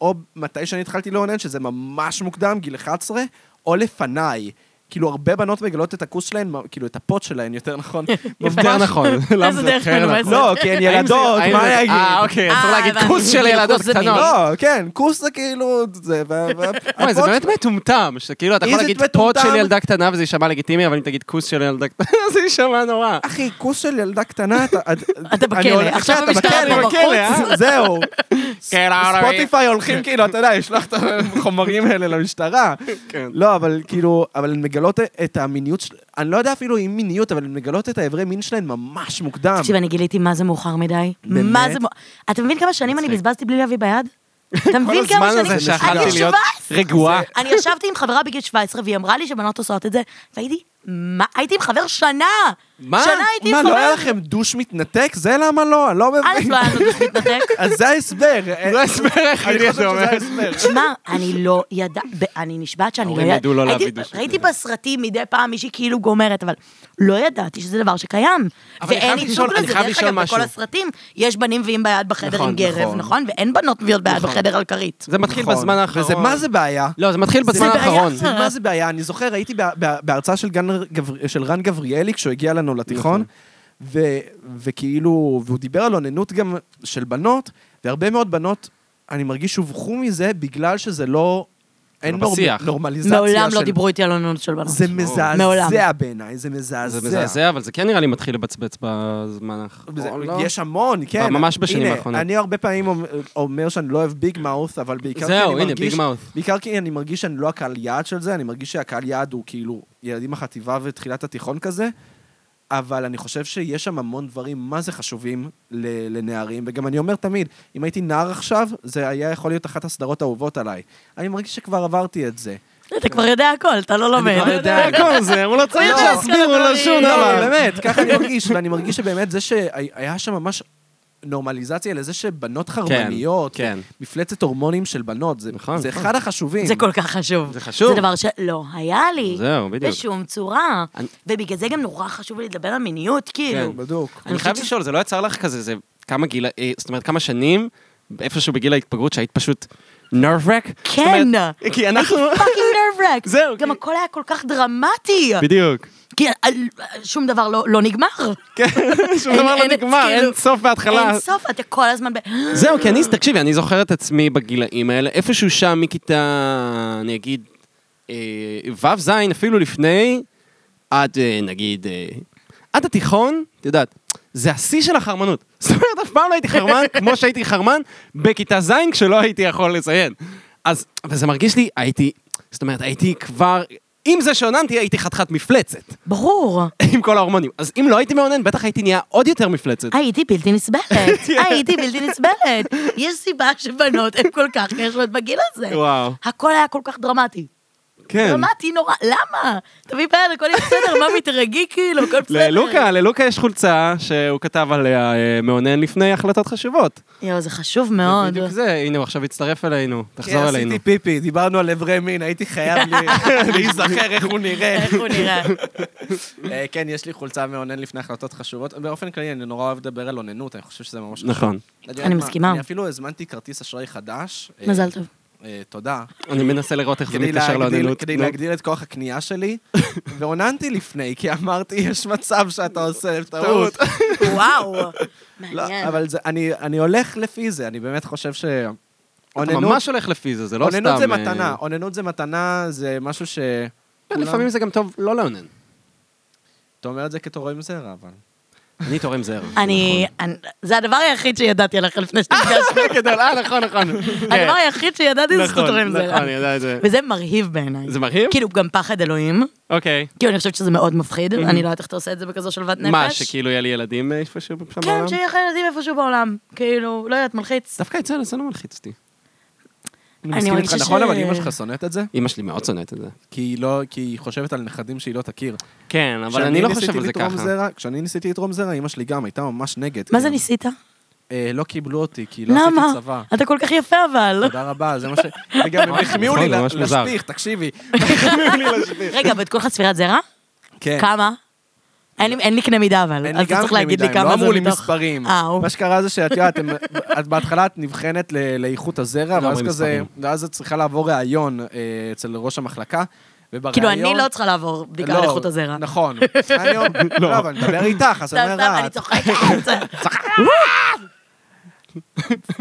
[SPEAKER 1] או מתי שאני התחלתי לאונן, שזה ממש מוקדם, גיל 11, או לפניי. כאילו, הרבה בנות מגלות את הכוס שלהן, כאילו, את הפוט שלהן, יותר נכון.
[SPEAKER 2] יותר נכון. למה
[SPEAKER 3] איזה
[SPEAKER 2] זה
[SPEAKER 3] דרך
[SPEAKER 2] יותר
[SPEAKER 3] מנומסת.
[SPEAKER 2] נכון?
[SPEAKER 1] לא, כי הן
[SPEAKER 2] האם זה-
[SPEAKER 1] ילדות,
[SPEAKER 2] האם
[SPEAKER 1] מה
[SPEAKER 2] זה-
[SPEAKER 1] אני אגיד?
[SPEAKER 2] אה, אוקיי,
[SPEAKER 3] אה,
[SPEAKER 2] צריך להגיד
[SPEAKER 3] הבנתי,
[SPEAKER 2] כוס של
[SPEAKER 3] כאילו,
[SPEAKER 2] ילדות
[SPEAKER 3] כוס זה
[SPEAKER 2] קטנות.
[SPEAKER 3] מיני.
[SPEAKER 1] לא, כן, כוס זה כאילו... זה, וה- וה-
[SPEAKER 2] אוי, זה
[SPEAKER 1] הפוט-
[SPEAKER 2] באמת מטומטם, שכאילו אתה יכול
[SPEAKER 1] איזה
[SPEAKER 2] להגיד
[SPEAKER 1] מטומטם?
[SPEAKER 2] פוט של ילדה קטנה וזה יישמע לגיטימי, אבל אם תגיד כוס של ילדה קטנה זה יישמע נורא.
[SPEAKER 1] אחי, כוס של ילדה קטנה, אתה...
[SPEAKER 3] אתה בכלא.
[SPEAKER 1] אני הולך-
[SPEAKER 3] עכשיו
[SPEAKER 1] אתה
[SPEAKER 3] המשטרה
[SPEAKER 1] בכלא,
[SPEAKER 3] פה
[SPEAKER 1] אני
[SPEAKER 3] בחוץ.
[SPEAKER 1] בכלא, אה? זהו.
[SPEAKER 2] כן, אה,
[SPEAKER 1] ספוטיפיי הולכים כאילו, אתה יודע, לשלוח את החומרים האלה למשטרה.
[SPEAKER 2] כן.
[SPEAKER 1] לא, אבל כאילו, אבל הן מגלות את המיניות, של- אני לא יודע אפילו אם מיניות, אבל הן מגלות את האיברי מין שלהן ממש
[SPEAKER 2] אה,
[SPEAKER 1] מוקדם.
[SPEAKER 3] תקשיב, אני גיליתי מה זה מאוחר מדי.
[SPEAKER 1] באמת?
[SPEAKER 3] מה זה... מאוחר- אתה מבין כמה שנים אני
[SPEAKER 2] מצחיק.
[SPEAKER 3] בזבזתי בלי להביא ביד? אתה מבין כמה
[SPEAKER 2] הזמן
[SPEAKER 3] שנים?
[SPEAKER 2] הזה
[SPEAKER 3] אני
[SPEAKER 2] שיכלתי להיות
[SPEAKER 3] 17.
[SPEAKER 2] רגועה.
[SPEAKER 3] אני ישבתי עם חברה בגיל 17, והיא אמרה לי שבנות עושות את זה, והייתי... מה? הייתי עם חבר שנה!
[SPEAKER 2] מה?
[SPEAKER 3] שנה הייתי
[SPEAKER 1] מה,
[SPEAKER 3] עם
[SPEAKER 1] לא היה
[SPEAKER 3] חבר...
[SPEAKER 1] לכם דוש מתנתק? זה למה לא? אני לא
[SPEAKER 3] א',
[SPEAKER 1] מבין.
[SPEAKER 3] לא היה לנו דוש מתנתק.
[SPEAKER 1] אז זה ההסבר.
[SPEAKER 2] זה ההסבר היחידי,
[SPEAKER 1] אני חושב
[SPEAKER 2] אתה
[SPEAKER 1] שזה
[SPEAKER 2] אומר.
[SPEAKER 1] ההסבר.
[SPEAKER 3] תשמע, אני לא ידע... ב- אני נשבעת שאני לא
[SPEAKER 2] ההורים ידעו לא
[SPEAKER 3] הייתי-
[SPEAKER 2] להביא דוש מתנתק.
[SPEAKER 3] ראיתי בסרטים מדי פעם מישהי כאילו גומרת, אבל לא ידעתי שזה דבר שקיים.
[SPEAKER 2] אבל
[SPEAKER 3] ואין
[SPEAKER 2] אני חייב לשאול-
[SPEAKER 3] ייצוג
[SPEAKER 2] אני
[SPEAKER 3] לזה.
[SPEAKER 2] חייב
[SPEAKER 3] דרך
[SPEAKER 2] לשאול
[SPEAKER 3] אגב,
[SPEAKER 2] משהו.
[SPEAKER 3] בכל הסרטים יש בנים מביאים ביד בחדר
[SPEAKER 2] נכון,
[SPEAKER 3] עם גרב,
[SPEAKER 1] נכון.
[SPEAKER 3] נכון? ואין בנות מביאות ביד בחדר על כרית.
[SPEAKER 2] זה מתחיל
[SPEAKER 1] נכון.
[SPEAKER 2] בזמן האחרון.
[SPEAKER 1] וזה מה זה בעיה?
[SPEAKER 2] לא, זה מתחיל בזמן
[SPEAKER 3] בעיה.
[SPEAKER 2] האחרון.
[SPEAKER 3] זה
[SPEAKER 1] זה מה זה בעיה? אני זוכר, הייתי בה- בה- בהרצאה של, גן, גבר- של רן גבריאלי כשהוא הגיע לנו לתיכון, ו, וכאילו, והוא דיבר על אוננות גם של בנות, והרבה מאוד בנות, אני מרגיש שהובכו מזה בגלל שזה לא... אין
[SPEAKER 2] לא
[SPEAKER 1] נור-
[SPEAKER 2] בשיח.
[SPEAKER 1] נורמליזציה
[SPEAKER 3] מעולם
[SPEAKER 1] של...
[SPEAKER 3] לא דיברו איתי על אוננות של בנות.
[SPEAKER 1] זה
[SPEAKER 3] מעולם.
[SPEAKER 1] מזעזע בעיניי, זה
[SPEAKER 2] זה
[SPEAKER 1] מזעזע.
[SPEAKER 2] מזעזע, אבל זה כן נראה לי מתחיל לבצבץ בזמן האחרון.
[SPEAKER 1] זה-
[SPEAKER 2] לא?
[SPEAKER 1] יש המון, כן.
[SPEAKER 2] ממש בשנים
[SPEAKER 1] הנה,
[SPEAKER 2] האחרונות.
[SPEAKER 1] אני הרבה פעמים אומר- אומר שאני לא אוהב ביג מאוס, אבל בעיקר כי אני
[SPEAKER 2] זהו,
[SPEAKER 1] מרגיש...
[SPEAKER 2] הנה, ביג מאוס.
[SPEAKER 1] בעיקר כי אני מרגיש שאני לא הקהל יעד של זה, אני מרגיש שהקהל יעד הוא כאילו ילדים החטיבה ותחילת התיכון כזה, אבל אני חושב שיש שם המון דברים מה זה חשובים ל- לנערים, וגם אני אומר תמיד, אם הייתי נער עכשיו, זה היה יכול להיות אחת הסדרות האהובות עליי. אני מרגיש שכבר עברתי את זה.
[SPEAKER 3] אתה כבר יודע הכל, אתה לא לומד.
[SPEAKER 1] כבר יודע.
[SPEAKER 2] זה הכל זה, הוא לא צריך
[SPEAKER 3] לא.
[SPEAKER 2] שיסבירו לו שום
[SPEAKER 3] לא,
[SPEAKER 1] לא,
[SPEAKER 2] דבר.
[SPEAKER 1] באמת, ככה אני מרגיש, ואני מרגיש שבאמת זה שהיה שם ממש נורמליזציה לזה שבנות חרמניות,
[SPEAKER 2] כן.
[SPEAKER 1] מפלצת הורמונים של בנות, זה,
[SPEAKER 2] נכון,
[SPEAKER 1] זה
[SPEAKER 2] נכון.
[SPEAKER 1] אחד החשובים.
[SPEAKER 3] זה כל כך חשוב.
[SPEAKER 2] זה חשוב.
[SPEAKER 3] זה דבר שלא היה לי.
[SPEAKER 2] זהו, בדיוק.
[SPEAKER 3] בשום צורה.
[SPEAKER 2] אני- כן.
[SPEAKER 3] ובגלל זה גם נורא חשוב לי לדבר על מיניות, כאילו.
[SPEAKER 1] כן, בדוק.
[SPEAKER 2] אני חייב
[SPEAKER 3] חושבת
[SPEAKER 2] לשאול, זה לא יצר לך כזה, זה כמה גיל, אה, זאת אומרת, כמה שנים, איפשהו בגיל ההתבגרות שהיית פשוט נרברק?
[SPEAKER 3] כן.
[SPEAKER 2] כי אנחנו...
[SPEAKER 3] פאקינג נרברק.
[SPEAKER 2] זהו,
[SPEAKER 3] גם
[SPEAKER 2] כי-
[SPEAKER 3] הכל היה כל כך דרמטי.
[SPEAKER 2] בדיוק.
[SPEAKER 3] כי אה, שום דבר לא לא נגמר.
[SPEAKER 2] שום דבר לא
[SPEAKER 3] אין- אין-
[SPEAKER 2] נגמר,
[SPEAKER 3] כאילו-
[SPEAKER 2] אין סוף בהתחלה.
[SPEAKER 3] אין סוף, אתה כל הזמן ב...
[SPEAKER 2] זהו, כי אני, תקשיבי, אני זוכר את עצמי בגילאים האלה, איפשהו שם מכיתה, אני אגיד, אה, ו'-ז', אפילו לפני, עד, אה, נגיד, אה, עד התיכון, את יודעת, זה השיא של החרמנות. זאת אומרת, אף פעם לא הייתי חרמן כמו שהייתי חרמן בכיתה ז', כשלא הייתי יכול לציין. אז, וזה מרגיש לי, הייתי, זאת אומרת, הייתי כבר, עם זה שאוננתי, הייתי חתיכת מפלצת,
[SPEAKER 3] ברור.
[SPEAKER 2] עם כל ההורמונים. אז אם לא הייתי מאונן, בטח הייתי נהיה עוד יותר מפלצת.
[SPEAKER 3] הייתי בלתי נסבלת. הייתי בלתי נסבלת. יש סיבה שבנות הן כל כך קשות בגיל הזה.
[SPEAKER 2] וואו.
[SPEAKER 3] הכל היה כל כך דרמטי.
[SPEAKER 2] כן.
[SPEAKER 3] דרמטי נורא, למה? תביא בעד, הכל יהיה בסדר, מה מתרגי כאילו, הכל בסדר.
[SPEAKER 2] ללוקה, ללוקה יש חולצה שהוא כתב עליה אה, מאונן לפני החלטות חשובות.
[SPEAKER 3] יואו, זה חשוב מאוד.
[SPEAKER 2] בדיוק זה, הנה הוא עכשיו הצטרף אלינו, תחזור אלינו.
[SPEAKER 1] כן, עשיתי פיפי, דיברנו על אברי מין, הייתי חייב לי- להיזכר איך הוא נראה.
[SPEAKER 3] איך הוא נראה?
[SPEAKER 1] אה, כן, יש לי חולצה מאונן לפני החלטות חשובות. באופן כללי, אני נורא אוהב לדבר על אוננות, אני חושב שזה ממש חשוב.
[SPEAKER 2] נכון.
[SPEAKER 1] את יודעת מה?
[SPEAKER 3] מסכימה.
[SPEAKER 1] אני אפילו הזמנתי כרטיס אשראי חדש. אה,
[SPEAKER 3] מזל טוב.
[SPEAKER 1] אה, תודה.
[SPEAKER 2] אני מנסה לראות איך זה
[SPEAKER 1] כדי
[SPEAKER 2] מתקשר
[SPEAKER 1] להגדיל-
[SPEAKER 2] לאוננות.
[SPEAKER 1] כדי
[SPEAKER 2] נו.
[SPEAKER 1] להגדיל את כוח הקנייה שלי, ואוננתי לפני, כי אמרתי, יש מצב שאתה עושה טעות.
[SPEAKER 2] טעות.
[SPEAKER 3] וואו.
[SPEAKER 1] לא,
[SPEAKER 3] מעניין.
[SPEAKER 1] אבל זה- אני אני הולך לפי זה, אני באמת חושב ש...
[SPEAKER 2] אתה
[SPEAKER 1] אוננות-
[SPEAKER 2] ממש הולך לפי זה, זה לא סתם...
[SPEAKER 1] אוננות זה
[SPEAKER 2] אה,
[SPEAKER 1] מתנה, אוננות זה מתנה, זה משהו ש...
[SPEAKER 2] כן, לפעמים זה גם טוב לא לאונן.
[SPEAKER 1] אתה אומר את זה כתורם זרע, אבל...
[SPEAKER 2] אני תורם זרע.
[SPEAKER 3] אני, אני- זה הדבר היחיד שידעתי עליך לפני שנפגשנו.
[SPEAKER 2] נכון. גדול, אה, נכון, נכון. כן.
[SPEAKER 3] הדבר היחיד שידעתי זה
[SPEAKER 2] נכון,
[SPEAKER 3] סקוטרים
[SPEAKER 2] נכון,
[SPEAKER 3] זרע.
[SPEAKER 2] אני יודע את זה.
[SPEAKER 3] וזה מרהיב בעיניי.
[SPEAKER 2] זה מרהיב?
[SPEAKER 3] כאילו, גם פחד אלוהים.
[SPEAKER 2] אוקיי.
[SPEAKER 3] כאילו, אני חושבת שזה מאוד מפחיד. אני לא יודעת איך אתה עושה את זה בכזו שלוות נפש.
[SPEAKER 2] מה, שכאילו יהיה לי ילדים אה, איפשהו שם בעולם?
[SPEAKER 3] כן, שיהיה לך ילדים איפשהו בעולם. כאילו, לא יודעת, מלחיץ.
[SPEAKER 2] דווקא את זה, זה לא מלחיץ אותי.
[SPEAKER 3] אני
[SPEAKER 1] מסכים איתך,
[SPEAKER 3] מרגישה
[SPEAKER 1] נכון,
[SPEAKER 3] ש-
[SPEAKER 1] אבל אמא שלך שונאת את זה?
[SPEAKER 2] אמא שלי מאוד שונאת את זה.
[SPEAKER 1] כי היא לא, כי היא חושבת על נכדים שהיא לא תכיר.
[SPEAKER 2] כן, אבל
[SPEAKER 1] כשאני
[SPEAKER 2] אני לא
[SPEAKER 1] ניסיתי
[SPEAKER 2] חושב על זה
[SPEAKER 1] לתרום
[SPEAKER 2] ככה.
[SPEAKER 1] זרע- כשאני ניסיתי לתרום זרע, אמא שלי גם הייתה ממש נגד.
[SPEAKER 3] מה
[SPEAKER 1] כי
[SPEAKER 3] זה
[SPEAKER 1] הם-
[SPEAKER 3] ניסית?
[SPEAKER 1] אה, לא קיבלו אותי, כי לא
[SPEAKER 3] למה?
[SPEAKER 1] עשיתי צבא.
[SPEAKER 3] אתה כל כך יפה אבל.
[SPEAKER 1] תודה רבה, זה מה ש... וגם הם
[SPEAKER 2] נכון,
[SPEAKER 1] החמיאו
[SPEAKER 2] זה
[SPEAKER 1] לי
[SPEAKER 2] ממש מוזר.
[SPEAKER 1] לשפיך, תקשיבי. החמיאו לי לשפיך.
[SPEAKER 3] רגע, ואת כל לך ספירת זרע?
[SPEAKER 1] כן.
[SPEAKER 3] כמה? אין לי- אין לי קנה מידה אבל.
[SPEAKER 1] אין לי
[SPEAKER 3] אז אתה
[SPEAKER 1] גם
[SPEAKER 3] צריך
[SPEAKER 1] קנה
[SPEAKER 3] להגיד לי
[SPEAKER 1] מידה, הם לא
[SPEAKER 3] כמה זה
[SPEAKER 1] אמרו לי
[SPEAKER 3] מתוך...
[SPEAKER 1] מספרים.
[SPEAKER 3] אה, אוקיי.
[SPEAKER 1] מה שקרה זה שאת יודעת, הם- את בהתחלה את נבחנת ל- לאיכות הזרע,
[SPEAKER 2] לא
[SPEAKER 1] ואז
[SPEAKER 2] אומרים
[SPEAKER 1] כזה,
[SPEAKER 2] מספרים.
[SPEAKER 1] ואז את צריכה לעבור ראיון אה, אצל ראש המחלקה, ובראיון...
[SPEAKER 3] כאילו, אני לא צריכה לעבור בדיקה
[SPEAKER 1] לא,
[SPEAKER 3] על איכות הזרע.
[SPEAKER 1] נכון. אני אומר, לא, אבל אני מדבר איתך, אז
[SPEAKER 3] סתם,
[SPEAKER 1] אני
[SPEAKER 3] סתם,
[SPEAKER 1] אומר,
[SPEAKER 3] אני
[SPEAKER 1] את
[SPEAKER 3] צוחקת.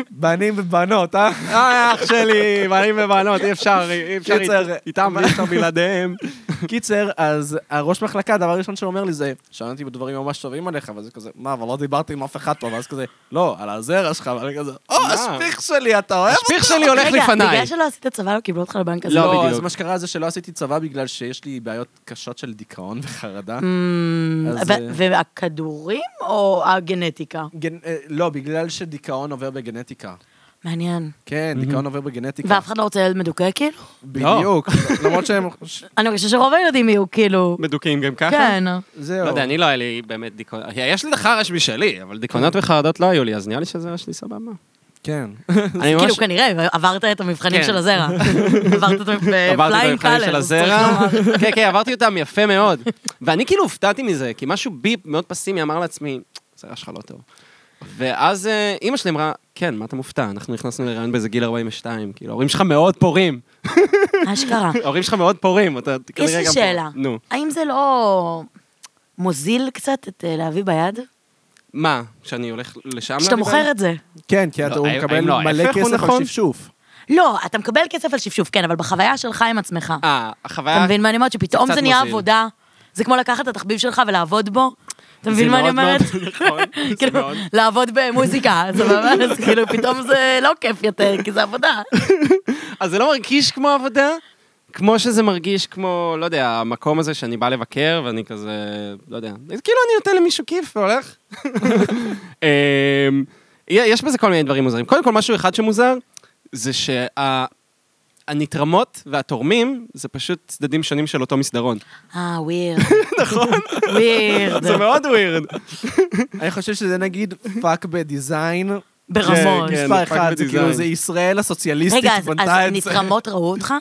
[SPEAKER 1] בנים ובנות, אה?
[SPEAKER 2] אה, אח שלי, בנים ובנות, אי אפשר, אי אפשר
[SPEAKER 1] קיצר,
[SPEAKER 2] אית- איתם, אי אפשר בלעדיהם.
[SPEAKER 1] קיצר, אז הראש מחלקה, הדבר הראשון שהוא אומר לי זה, שמעתי בדברים ממש טובים עליך, וזה כזה, מה, אבל לא דיברתי עם אף אחד פה, ואז כזה, לא, על הזרע שלך, ואני כזה, או,
[SPEAKER 2] מה?
[SPEAKER 1] השפיך שלי, אתה אוהב?
[SPEAKER 2] השפיך שלי הולך
[SPEAKER 3] רגע,
[SPEAKER 2] לפניי.
[SPEAKER 3] בגלל שלא עשית צבא, לא קיבלו אותך לבנק הזה.
[SPEAKER 2] לא,
[SPEAKER 1] לא, אז
[SPEAKER 2] בדיוק.
[SPEAKER 1] מה שקרה זה שלא עשיתי צבא בגלל שיש לי בעיות קשות של דיכאון וחרדה.
[SPEAKER 3] אמ,
[SPEAKER 1] אז,
[SPEAKER 3] ו-
[SPEAKER 1] אה,
[SPEAKER 3] והכדורים או הגנטיקה?
[SPEAKER 1] גן- אה, לא, בגלל שדיכאון עובר בגנטיקה.
[SPEAKER 3] מעניין.
[SPEAKER 2] Mm-hmm.
[SPEAKER 1] כן, דיכאון עובר בגנטיקה.
[SPEAKER 3] ואף אחד לא רוצה ילד מדוכא כאילו?
[SPEAKER 2] לא.
[SPEAKER 1] בדיוק. למרות שהם...
[SPEAKER 3] אני מרגישה שרוב הילדים יהיו כאילו...
[SPEAKER 2] מדוכאים גם ככה?
[SPEAKER 3] כן.
[SPEAKER 1] זהו.
[SPEAKER 2] לא יודע, אני לא היה לי באמת דיכאונות. יש לי את החרש משלי, אבל דיכאונות וחרדות לא היו לי, אז נראה לי שזה היה שלי סבבה.
[SPEAKER 1] כן.
[SPEAKER 2] אני ממש...
[SPEAKER 3] כאילו כנראה, עברת את המבחנים
[SPEAKER 2] כן.
[SPEAKER 3] של הזרע. עברת את
[SPEAKER 2] עברתי את
[SPEAKER 3] בפליינג
[SPEAKER 2] המבחנים
[SPEAKER 3] קלר.
[SPEAKER 2] של הזרע. כן, כן, עברתי אותם יפה מאוד. ואני כאילו הופתעתי מזה, כי משהו בי מאוד פסימי אמר לעצמי, הזרע שלך לא טוב. ואז אה, אימא שלי אמרה, כן, מה אתה מופתע? אנחנו נכנסנו לרעיון באיזה גיל 42, כאילו, ההורים שלך מאוד פורים.
[SPEAKER 3] אשכרה.
[SPEAKER 2] ההורים שלך מאוד פורים, אתה
[SPEAKER 3] יש
[SPEAKER 2] כנראה גם...
[SPEAKER 3] לי
[SPEAKER 2] פור-
[SPEAKER 3] שאלה.
[SPEAKER 2] נו.
[SPEAKER 3] האם זה לא מוזיל קצת את אה, להביא ביד?
[SPEAKER 2] מה, כשאני הולך לשם?
[SPEAKER 3] כשאתה מוכר את זה.
[SPEAKER 1] כן, כי אתה-
[SPEAKER 2] לא,
[SPEAKER 1] הוא
[SPEAKER 2] האם-
[SPEAKER 1] מקבל
[SPEAKER 2] האם לא,
[SPEAKER 1] מלא
[SPEAKER 2] ההפך הוא
[SPEAKER 1] כסף
[SPEAKER 2] נכון?
[SPEAKER 1] על שפשוף.
[SPEAKER 3] לא, אתה מקבל כסף על שפשוף, כן, אבל בחוויה שלך עם עצמך.
[SPEAKER 2] אה, החוויה...
[SPEAKER 3] אתה מבין מה אני אומרת? שפתאום
[SPEAKER 2] קצת
[SPEAKER 3] זה נהיה
[SPEAKER 2] מוזיל.
[SPEAKER 3] עבודה. זה כמו לקחת את התחביב שלך ולעבוד בו. אתה
[SPEAKER 2] זה
[SPEAKER 3] מבין מה אני
[SPEAKER 2] מאוד
[SPEAKER 3] אומרת?
[SPEAKER 2] מאוד נכון, זה
[SPEAKER 3] כאילו,
[SPEAKER 2] מאוד.
[SPEAKER 3] לעבוד במוזיקה, סבבה? אז כאילו, פתאום זה לא כיף יותר, כי זה עבודה.
[SPEAKER 2] אז זה לא מרגיש כמו עבודה, כמו שזה מרגיש כמו, לא יודע, המקום הזה שאני בא לבקר, ואני כזה, לא יודע, אז כאילו אני נותן למישהו כיף והולך. אמ, יש בזה כל מיני דברים מוזרים. קודם כל, משהו אחד שמוזר, זה שהנתרמות והתורמים, זה פשוט צדדים שונים של אותו מסדרון.
[SPEAKER 3] אה, ווירד. נכון. ווירד.
[SPEAKER 2] זה מאוד
[SPEAKER 3] נכון.
[SPEAKER 2] ווירד.
[SPEAKER 1] אני חושב שזה נגיד פאק בדיזיין.
[SPEAKER 3] ברמות.
[SPEAKER 2] כן,
[SPEAKER 1] מספר
[SPEAKER 2] פאק
[SPEAKER 1] אחד, זה
[SPEAKER 2] בדיזיין.
[SPEAKER 1] כאילו, זה ישראל הסוציאליסטית
[SPEAKER 3] רגע, אז- אז
[SPEAKER 1] בנתה את זה.
[SPEAKER 3] נתרמות ראו אותך?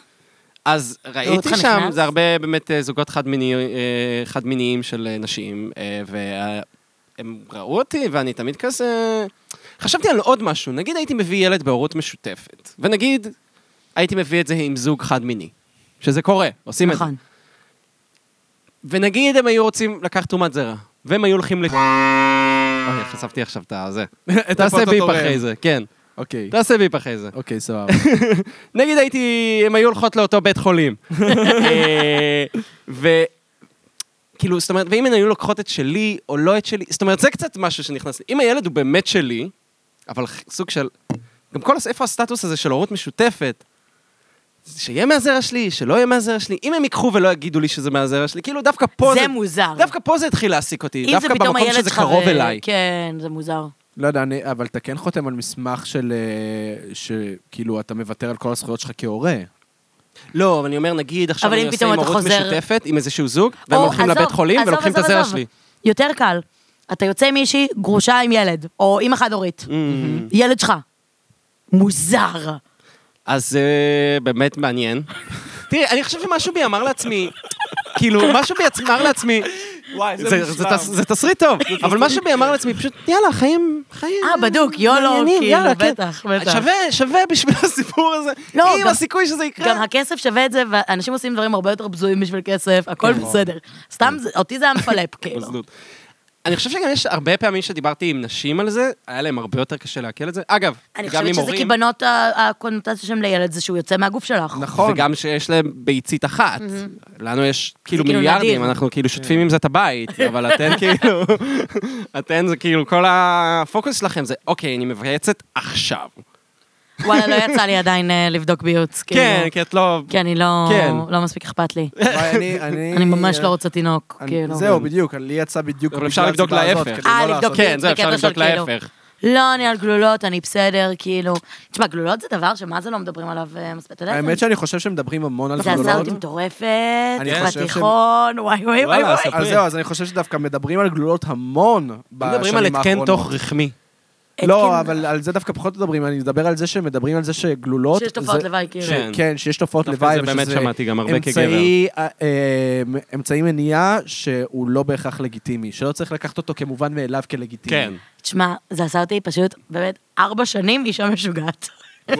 [SPEAKER 2] אז ראיתי
[SPEAKER 3] אותך
[SPEAKER 2] לא שם,
[SPEAKER 3] נכנס?
[SPEAKER 2] זה הרבה באמת אה, זוגות חד-מיני- אה, חד-מיניים של אה, נשים, אה, והם ראו אותי, ואני תמיד כזה... חשבתי על עוד משהו, נגיד הייתי מביא ילד בהורות משותפת, ונגיד הייתי מביא את זה עם זוג חד-מיני, שזה קורה, עושים את זה.
[SPEAKER 3] נכון.
[SPEAKER 2] ונגיד הם היו רוצים לקחת תרומת זרע, והם היו הולכים ל... אוי, חשפתי עכשיו את הזה.
[SPEAKER 1] את
[SPEAKER 2] תעשה
[SPEAKER 1] הפרוטו
[SPEAKER 2] ביפ
[SPEAKER 1] תורם.
[SPEAKER 2] אחרי זה, כן.
[SPEAKER 1] אוקיי.
[SPEAKER 2] תעשה ביפ אחרי זה.
[SPEAKER 1] אוקיי, סבבה.
[SPEAKER 2] נגיד הייתי, הם היו הולכות לאותו בית חולים. אה, ו... כאילו, זאת אומרת, ואם הן היו לוקחות את שלי או לא את שלי, זאת אומרת, זה קצת משהו שנכנס לי. אם הילד הוא באמת שלי, אבל ח- סוג של... גם כל הס... איפה הסטטוס הזה של הורות משותפת? שיהיה מהזרע שלי, שלא יהיה מהזרע שלי. אם הם ייקחו ולא יגידו לי שזה מהזרע שלי, כאילו, דווקא פה
[SPEAKER 3] זה מוזר.
[SPEAKER 2] דווקא פה זה התחיל להעסיק אותי,
[SPEAKER 3] אם זה
[SPEAKER 2] דווקא
[SPEAKER 3] פתאום
[SPEAKER 2] במקום
[SPEAKER 3] הילד
[SPEAKER 2] שזה
[SPEAKER 3] שלך...
[SPEAKER 2] קרוב
[SPEAKER 3] ו-
[SPEAKER 2] אליי.
[SPEAKER 3] כן, זה מוזר.
[SPEAKER 1] לא יודע, אני, אבל אתה כאילו, כן חותם על מסמך של... אה, שכאילו, אתה מוותר על כל הזכויות שלך כהורה.
[SPEAKER 2] לא, אבל אני אומר, נגיד עכשיו
[SPEAKER 3] אבל
[SPEAKER 2] אני
[SPEAKER 3] אם
[SPEAKER 2] עושה
[SPEAKER 3] פתאום אתה
[SPEAKER 2] הימורות
[SPEAKER 3] חוזר-
[SPEAKER 2] משותפת עם איזשהו זוג, והם
[SPEAKER 3] או,
[SPEAKER 2] הולכים
[SPEAKER 3] עזוב,
[SPEAKER 2] לבית חולים
[SPEAKER 3] עזוב,
[SPEAKER 2] ולוקחים את
[SPEAKER 3] עזוב,
[SPEAKER 2] הזרע
[SPEAKER 3] עזוב.
[SPEAKER 2] שלי.
[SPEAKER 3] יותר קל. אתה יוצא עם מישהי גרושה עם ילד, או עם החד-הורית.
[SPEAKER 2] Mm-hmm.
[SPEAKER 3] ילד שלך. מוזר.
[SPEAKER 2] אז אה, באמת מעניין. תראי, אני חושב שמשהו בי אמר לעצמי, כאילו, משהו בי עצ- אמר לעצמי,
[SPEAKER 1] וואי,
[SPEAKER 2] זה- זה תס- זה תסריט טוב, אבל משהו בי אמר לעצמי, פשוט, יאללה, חיים, חיים.
[SPEAKER 3] אה, בדוק, יולו,
[SPEAKER 2] מעניינים,
[SPEAKER 3] כאילו,
[SPEAKER 2] יאללה, כן.
[SPEAKER 3] בטח, בטח.
[SPEAKER 2] שווה, שווה בשביל הסיפור הזה,
[SPEAKER 3] לא,
[SPEAKER 2] אם
[SPEAKER 3] גם-
[SPEAKER 2] הסיכוי שזה
[SPEAKER 3] גם
[SPEAKER 2] יקרה.
[SPEAKER 3] הכסף שווה את זה, ואנשים עושים דברים הרבה יותר בזויים בשביל כסף, הכל בסדר. סתם, זה- אותי זה היה מפלפ, כאילו.
[SPEAKER 2] כן. בזנות. אני חושב שגם יש הרבה פעמים שדיברתי עם נשים על זה, היה להם הרבה יותר קשה לעכל את זה. אגב,
[SPEAKER 3] אני
[SPEAKER 2] גם
[SPEAKER 3] חושבת
[SPEAKER 2] עם
[SPEAKER 3] שזה כי
[SPEAKER 2] הורים,
[SPEAKER 3] בנות, ה- הקונוטציה שלהם לילד זה שהוא יוצא מהגוף שלך.
[SPEAKER 1] נכון.
[SPEAKER 2] וגם שיש להם ביצית אחת. לנו יש כאילו
[SPEAKER 3] כאילו
[SPEAKER 2] מיליארדים,
[SPEAKER 3] נדיר.
[SPEAKER 2] אנחנו כאילו שוטפים עם זה את הבית, אבל אתן כאילו, אתן זה כאילו, כל הפוקוס שלכם זה, אוקיי, אני מבייצת עכשיו.
[SPEAKER 3] וואלה, לא יצא לי עדיין אה, לבדוק ביוץ. כאילו.
[SPEAKER 2] כן, כי את לא...
[SPEAKER 3] כי אני לא
[SPEAKER 2] כן.
[SPEAKER 3] לא מספיק אכפת לי.
[SPEAKER 1] וואי, אני- אני...
[SPEAKER 3] אני ממש לא רוצה תינוק,
[SPEAKER 1] אני-
[SPEAKER 3] כאילו.
[SPEAKER 1] זהו, בדיוק, לי יצא בדיוק
[SPEAKER 2] אבל אפשר
[SPEAKER 1] בגלל
[SPEAKER 2] לבדוק
[SPEAKER 1] הסיבה הזאת,
[SPEAKER 2] להפך.
[SPEAKER 1] כדי
[SPEAKER 3] אה,
[SPEAKER 1] לא
[SPEAKER 3] לבדוק.
[SPEAKER 1] לעשות-
[SPEAKER 2] כן, זהו, אפשר
[SPEAKER 3] בקטע של
[SPEAKER 2] לבדוק
[SPEAKER 3] כאילו.
[SPEAKER 2] להפך.
[SPEAKER 3] לא, אני על גלולות, אני בסדר, כאילו. תשמע, גלולות זה דבר שמה זה לא מדברים עליו אה, מספיק, אתה יודע?
[SPEAKER 1] האמת שאני חושב שמדברים המון על
[SPEAKER 3] זה עשה
[SPEAKER 1] גלולות.
[SPEAKER 3] אותי מטורפת,
[SPEAKER 1] אני חושב
[SPEAKER 3] בתיכון, וואי וואי וואי
[SPEAKER 2] וואלה,
[SPEAKER 3] וואי.
[SPEAKER 2] ספרי.
[SPEAKER 1] אז זהו, אז אני חושב שדווקא מדברים על גלולות המון בשנים האחרונות.
[SPEAKER 2] מדברים על התקן תוך רחמי.
[SPEAKER 3] כן,
[SPEAKER 1] לא, אבל על זה דווקא פחות מדברים, אני מדבר על זה שמדברים על זה שגלולות...
[SPEAKER 3] שיש תופעות
[SPEAKER 1] זה-
[SPEAKER 3] לוואי, כאילו.
[SPEAKER 2] כן.
[SPEAKER 1] כן, שיש תופעות
[SPEAKER 2] דווקא
[SPEAKER 1] לוואי,
[SPEAKER 2] זה באמת
[SPEAKER 1] ושזה
[SPEAKER 2] שמעתי גם הרבה
[SPEAKER 1] אמצעי, אה, אה, אמצעי מניעה שהוא לא בהכרח לגיטימי, שלא צריך לקחת אותו כמובן מאליו כלגיטימי.
[SPEAKER 2] כן.
[SPEAKER 3] תשמע, זה עשה אותי פשוט, באמת, ארבע שנים אישה משוגעת.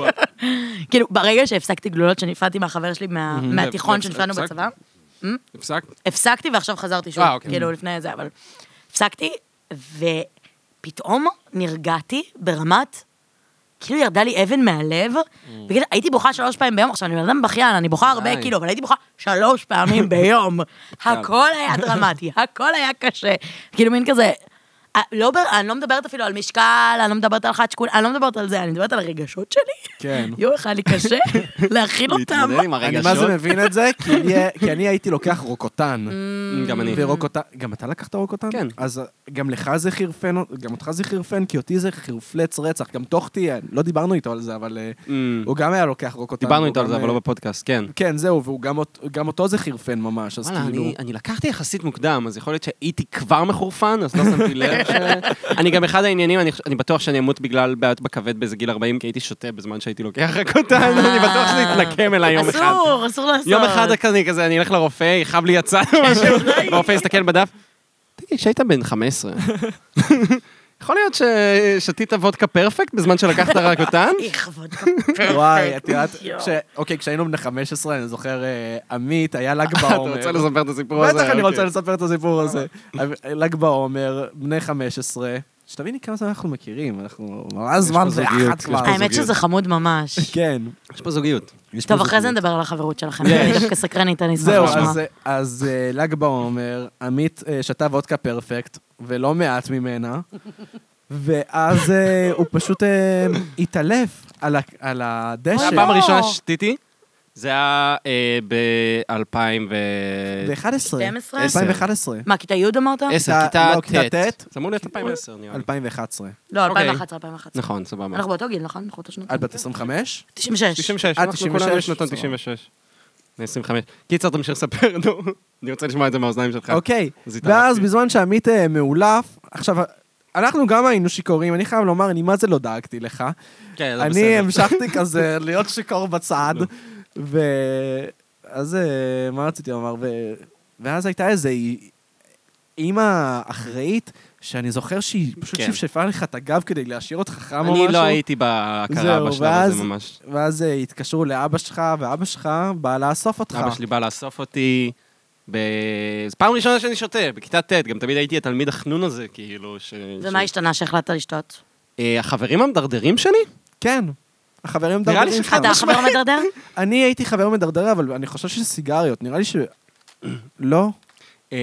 [SPEAKER 3] כאילו, ברגע שהפסקתי גלולות, שנפרדתי מהחבר שלי מה- מהתיכון
[SPEAKER 2] הפסקת?
[SPEAKER 3] שנפרדנו בצבא,
[SPEAKER 2] הפסקת?
[SPEAKER 3] הפסקתי ועכשיו חזרתי שוב,
[SPEAKER 2] אה, אוקיי.
[SPEAKER 3] כאילו לפני זה, אבל הפסקתי, ופתאום נרגעתי ברמת, כאילו ירדה לי אבן מהלב, וכאילו הייתי בוכה שלוש פעמים ביום, עכשיו אני בן אדם בכיין, אני בוכה הרבה,
[SPEAKER 2] Mm. די. כן.
[SPEAKER 3] כאילו, אבל הייתי בוכה שלוש פעמים ביום. הכל היה דרמטי, הכל היה קשה, כאילו מין כזה... אה, לא, בר- אני לא מדברת אפילו על משקל, אני לא מדברת על חצ'קול, אני לא מדברת על זה, אני מדברת על הרגשות שלי.
[SPEAKER 1] כן.
[SPEAKER 3] יואו, איך היה לי קשה להכיל אותם.
[SPEAKER 2] להתמודד עם
[SPEAKER 1] אני מה
[SPEAKER 2] הרגשות.
[SPEAKER 1] זה מבין את זה? כי אני- כי אני הייתי לוקח רוקוטן.
[SPEAKER 3] Mm.
[SPEAKER 2] גם אני.
[SPEAKER 1] ורוקוטן, גם אתה לקחת רוקוטן?
[SPEAKER 2] כן.
[SPEAKER 1] אז אה, גם לך זה חרפן, גם אותך זה חרפן, כי אותי זה חרפלץ רצח. גם טוחתי, לא דיברנו איתו על זה, אבל אה,
[SPEAKER 2] Mm.
[SPEAKER 1] הוא גם היה לוקח רוקוטן.
[SPEAKER 2] דיברנו
[SPEAKER 1] והוא
[SPEAKER 2] איתו על
[SPEAKER 1] גם,
[SPEAKER 2] זה, אבל לא
[SPEAKER 1] אה,
[SPEAKER 2] בפודקאסט, כן.
[SPEAKER 1] כן, זהו, והוא גם אות- גם אותו זה חרפן ממש, אז
[SPEAKER 2] וואלה,
[SPEAKER 1] כאילו...
[SPEAKER 2] אני, אני לקחתי יחסית מוקדם, אז יכול להיות שהייתי כבר מחורפן, אז לא שמתי לב ש... אני גם אחד העניינים, אני, חוש- אני בטוח שאני אמות בגלל בעיות בכבד באיזה גיל 40, כי הייתי שותה בזמן שהייתי לוקח רק אותן,
[SPEAKER 1] אה,
[SPEAKER 2] אני בטוח שזה יתנקם אליי יום אחד.
[SPEAKER 1] לא,
[SPEAKER 3] אסור, אסור לעשות.
[SPEAKER 2] יום אחד אני כזה, אני אלך לרופא, יכאב לי יצא או משהו, הרופא יסתכל בדף. תגיד, כשהיית בן 15, יכול להיות ששתית וודקה פרפקט בזמן שלקחת רק אותן?
[SPEAKER 3] יכבוד
[SPEAKER 1] וואי, את יודעת,
[SPEAKER 3] יואו.
[SPEAKER 1] כש- אוקיי, כשהיינו בני 15, אני זוכר, אה, עמית, היה ל"ג
[SPEAKER 2] אתה
[SPEAKER 1] בעומר.
[SPEAKER 2] רוצה לספר את הסיפור הזה?
[SPEAKER 1] בטח אני
[SPEAKER 2] אוקיי.
[SPEAKER 1] רוצה לספר את הסיפור הזה. אה, ל"ג בעומר, בני 15, שתביני כמה זמן אנחנו מכירים, אנחנו ממש זמן
[SPEAKER 2] פה זוגיות,
[SPEAKER 1] ביחד
[SPEAKER 2] יש
[SPEAKER 1] כבר.
[SPEAKER 2] פה
[SPEAKER 3] האמת
[SPEAKER 2] זוגיות.
[SPEAKER 3] שזה חמוד ממש.
[SPEAKER 1] כן.
[SPEAKER 2] יש פה זוגיות.
[SPEAKER 1] יש פה
[SPEAKER 3] טוב, אחרי זה
[SPEAKER 1] זוגיות.
[SPEAKER 3] נדבר על החברות שלכם.
[SPEAKER 2] יש.
[SPEAKER 3] אני דווקא סקרנית, אני אשמח
[SPEAKER 1] זהו,
[SPEAKER 3] לשמוע.
[SPEAKER 1] אז, אה, אז אה, ל"ג בעומר, עמית אה, שתה וודקה פרפקט, ולא מעט ממנה, ואז אה, הוא פשוט אה, התעלף על ה- על
[SPEAKER 3] אוי,
[SPEAKER 1] הדשא.
[SPEAKER 2] הפעם
[SPEAKER 3] לא.
[SPEAKER 2] הראשונה ששתיתי, זה היה אה, ב-2000 ו...
[SPEAKER 1] ב-11.
[SPEAKER 3] 12?
[SPEAKER 1] 2011.
[SPEAKER 3] מה, כיתה י' אמרת?
[SPEAKER 2] 10,
[SPEAKER 1] כיתה-
[SPEAKER 2] כיתה
[SPEAKER 1] לא, כיתה
[SPEAKER 2] ט'.
[SPEAKER 1] ט'.
[SPEAKER 2] זה אמור להיות 2010 נראה לי.
[SPEAKER 1] 2011.
[SPEAKER 3] לא,
[SPEAKER 2] אוקיי.
[SPEAKER 3] 2011, 2011.
[SPEAKER 2] נכון, סבבה.
[SPEAKER 3] אנחנו באותו גיל, נכון? אנחנו באותו שנות.
[SPEAKER 1] את בת 25?
[SPEAKER 3] 96.
[SPEAKER 2] 96,
[SPEAKER 1] אה,
[SPEAKER 2] אנחנו כולנו
[SPEAKER 1] 96,
[SPEAKER 2] שנתון
[SPEAKER 1] סבבה.
[SPEAKER 2] 96. אני 25. קיצר, תמשיך לספר, נו. אני רוצה לשמוע את זה מהאוזניים שלך.
[SPEAKER 1] אוקיי.
[SPEAKER 2] אז התערבתי.
[SPEAKER 1] ואז בזמן שעמית אה, מאולף, עכשיו, אנחנו גם היינו שיכורים, אני חייב לומר, אני מה זה לא דאגתי לך.
[SPEAKER 2] כן, זה
[SPEAKER 1] אני
[SPEAKER 2] בסדר.
[SPEAKER 1] המשכתי כזה להיות שיכור בצד, ו... אז אה, מה רציתי לומר? ו... ואז הייתה איזה אי- אימא אחראית, שאני זוכר שהיא פשוט
[SPEAKER 2] כן.
[SPEAKER 1] שפשפה לך את הגב כדי להשאיר אותך חם או משהו.
[SPEAKER 2] אני לא הייתי בהכרה
[SPEAKER 1] זהו,
[SPEAKER 2] בשלב
[SPEAKER 1] ואז-
[SPEAKER 2] הזה ממש.
[SPEAKER 1] ואז אה, התקשרו לאבא שלך, ואבא שלך בא לאסוף אותך.
[SPEAKER 2] אבא שלי בא לאסוף אותי. ב... זו פעם ראשונה שאני שותה, בכיתה ט', גם תמיד הייתי התלמיד החנון הזה, כאילו, ש...
[SPEAKER 3] ומה
[SPEAKER 2] ש-
[SPEAKER 3] השתנה שהחלטת לשתות?
[SPEAKER 2] אה, החברים המדרדרים שלי?
[SPEAKER 1] כן. החברים
[SPEAKER 2] נראה לי
[SPEAKER 1] מדברים
[SPEAKER 2] שלך
[SPEAKER 3] אתה חבר מדרדר?
[SPEAKER 1] אני הייתי חבר מדרדר, אבל אני חושב שזה סיגריות. נראה לי ש... לא.
[SPEAKER 2] אה,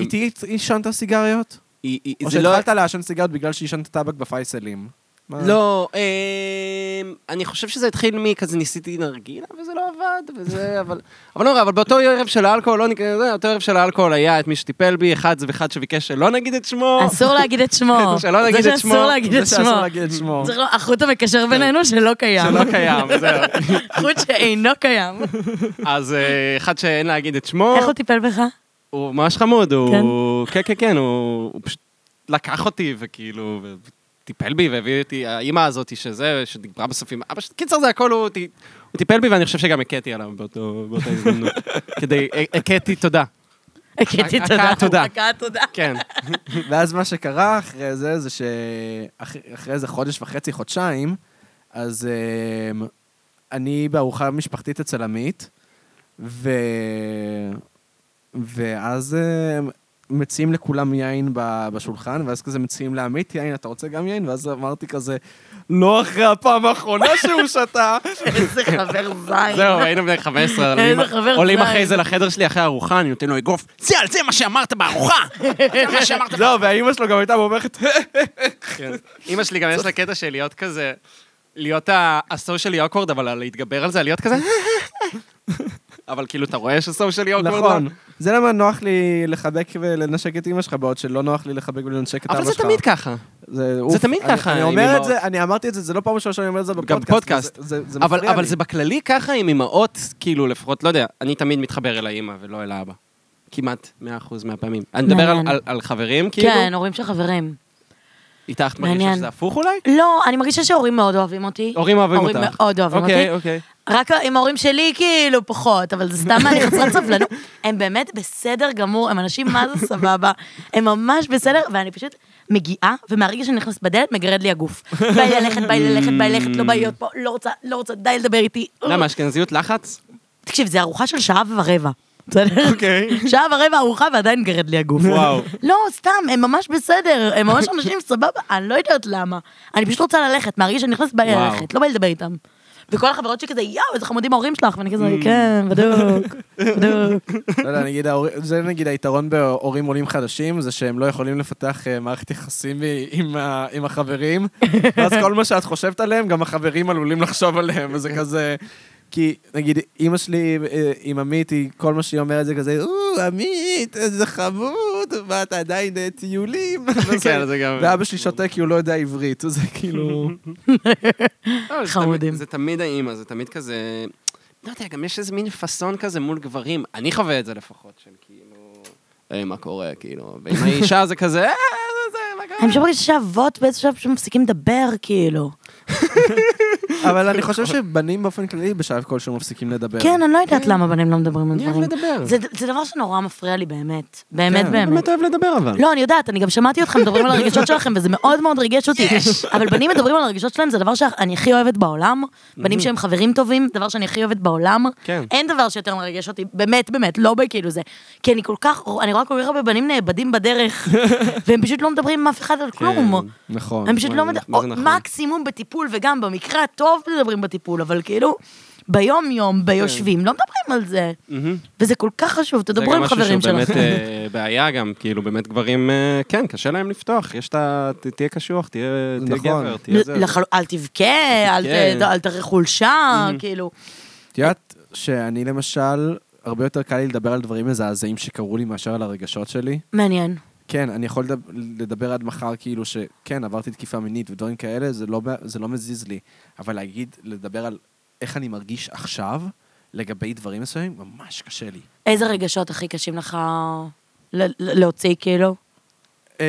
[SPEAKER 1] איתי עישנת סיגריות?
[SPEAKER 2] היא- היא-
[SPEAKER 1] או
[SPEAKER 2] זה לא-
[SPEAKER 1] שהתחלת לעשן סיגריות בגלל שעישנת טבק בפייסלים? מה-
[SPEAKER 2] לא, אמ, אני חושב שזה התחיל מכזה ניסיתי נרגילה, וזה לא עבד, וזה, אבל... אבל לא נורא, אבל באותו ערב של האלכוהול, לא ניכנס לזה, אותו ערב של האלכוהול היה את מי שטיפל בי, אחד זה ואחד שביקש שלא נגיד את שמו.
[SPEAKER 3] אסור להגיד את שמו.
[SPEAKER 2] לא. שלא נגיד את
[SPEAKER 3] זה
[SPEAKER 2] שמו,
[SPEAKER 3] שאסור להגיד
[SPEAKER 1] זה
[SPEAKER 3] את
[SPEAKER 1] שאסור
[SPEAKER 3] שמו.
[SPEAKER 1] להגיד את שמו.
[SPEAKER 3] צריך לו החוט המקשר בינינו שלא קיים.
[SPEAKER 2] שלא קיים, זהו.
[SPEAKER 3] חוט שאינו קיים.
[SPEAKER 2] אז אה, אחד שאין להגיד את שמו,
[SPEAKER 3] איך הוא טיפל בך?
[SPEAKER 2] הוא ממש חמוד, הוא... כן, כן, כן, הוא הוא פשוט לקח אותי, וכאילו... ו- טיפל בי והביא אותי, האימא הזאת שזה, שדיברה בסוף עם אבא שלי, קיצר זה הכל, הוא, טי- הוא טיפל בי ואני חושב שגם הכיתי עליו באותו, באותה הזדמנות. כדי, הכיתי תודה.
[SPEAKER 3] הכיתי
[SPEAKER 2] הכת
[SPEAKER 3] תודה.
[SPEAKER 2] תודה.
[SPEAKER 3] הכת תודה.
[SPEAKER 2] כן.
[SPEAKER 1] ואז מה שקרה אחרי זה, זה שאחרי איזה חודש וחצי, חודשיים, אז אמ, אני בארוחה משפחתית אצל עמית, ו... ואז אמ, מציעים לכולם יין ב- בשולחן, ואז כזה מציעים לעמית יין, אתה רוצה גם יין? ואז אמרתי כזה, לא אחרי הפעם האחרונה שהוא שתה.
[SPEAKER 3] איזה חבר זין.
[SPEAKER 2] זהו, היינו בני 15, עולים-
[SPEAKER 3] איזה חבר
[SPEAKER 2] עולים
[SPEAKER 3] זין.
[SPEAKER 2] אחרי זה לחדר שלי אחרי הארוחה, אני נותן לו אגרוף, זה על זה מה שאמרת בארוחה! זה מה שאמרת
[SPEAKER 1] לא, והאימא שלו גם הייתה מומחת,
[SPEAKER 2] כן. אימא שלי גם יש לה קטע של להיות כזה, להיות הסושיאלי אוקוורד, אבל להתגבר על זה, להיות כזה... אבל כאילו, אתה רואה לא? שסושיאלי אוקוורד...
[SPEAKER 1] נכון. זה למה נוח לי לחבק ולנשק את אימא שלך, בעוד שלא נוח לי לחבק ולנשק את אבא
[SPEAKER 2] אבל
[SPEAKER 1] שלך.
[SPEAKER 2] זה תמיד ככה.
[SPEAKER 1] זה אוף.
[SPEAKER 2] תמיד
[SPEAKER 1] אני-
[SPEAKER 2] ככה,
[SPEAKER 1] אני
[SPEAKER 2] עם
[SPEAKER 1] אומר את
[SPEAKER 2] אמהות.
[SPEAKER 1] זה, אני אמרתי את זה, זה לא פעם ראשונה שאני אומר את זה בפודקאסט.
[SPEAKER 2] גם פודקאסט.
[SPEAKER 1] וזה- זה- זה
[SPEAKER 2] אבל,
[SPEAKER 1] מפריע
[SPEAKER 2] אבל
[SPEAKER 1] לי.
[SPEAKER 2] זה בכללי ככה עם אמהות, כאילו, לפחות, לא יודע, אני תמיד מתחבר אל האמא ולא אל האבא. כמעט 100% מהפעמים. אני מדבר על,
[SPEAKER 3] מעניין.
[SPEAKER 2] על, על חברים, כאילו?
[SPEAKER 3] כן, הורים של חברים.
[SPEAKER 2] איתך את מרגישה
[SPEAKER 3] מעניין.
[SPEAKER 2] שזה הפוך אולי?
[SPEAKER 3] לא, אני מרגישה שהורים מאוד אוהבים אותי.
[SPEAKER 2] הורים אוהבים אותך.
[SPEAKER 3] הורים מאוד אוהבים אותי.
[SPEAKER 2] אוקיי, אוקיי.
[SPEAKER 3] רק עם ההורים שלי כאילו פחות, אבל זה סתם אני חסרת סבלנות. הם באמת בסדר גמור, הם אנשים מה זה סבבה, הם ממש בסדר, ואני פשוט מגיעה, ומהרגע שאני נכנסת בדלת, מגרד לי הגוף. בא לי ללכת, בא לי ללכת, בא לי ללכת, לא בא לי להיות פה, לא רוצה, לא רוצה, די לדבר איתי.
[SPEAKER 2] למה, אשכנזיות לחץ?
[SPEAKER 3] תקשיב, זו ארוחה של שעה ורבע. בסדר?
[SPEAKER 2] אוקיי.
[SPEAKER 3] שעה ורבע ארוחה ועדיין גרד לי הגוף.
[SPEAKER 2] וואו.
[SPEAKER 3] לא, סתם, הם ממש בסדר, הם ממש אנשים סבבה, אני לא יודעת למה. אני פשוט רוצה ללכת, מהרגע שאני נכנסת בא לי
[SPEAKER 2] וואו.
[SPEAKER 3] ללכת, לא בא לי לדבר איתם. וכל החברות שלי כזה, יואו, איזה חמודים ההורים שלך, ואני כזה, כן, בדוק, בדוק.
[SPEAKER 1] לא יודע, נגיד, ההורים- זה נגיד היתרון בהורים עולים חדשים, זה שהם לא יכולים לפתח אה, מערכת יחסים עם- עם ה- עם החברים, ואז כל מה שאת חושבת עליהם, גם החברים עלולים לחשוב עליהם, וזה כזה... כי נגיד, אימא שלי אה, עם עמית, היא, כל מה שהיא אומרת זה כזה, או, עמית, איזה חמוד, מה, אתה עדיין אה, טיולים? וזה-
[SPEAKER 2] כן, זה גם-
[SPEAKER 1] ואבא שלי שותק כי הוא לא יודע עברית, זה כאילו...
[SPEAKER 2] לא, זה
[SPEAKER 3] חמודים.
[SPEAKER 2] תמיד- זה תמיד האימא, זה תמיד כזה... לא יודע, גם יש איזה מין פאסון כזה מול גברים. אני חווה את זה לפחות, של כאילו... היי, מה קורה, כאילו? ועם האישה זה כזה... "אה, זה, זה, מה
[SPEAKER 3] אני
[SPEAKER 2] קורה?"
[SPEAKER 3] פשוט מרגישה שאבות באיזשהו שלב פשוט מפסיקים לדבר, כאילו.
[SPEAKER 1] אבל אני חושב שבנים באופן כללי בשלב כלשהו מפסיקים לדבר.
[SPEAKER 3] כן, אני לא יודעת למה בנים לא מדברים על
[SPEAKER 2] אני אוהב
[SPEAKER 3] דברים.
[SPEAKER 2] לדבר.
[SPEAKER 3] זה זה דבר שנורא מפריע לי, באמת. באמת,
[SPEAKER 1] כן,
[SPEAKER 3] באמת.
[SPEAKER 2] אוהב לדבר, אבל.
[SPEAKER 3] לא, אני יודעת, אני גם שמעתי אתכם מדברים על הרגשות שלכם, וזה מאוד מאוד ריגש אותי. אבל בנים מדברים על הרגשות שלהם, זה דבר שאני הכי אוהבת בעולם. בנים שהם חברים טובים, דבר שאני הכי אוהבת בעולם.
[SPEAKER 2] Mm-hmm. כן.
[SPEAKER 3] אין דבר שיותר מרגש אותי, באמת, באמת, לא בכאילו זה. כי אני כל כך, אני רואה כל כך הרבה בנים נאבדים בדרך, והם פשוט לא מדברים עם אף אחד על כלום.
[SPEAKER 1] נכון.
[SPEAKER 3] הם פשוט
[SPEAKER 2] כן. מה
[SPEAKER 3] לא
[SPEAKER 2] זה-
[SPEAKER 3] מדברים,
[SPEAKER 2] מה זה נכון?
[SPEAKER 3] מקסימום בטיפול, וגם במקרה הטוב מדברים בטיפול, אבל כאילו, ביום-יום, ביושבים, לא מדברים על זה. וזה כל כך חשוב, תדברו עם חברים
[SPEAKER 2] זה גם משהו
[SPEAKER 3] שלכם.
[SPEAKER 2] שהוא באמת אה, בעיה גם, כאילו, באמת גברים, אה, כן, קשה להם לפתוח. יש את ה... ת- תהיה קשוח, תהיה תהיה
[SPEAKER 1] נכון.
[SPEAKER 2] גבר, תהיה זה.
[SPEAKER 3] לחל... אל תבכה, אל, ת... לא,
[SPEAKER 2] תבכה.
[SPEAKER 3] אל תראה חולשה, כאילו.
[SPEAKER 1] את יודעת שאני למשל, הרבה יותר קל לי לדבר על דברים מזעזעים שקרו לי מאשר על הרגשות שלי.
[SPEAKER 3] מעניין.
[SPEAKER 1] כן, אני יכול לדבר, לדבר עד מחר כאילו שכן, עברתי תקיפה מינית ודברים כאלה, זה לא, בע- זה לא מזיז לי. אבל להגיד, לדבר על איך אני מרגיש עכשיו, לגבי דברים מסוימים, ממש קשה לי.
[SPEAKER 3] איזה רגשות הכי קשים לך ל- ל- להוציא, כאילו?
[SPEAKER 1] אמ,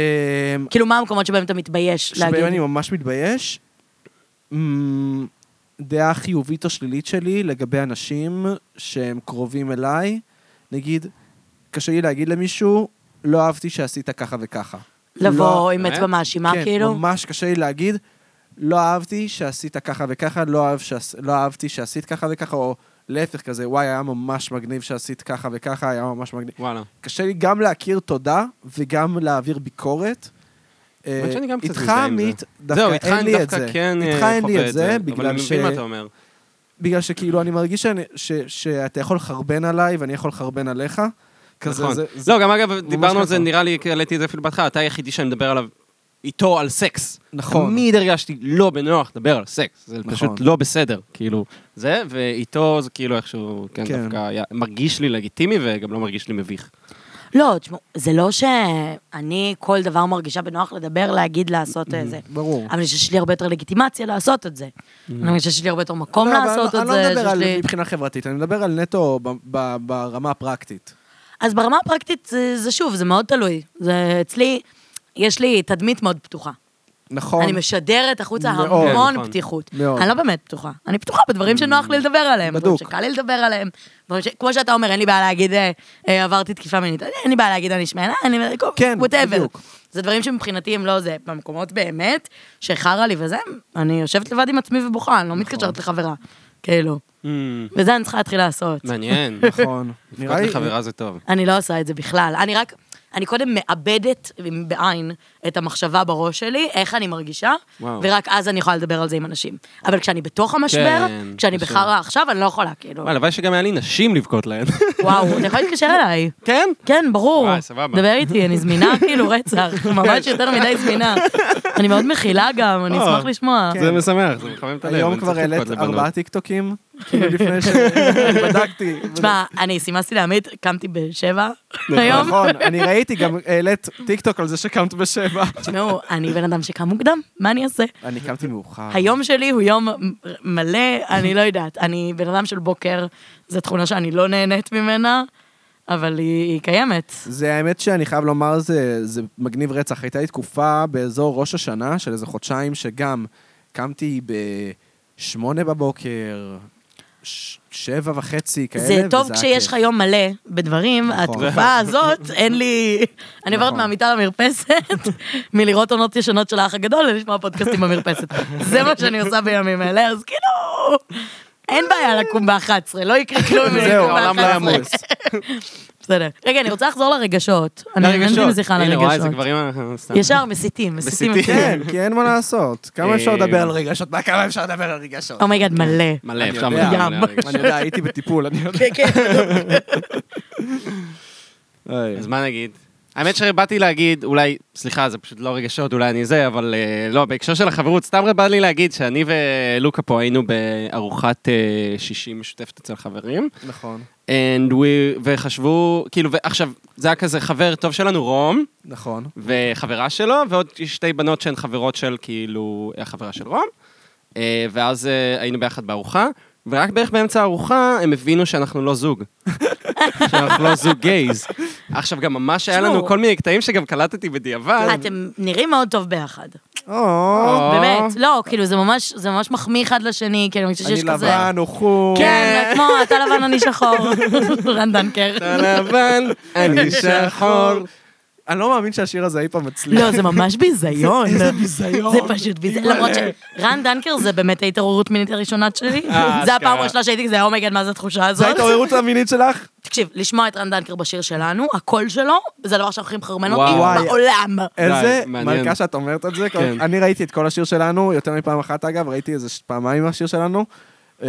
[SPEAKER 3] כאילו, מה המקומות שבהם אתה מתבייש להגיד?
[SPEAKER 1] שבהם אני ממש מתבייש. אמ, דעה חיובית או שלילית שלי לגבי אנשים שהם קרובים אליי, נגיד, קשה לי להגיד למישהו, לא אהבתי שעשית ככה וככה.
[SPEAKER 3] לבוא
[SPEAKER 1] לא-
[SPEAKER 3] עם
[SPEAKER 2] אה?
[SPEAKER 3] אצבע מאשימה,
[SPEAKER 1] כן,
[SPEAKER 3] כאילו?
[SPEAKER 1] ממש קשה לי להגיד, לא אהבתי שעשית ככה וככה, לא, אהב שעש... לא אהבתי שעשית ככה וככה, או להפך כזה, וואי, היה ממש מגניב שעשית ככה וככה, היה ממש מגניב.
[SPEAKER 2] וואלה.
[SPEAKER 1] קשה לי גם להכיר תודה וגם להעביר ביקורת. אה,
[SPEAKER 2] האמת שאני גם קצת
[SPEAKER 1] איתך,
[SPEAKER 2] מזדהה עם זה.
[SPEAKER 1] עמית,
[SPEAKER 2] זהו,
[SPEAKER 1] דווקא
[SPEAKER 2] איתך
[SPEAKER 1] אין
[SPEAKER 2] אני
[SPEAKER 1] לי את זה.
[SPEAKER 2] דווקא כן אה,
[SPEAKER 1] איתך אין לי
[SPEAKER 2] חווה
[SPEAKER 1] את זה,
[SPEAKER 2] אבל
[SPEAKER 1] בגלל
[SPEAKER 2] אני
[SPEAKER 1] ש...
[SPEAKER 2] מבין מה אתה אומר.
[SPEAKER 1] בגלל שכאילו, אני מרגיש שאני- ש- שאתה יכול לחרבן עליי ואני יכול לחרבן עליך. כזה,
[SPEAKER 2] נכון.
[SPEAKER 1] זה- זה-
[SPEAKER 2] לא, גם אגב, דיברנו על זה,
[SPEAKER 1] ככה.
[SPEAKER 2] נראה לי, העליתי את זה אפילו בהתחלה, אתה היחידי שאני מדבר עליו איתו על סקס.
[SPEAKER 1] נכון.
[SPEAKER 2] תמיד הרגשתי לא בנוח לדבר על סקס, זה
[SPEAKER 1] נכון.
[SPEAKER 2] פשוט לא בסדר, כאילו, זה, ואיתו זה כאילו איכשהו, כן,
[SPEAKER 1] כן.
[SPEAKER 2] דווקא היה, מרגיש לי לגיטימי וגם לא מרגיש לי מביך.
[SPEAKER 3] לא, תשמעו, זה לא שאני כל דבר מרגישה בנוח לדבר, להגיד, לעשות אה, זה.
[SPEAKER 1] ברור.
[SPEAKER 3] אבל אני חושבת שיש לי הרבה יותר לגיטימציה לעשות את זה. אני חושבת שיש לי הרבה יותר מקום
[SPEAKER 1] לא, אבל
[SPEAKER 3] לעשות
[SPEAKER 1] אני-
[SPEAKER 3] את זה.
[SPEAKER 1] אני לא מדבר
[SPEAKER 3] שיש
[SPEAKER 1] על
[SPEAKER 3] לי-
[SPEAKER 1] מבחינה חברתית, אני מדבר על נטו ב- ב- ברמה הפרקטית.
[SPEAKER 3] אז ברמה הפרקטית, זה- זה שוב, זה מאוד תלוי. זה אצלי, יש לי תדמית מאוד פתוחה.
[SPEAKER 1] נכון.
[SPEAKER 3] אני משדרת החוצה
[SPEAKER 1] מאוד.
[SPEAKER 3] המון
[SPEAKER 2] נכון.
[SPEAKER 3] פתיחות.
[SPEAKER 1] מאוד.
[SPEAKER 3] אני לא באמת פתוחה. אני פתוחה בדברים שנוח לי לדבר עליהם. בדברים
[SPEAKER 1] בדוק.
[SPEAKER 3] שקל לי לדבר עליהם. דברים ש- כמו שאתה אומר, אין לי בעיה להגיד, אה, אה, עברתי תקיפה מינית. אין לי בעיה להגיד, אני שמנה, אני...
[SPEAKER 1] כן,
[SPEAKER 3] whatever.
[SPEAKER 1] בדיוק.
[SPEAKER 3] זה דברים שמבחינתי הם לא זה. במקומות באמת, שחרא לי וזה, אני יושבת לבד עם עצמי ובוכה, אני לא מתקשרת לחברה. כאילו.
[SPEAKER 1] Mm.
[SPEAKER 3] וזה אני צריכה להתחיל לעשות.
[SPEAKER 2] מעניין.
[SPEAKER 1] נכון.
[SPEAKER 2] נראה לי חברה זה טוב.
[SPEAKER 3] אני לא עושה את זה בכלל. אני רק, אני קודם מאבדת עם- בעין את המחשבה בראש שלי, איך אני מרגישה,
[SPEAKER 2] וואו.
[SPEAKER 3] ורק אז אני יכולה לדבר על זה עם אנשים. אבל כשאני בתוך המשבר,
[SPEAKER 2] כן,
[SPEAKER 3] כשאני
[SPEAKER 2] קשה.
[SPEAKER 3] בחרא עכשיו, אני לא יכולה, כאילו.
[SPEAKER 2] וואי, הלוואי שגם היה לי נשים לבכות להן.
[SPEAKER 3] וואו, אתה יכול להתקשר אליי.
[SPEAKER 2] כן?
[SPEAKER 3] כן, ברור.
[SPEAKER 2] וואי, סבבה.
[SPEAKER 3] דבר איתי, אני זמינה כאילו רצח, ממש יותר מדי זמינה. אני מאוד מכילה גם, אני
[SPEAKER 2] אה.
[SPEAKER 3] אשמח לשמוע.
[SPEAKER 2] זה משמח, זה מחמם את הלב.
[SPEAKER 1] כן. היום
[SPEAKER 2] אני
[SPEAKER 1] כבר
[SPEAKER 2] צריך לבכות
[SPEAKER 1] העלית
[SPEAKER 2] לבנות.
[SPEAKER 1] ארבעה טיקטוקים, כאילו לפני שבדקתי.
[SPEAKER 3] תשמע, אני סימסתי לעמית, קמתי בשבע היום.
[SPEAKER 1] נכון, אני ראיתי, גם העלית טיקטוק על זה שקמת בשבע.
[SPEAKER 3] תשמעו, אני בן אדם שקם מוקדם, מה אני אעשה?
[SPEAKER 1] אני קמתי מאוחר.
[SPEAKER 3] היום שלי הוא יום מלא, אני לא יודעת. אני בן אדם של בוקר, זו תכונה שאני לא נהנית ממנה, אבל היא, היא קיימת.
[SPEAKER 1] זה האמת שאני חייב לומר, זה, זה מגניב רצח. הייתה לי תקופה באזור ראש השנה של איזה חודשיים, שגם קמתי בשמונה בבוקר, ש- שבע וחצי, כאלה,
[SPEAKER 3] זה טוב
[SPEAKER 1] וזה היה
[SPEAKER 3] כשיש
[SPEAKER 1] כיף.
[SPEAKER 3] לך יום מלא בדברים,
[SPEAKER 1] נכון.
[SPEAKER 3] התקופה הזאת, אין לי... אני עוברת
[SPEAKER 1] נכון.
[SPEAKER 3] מהמיטה למרפסת, מלראות עונות ישנות של האח הגדול ולשמוע פודקאסטים במרפסת. זה מה שאני עושה בימים אלה, אז כאילו... אין בעיה לקום ב-11, לא יקרה כלום אם אני
[SPEAKER 1] זהו,
[SPEAKER 3] אקום
[SPEAKER 1] העולם לא
[SPEAKER 3] ב-11.
[SPEAKER 1] ימוס.
[SPEAKER 3] בסדר. רגע, אני רוצה לחזור לרגשות. אני
[SPEAKER 2] לרגשות.
[SPEAKER 3] אין לי מזיכה
[SPEAKER 2] הנה, וואי, זה
[SPEAKER 3] לרגשות.
[SPEAKER 2] כבר עם... סתם.
[SPEAKER 3] ישר מסיתים, מסיתים.
[SPEAKER 2] מסיתים.
[SPEAKER 3] מסיתים.
[SPEAKER 1] כן, כי אין מה לעשות. כמה אפשר
[SPEAKER 2] אה,
[SPEAKER 1] לדבר על רגשות? מה כמה אפשר לדבר על רגשות?
[SPEAKER 3] אומייגאד, מלא.
[SPEAKER 2] מלא,
[SPEAKER 1] אני
[SPEAKER 2] אפשר
[SPEAKER 1] יודע.
[SPEAKER 2] מלא, מלא
[SPEAKER 3] ים.
[SPEAKER 2] רגשות.
[SPEAKER 1] אני יודע, הייתי בטיפול, אני יודע.
[SPEAKER 3] כן, כן.
[SPEAKER 1] אה. כן.
[SPEAKER 2] אז מה נגיד? האמת שבאתי להגיד, אולי, סליחה, זה פשוט לא רגשות, אולי אני זה, אבל אה, לא, בהקשר של החברות, סתם בא לי להגיד שאני ולוקה פה היינו בארוחת אה, שישי משותפת אצל חברים,
[SPEAKER 1] נכון,
[SPEAKER 2] and we, וחשבו, כאילו, ועכשיו, זה היה כזה חבר טוב שלנו, רום,
[SPEAKER 1] נכון.
[SPEAKER 2] וחברה שלו, ועוד שתי בנות שהן חברות של, כאילו, החברה של רום. אה, ואז אה, היינו ביחד בארוחה, ורק בערך באמצע הארוחה הם הבינו שאנחנו לא זוג. שאנחנו לא זוג גייז. עכשיו, גם ממש היה לנו
[SPEAKER 3] תשמעו. אה,
[SPEAKER 2] כל מיני קטעים שגם קלטתי בדיעבד.
[SPEAKER 3] אתם נראים מאוד טוב ביחד.
[SPEAKER 1] או,
[SPEAKER 2] או.
[SPEAKER 3] באמת. לא, כאילו, זה ממש זה ממש מחמיא אחד לשני, כאילו, אני חושבת
[SPEAKER 1] אני
[SPEAKER 3] שיש כזה...
[SPEAKER 1] לבן, הוא חור.
[SPEAKER 3] כן, כמו אתה לבן, אני שחור. רן דנקר.
[SPEAKER 2] אתה לבן, אני שחור.
[SPEAKER 1] אני לא מאמין שהשיר הזה אי פעם מצליח.
[SPEAKER 3] לא, זה ממש ביזיון.
[SPEAKER 1] איזה ביזיון.
[SPEAKER 3] זה פשוט ביזיון. למרות שרן דנקר זה באמת ההתעוררות מינית הראשונה שלי.
[SPEAKER 2] אשכרה.
[SPEAKER 3] זה הפעם הראשונה שהייתי כזה, אומייגד, מה זה התחושה
[SPEAKER 1] זה
[SPEAKER 3] הזאת?
[SPEAKER 1] ההתעוררות המינית שלך?
[SPEAKER 3] תקשיב, לשמוע את רן דנקר בשיר שלנו, הקול שלו, זה הדבר שהכי מחרמן אותי
[SPEAKER 2] וואו.
[SPEAKER 1] וואי.
[SPEAKER 3] בעולם.
[SPEAKER 1] איזה
[SPEAKER 2] מעניין.
[SPEAKER 1] מלכה שאת אומרת את זה.
[SPEAKER 2] כן.
[SPEAKER 1] אני ראיתי את כל השיר שלנו, יותר מפעם אחת אגב, ראיתי איזה ש- פעמיים השיר שלנו. אמ,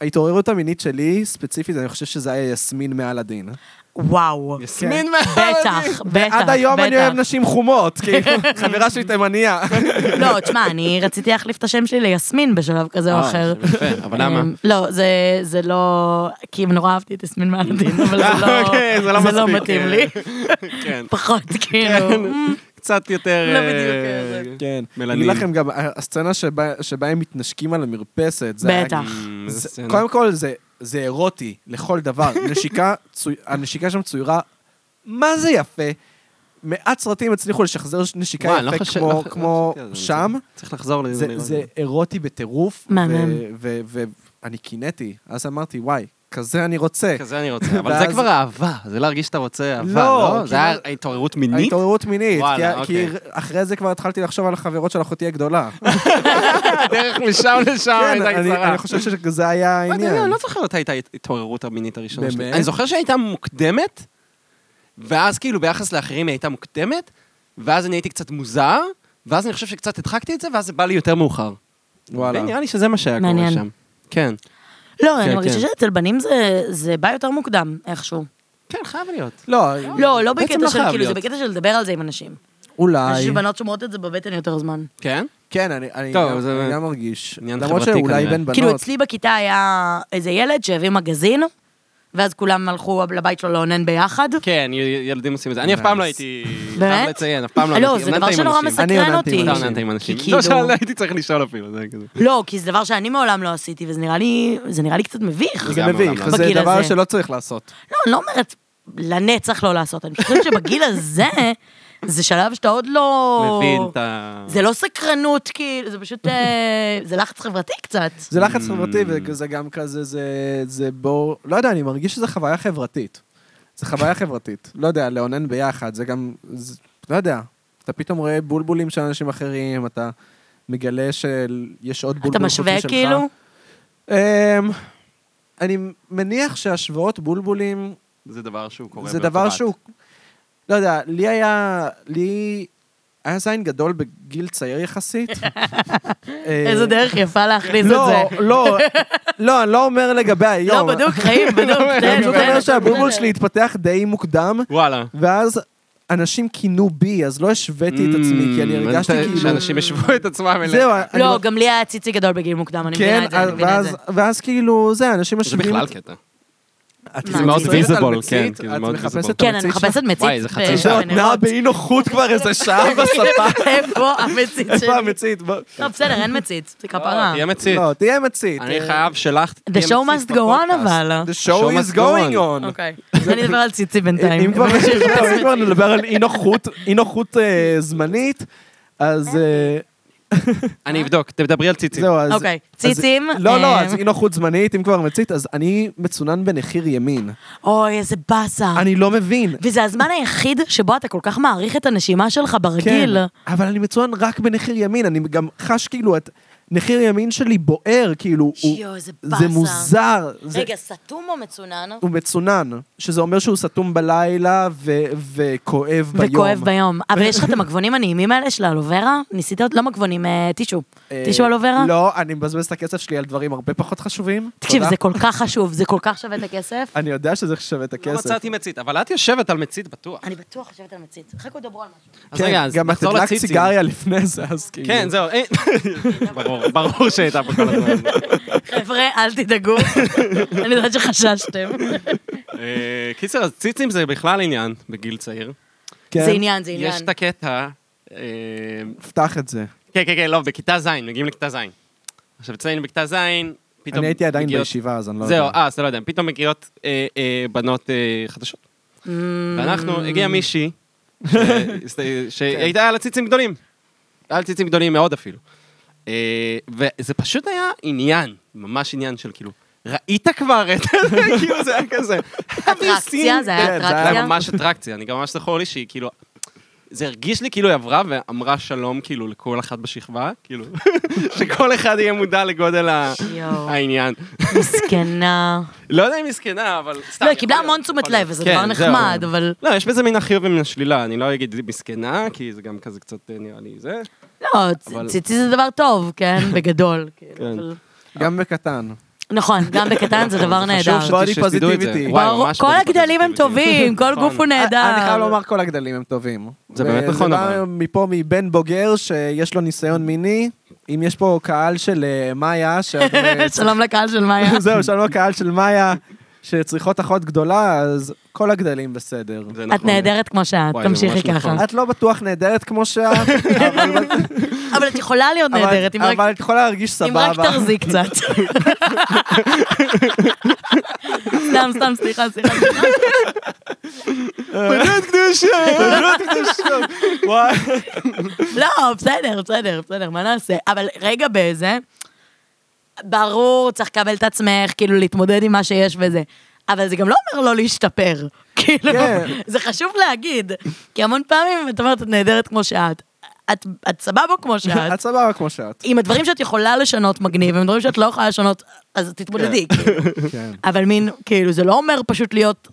[SPEAKER 1] ההתעוררות המינית שלי, ספציפית, אני חושב שזה היה יסמין מעל הדין.
[SPEAKER 3] וואו.
[SPEAKER 1] יסמין מעל
[SPEAKER 3] בטח, בטח,
[SPEAKER 1] עד היום אני
[SPEAKER 3] בטח. כן.
[SPEAKER 1] אוהב נשים חומות, כאילו, חברה שלי תימניה.
[SPEAKER 3] לא, תשמע, אני רציתי להחליף את השם שלי ליסמין בשלב כזה או לא אחר.
[SPEAKER 2] אה, יפה, אבל למה?
[SPEAKER 3] אמ, לא, זה- זה לא... כי נורא אהבתי את יסמין מהדין, אבל זה
[SPEAKER 2] אוקיי, זה לא
[SPEAKER 3] לא... זה לא
[SPEAKER 2] מספיק,
[SPEAKER 3] מתאים
[SPEAKER 2] אה,
[SPEAKER 3] לי.
[SPEAKER 2] כן,
[SPEAKER 3] פחות, כאילו. אמ,
[SPEAKER 2] קצת יותר...
[SPEAKER 3] לא בדיוק,
[SPEAKER 2] אה,
[SPEAKER 3] זה.
[SPEAKER 1] כן. אני
[SPEAKER 2] מלנין.
[SPEAKER 1] אגיד לכם גם, הסצנה שבה- שבה הם מתנשקים על המרפסת, זה היה
[SPEAKER 3] בטח.
[SPEAKER 2] אמ, איזה
[SPEAKER 1] זה-
[SPEAKER 2] סצנה.
[SPEAKER 1] קודם כל, זה, זה אירוטי לכל דבר. נשיקה, צו... הנשיקה שם צוירה, מה זה יפה. מעט סרטים הצליחו לשחזר נשיקה
[SPEAKER 2] וואי,
[SPEAKER 1] יפה
[SPEAKER 2] לא חושב-
[SPEAKER 1] כמו,
[SPEAKER 2] לא חשבתי
[SPEAKER 1] כמו
[SPEAKER 2] על זה, אני
[SPEAKER 1] שם.
[SPEAKER 2] צריך- צריך לחזור לזה.
[SPEAKER 1] זה, זה אירוטי בטירוף.
[SPEAKER 3] מהמם.
[SPEAKER 1] ואני קינאתי, אז אמרתי, וואי, כזה אני רוצה.
[SPEAKER 2] כזה אני רוצה, אבל
[SPEAKER 1] ואז-
[SPEAKER 2] זה כבר אהבה, זה להרגיש שאתה רוצה אהבה,
[SPEAKER 1] לא,
[SPEAKER 2] לא?
[SPEAKER 1] כאילו-
[SPEAKER 2] זה היה התעוררות מינית?
[SPEAKER 1] ההתעוררות מינית,
[SPEAKER 2] וואלה,
[SPEAKER 1] כי,
[SPEAKER 2] אוקיי.
[SPEAKER 1] כי אחרי זה כבר התחלתי לחשוב על החברות של אחותי הגדולה.
[SPEAKER 2] הדרך משם לשם
[SPEAKER 1] כן,
[SPEAKER 2] הייתה
[SPEAKER 1] אני,
[SPEAKER 2] קצרה.
[SPEAKER 1] אני חושב שזה היה
[SPEAKER 2] לא יודע,
[SPEAKER 1] העניין.
[SPEAKER 2] אני לא זוכר מתי הייתה ההתעוררות המינית הראשונה שלי.
[SPEAKER 1] באמת?
[SPEAKER 2] אני זוכר שהייתה מוקדמת, ואז כאילו ביחס לאחרים היא הייתה מוקדמת, ואז אני הייתי קצת מוזר, ואז אני חושב שקצת הדחקתי את זה, ואז זה בא לי יותר מאוחר.
[SPEAKER 1] וואלה.
[SPEAKER 2] ונראה לי שזה מה שהיה קורה
[SPEAKER 3] מעניין.
[SPEAKER 2] שם. כן.
[SPEAKER 3] לא,
[SPEAKER 2] כן,
[SPEAKER 3] אני מרגישה
[SPEAKER 2] כן.
[SPEAKER 3] שאצל בנים זה- זה בא יותר מוקדם, איכשהו.
[SPEAKER 2] כן, חייב להיות.
[SPEAKER 1] לא,
[SPEAKER 3] לא, לא
[SPEAKER 2] בעצם
[SPEAKER 3] בקטע
[SPEAKER 2] לא
[SPEAKER 3] של,
[SPEAKER 2] חייב
[SPEAKER 3] כאילו, זה
[SPEAKER 2] להיות.
[SPEAKER 3] בקטע של לדבר על זה עם אנשים.
[SPEAKER 1] אולי.
[SPEAKER 3] יש בנות שומרות את זה בבטן יותר זמן.
[SPEAKER 2] כן?
[SPEAKER 1] כן, אני, אני,
[SPEAKER 2] טוב,
[SPEAKER 1] גם,
[SPEAKER 2] זה-
[SPEAKER 1] אני גם מרגיש.
[SPEAKER 2] עניין
[SPEAKER 1] למרות
[SPEAKER 2] חברתי
[SPEAKER 1] שאולי
[SPEAKER 2] כנראה.
[SPEAKER 1] בין בנות.
[SPEAKER 3] כאילו, אצלי בכיתה היה איזה ילד שהביא מגזין, ואז כולם הלכו לבית שלו לאונן ביחד.
[SPEAKER 2] כן, י- ילדים עושים את זה. אני אף פעם לא הייתי...
[SPEAKER 3] באמת?
[SPEAKER 2] חייב לציין, אף פעם לא
[SPEAKER 3] לא, זה
[SPEAKER 2] הייתי. עוננת
[SPEAKER 3] דבר
[SPEAKER 2] עם
[SPEAKER 3] שנורא
[SPEAKER 2] אנשים.
[SPEAKER 1] אני
[SPEAKER 3] מסקרן
[SPEAKER 1] עוננתי
[SPEAKER 3] אותי.
[SPEAKER 1] עם
[SPEAKER 2] אתה עוננת עם אנשים.
[SPEAKER 3] כי כאילו-
[SPEAKER 2] לא, שלא הייתי צריך לשאול אפילו, זה כזה.
[SPEAKER 3] לא, כי זה דבר שאני מעולם לא עשיתי, וזה נראה לי, זה נראה לי קצת מביך.
[SPEAKER 1] זה
[SPEAKER 2] גם
[SPEAKER 1] מביך,
[SPEAKER 2] עולם.
[SPEAKER 1] זה
[SPEAKER 3] בגיל
[SPEAKER 1] דבר
[SPEAKER 3] הזה.
[SPEAKER 1] שלא צריך לעשות.
[SPEAKER 3] לא, אני לא אומרת לנצח לא לעשות, אני חושבת שבגיל הזה, זה שלב שאתה עוד לא...
[SPEAKER 2] מבין את ה...
[SPEAKER 3] זה לא סקרנות, כאילו, זה פשוט... אה, זה לחץ חברתי קצת.
[SPEAKER 1] זה
[SPEAKER 2] Mm.
[SPEAKER 1] לחץ חברתי, וזה גם כזה, זה, זה בור... לא יודע, אני מרגיש שזו חוויה חברתית. זו חוויה חברתית. לא יודע, לאונן ביחד, זה גם... זה, לא יודע. אתה פתאום רואה בולבולים של אנשים אחרים, אתה מגלה שיש עוד בולבול
[SPEAKER 3] אתה
[SPEAKER 1] חוץ משלך.
[SPEAKER 3] משווה כאילו?
[SPEAKER 1] אמ, אני מניח שהשוואות בולבולים
[SPEAKER 2] זה דבר שהוא קורה
[SPEAKER 1] זה דבר
[SPEAKER 2] באוטומט.
[SPEAKER 1] שהוא... לא יודע, לי היה... לי היה זין גדול בגיל צעיר יחסית. אה,
[SPEAKER 3] איזה דרך יפה להכניס את
[SPEAKER 1] לא,
[SPEAKER 3] זה.
[SPEAKER 1] לא, לא, אני לא אומר לגבי
[SPEAKER 3] לא,
[SPEAKER 1] היום.
[SPEAKER 3] בדוק, חיים, בדוק.
[SPEAKER 1] לא, אני
[SPEAKER 3] תן,
[SPEAKER 1] פשוט
[SPEAKER 3] תן,
[SPEAKER 1] אומר
[SPEAKER 3] תן.
[SPEAKER 1] שהבולבול שלי התפתח די מוקדם,
[SPEAKER 2] וואלה.
[SPEAKER 1] ואז אנשים כינו בי, אז לא השוויתי את עצמי, כי אני
[SPEAKER 2] Mm,
[SPEAKER 1] הרגשתי
[SPEAKER 2] הבנת
[SPEAKER 1] כאילו...
[SPEAKER 2] שאנשים ישבו את עצמם
[SPEAKER 1] זהו,
[SPEAKER 2] אליהם.
[SPEAKER 1] אני-
[SPEAKER 3] לא, גם לי היה ציצי גדול בגיל מוקדם, אני
[SPEAKER 1] כן,
[SPEAKER 3] מבינה את זה, אני מבינה את
[SPEAKER 1] ואז-
[SPEAKER 3] זה.
[SPEAKER 1] ואז כאילו, זה, אנשים
[SPEAKER 2] זה
[SPEAKER 1] משווים...
[SPEAKER 2] בכלל
[SPEAKER 1] את-
[SPEAKER 2] קטע.
[SPEAKER 1] את
[SPEAKER 3] זה מאוד
[SPEAKER 1] מסתובבת על
[SPEAKER 2] visible,
[SPEAKER 1] מצית,
[SPEAKER 2] כן, כאילו, זה
[SPEAKER 1] את
[SPEAKER 2] מאוד
[SPEAKER 1] מחפשת
[SPEAKER 2] visible.
[SPEAKER 1] את
[SPEAKER 3] כן, אני
[SPEAKER 1] המצית שלך?
[SPEAKER 3] מחפשת מצית. אה,
[SPEAKER 2] וואי, זה חצי
[SPEAKER 3] ב-
[SPEAKER 2] שעה.
[SPEAKER 3] בנרות.
[SPEAKER 1] נעה באי נוחות כבר איזה שעה בספה.
[SPEAKER 3] איפה המצית שלי?
[SPEAKER 1] איפה המצית? בוא-
[SPEAKER 3] לא, בסדר, אין מצית, זה כפרה.
[SPEAKER 2] לא, תהיה מציץ.
[SPEAKER 1] לא, תהיה מצית.
[SPEAKER 2] אני חייב שלך...
[SPEAKER 3] The show must go on אבל.
[SPEAKER 1] The show
[SPEAKER 2] show
[SPEAKER 1] is
[SPEAKER 2] must
[SPEAKER 1] going
[SPEAKER 2] go
[SPEAKER 1] on.
[SPEAKER 3] אוקיי. אז אני אדבר על ציצי בינתיים.
[SPEAKER 1] אם כבר אם כבר נדבר על אי נוחות, אי נוחות אה, זמנית, אז אה,
[SPEAKER 2] אני אבדוק, תדברי על ציצים. לא
[SPEAKER 1] זהו, אז...
[SPEAKER 3] אוקיי,
[SPEAKER 1] אז-
[SPEAKER 3] ציצים,
[SPEAKER 1] לא, לא,
[SPEAKER 3] אה,
[SPEAKER 1] אז אי נוחות זמנית, אם כבר מצית, אז אני מצונן בנחיר ימין.
[SPEAKER 3] אה. אוי, איזה באסה.
[SPEAKER 1] אני לא מבין.
[SPEAKER 3] וזה הזמן היחיד שבו אתה כל כך מעריך את הנשימה שלך ברגיל.
[SPEAKER 1] כן, אבל אני מצונן רק בנחיר ימין, אני גם חש כאילו את... נחיר ימין שלי בוער, כאילו, הוא-
[SPEAKER 3] שיו, איזה באסה.
[SPEAKER 1] זה מוזר. זה-
[SPEAKER 3] רגע, סתום או מצונן?
[SPEAKER 1] הוא מצונן, שזה אומר שהוא סתום בלילה ו- וכואב ביום.
[SPEAKER 3] וכואב ביום. אבל יש לך את המגבונים הנעימים האלה של האלוברה? ניסית עוד? לא מגבונים, אה, טישו.
[SPEAKER 1] אה,
[SPEAKER 3] טישו אלוברה?
[SPEAKER 1] לא, אני מבזבז את הכסף שלי על דברים הרבה פחות חשובים.
[SPEAKER 3] תקשיב,
[SPEAKER 1] תודה.
[SPEAKER 3] זה כל כך חשוב, זה כל כך שווה את הכסף.
[SPEAKER 1] אני יודע שזה שווה את
[SPEAKER 2] לא
[SPEAKER 1] הכסף.
[SPEAKER 2] מצאתי מצית, אבל את יושבת על מצית בטוח.
[SPEAKER 3] אני בטוח חושבת על מצית. חכו, דברו על משהו.
[SPEAKER 2] אז
[SPEAKER 1] כן,
[SPEAKER 2] רגע, אז
[SPEAKER 1] גם את
[SPEAKER 2] נחזור
[SPEAKER 1] הדלקת
[SPEAKER 2] לציצים.
[SPEAKER 1] סיגריה לפני זה, אז כאילו...
[SPEAKER 2] כן, זהו. אין- ברור, ברור שהייתה פה כל הזמן.
[SPEAKER 3] חבר'ה, אל תדאגו. אני יודעת שחששתם.
[SPEAKER 2] אה, קיצר, אז ציצים זה בכלל עניין בגיל צעיר.
[SPEAKER 1] כן,
[SPEAKER 3] זה עניין, זה
[SPEAKER 2] יש
[SPEAKER 3] עניין.
[SPEAKER 2] את הקטע... אה,
[SPEAKER 1] פתח את זה.
[SPEAKER 2] כן, כן, כן, לא, בכיתה ז', מגיעים לכיתה ז'. עכשיו, אצלנו בכיתה ז', פתאום...
[SPEAKER 1] אני הייתי עדיין
[SPEAKER 2] מגיעות-
[SPEAKER 1] בישיבה, אז אני לא יודע.
[SPEAKER 2] זהו, אה, אז אתה לא יודע, פתאום מגיעות אה, אה, בנות אה, חדשות. ואנחנו, הגיעה מישהי, ש-
[SPEAKER 1] כן.
[SPEAKER 2] שהייתה על הציצים גדולים. היה לה ציצים גדולים מאוד אפילו. אה, וזה פשוט היה עניין, ממש עניין של כאילו, ראית כבר את זה? כאילו זה היה כזה.
[SPEAKER 1] כן, זה היה
[SPEAKER 3] אטרקציה, זה היה
[SPEAKER 2] זה היה
[SPEAKER 3] אטרקציה.
[SPEAKER 2] ממש אטרקציה, אני גם ממש זכור לי שהיא כאילו... זה הרגיש לי כאילו היא עברה ואמרה שלום כאילו לכל אחת בשכבה, כאילו, שכל אחד יהיה מודע לגודל ה-
[SPEAKER 3] יואו.
[SPEAKER 2] העניין.
[SPEAKER 3] מסכנה.
[SPEAKER 2] לא יודע אם היא מסכנה, אבל סתם.
[SPEAKER 3] לא, היא
[SPEAKER 2] יכול
[SPEAKER 3] קיבלה
[SPEAKER 2] להיות,
[SPEAKER 3] המון
[SPEAKER 2] יכול
[SPEAKER 3] תשומת
[SPEAKER 2] להיות.
[SPEAKER 3] לב, וזה
[SPEAKER 2] כן,
[SPEAKER 3] דבר
[SPEAKER 2] זהו.
[SPEAKER 3] נחמד, אבל...
[SPEAKER 2] לא, יש בזה מן החיוב ומן השלילה, אני לא אגיד מסכנה, כי זה גם כזה קצת אה, נראה לי זה.
[SPEAKER 3] לא, צ-
[SPEAKER 2] אבל-
[SPEAKER 3] ציצי זה דבר טוב, כן? בגדול. כאילו,
[SPEAKER 2] כן.
[SPEAKER 3] אבל-
[SPEAKER 1] גם בקטן.
[SPEAKER 3] נכון, גם בקטן זה דבר נהדר.
[SPEAKER 1] ש- Body
[SPEAKER 2] שתדעו את זה.
[SPEAKER 1] positivity.
[SPEAKER 2] וואי,
[SPEAKER 3] ברור,
[SPEAKER 2] ממש
[SPEAKER 3] כל
[SPEAKER 2] body
[SPEAKER 3] הגדלים הם
[SPEAKER 2] positivity.
[SPEAKER 3] טובים, כל
[SPEAKER 2] נכון.
[SPEAKER 3] גוף הוא נהדר.
[SPEAKER 1] אה, אני חייב לומר, כל הגדלים הם טובים.
[SPEAKER 2] זה באמת
[SPEAKER 1] וזה
[SPEAKER 2] נכון,
[SPEAKER 1] בא
[SPEAKER 2] אבל.
[SPEAKER 1] מפה מבן בוגר, שיש לו ניסיון מיני. אם יש פה קהל של אה, מאיה, שעוד, אה,
[SPEAKER 3] שלום לקהל של מאיה.
[SPEAKER 1] זהו, שלום הקהל של מאיה, שצריכות אחות גדולה, אז כל הגדלים בסדר.
[SPEAKER 2] זה
[SPEAKER 3] את
[SPEAKER 2] נכון.
[SPEAKER 3] נהדרת כמו שאת,
[SPEAKER 2] וואי, זה
[SPEAKER 3] תמשיכי
[SPEAKER 2] ממש
[SPEAKER 3] ככה.
[SPEAKER 2] נכון.
[SPEAKER 1] את לא בטוח נהדרת כמו שאת, אבל-
[SPEAKER 3] אבל את יכולה להיות
[SPEAKER 1] אבל-
[SPEAKER 3] נהדרת, אם רק-
[SPEAKER 1] אבל את יכולה להרגיש
[SPEAKER 3] אם רק
[SPEAKER 1] סבבה.
[SPEAKER 3] תחזיק קצת. סתם, סתם, סליחה, סליחה. סליחה.
[SPEAKER 1] פנות קדושות, פנות קדושות. וואי.
[SPEAKER 3] לא, בסדר, בסדר, בסדר, מה נעשה? אבל רגע באיזה, ברור, צריך לקבל את עצמך, כאילו להתמודד עם מה שיש וזה. אבל זה גם לא אומר לא להשתפר. כאילו,
[SPEAKER 1] כן.
[SPEAKER 3] זה חשוב להגיד. כי המון פעמים את אומרת, את נהדרת כמו שאת. את, את סבבה כמו
[SPEAKER 1] את
[SPEAKER 3] שאת.
[SPEAKER 1] סבבה כמו שאת.
[SPEAKER 3] עם הדברים שאת יכולה לשנות מגניב, עם הדברים שאת לא יכולה לשנות, אז תתמודדי. כאילו.
[SPEAKER 1] כן.
[SPEAKER 3] אבל מין, כאילו, זה לא אומר פשוט להיות,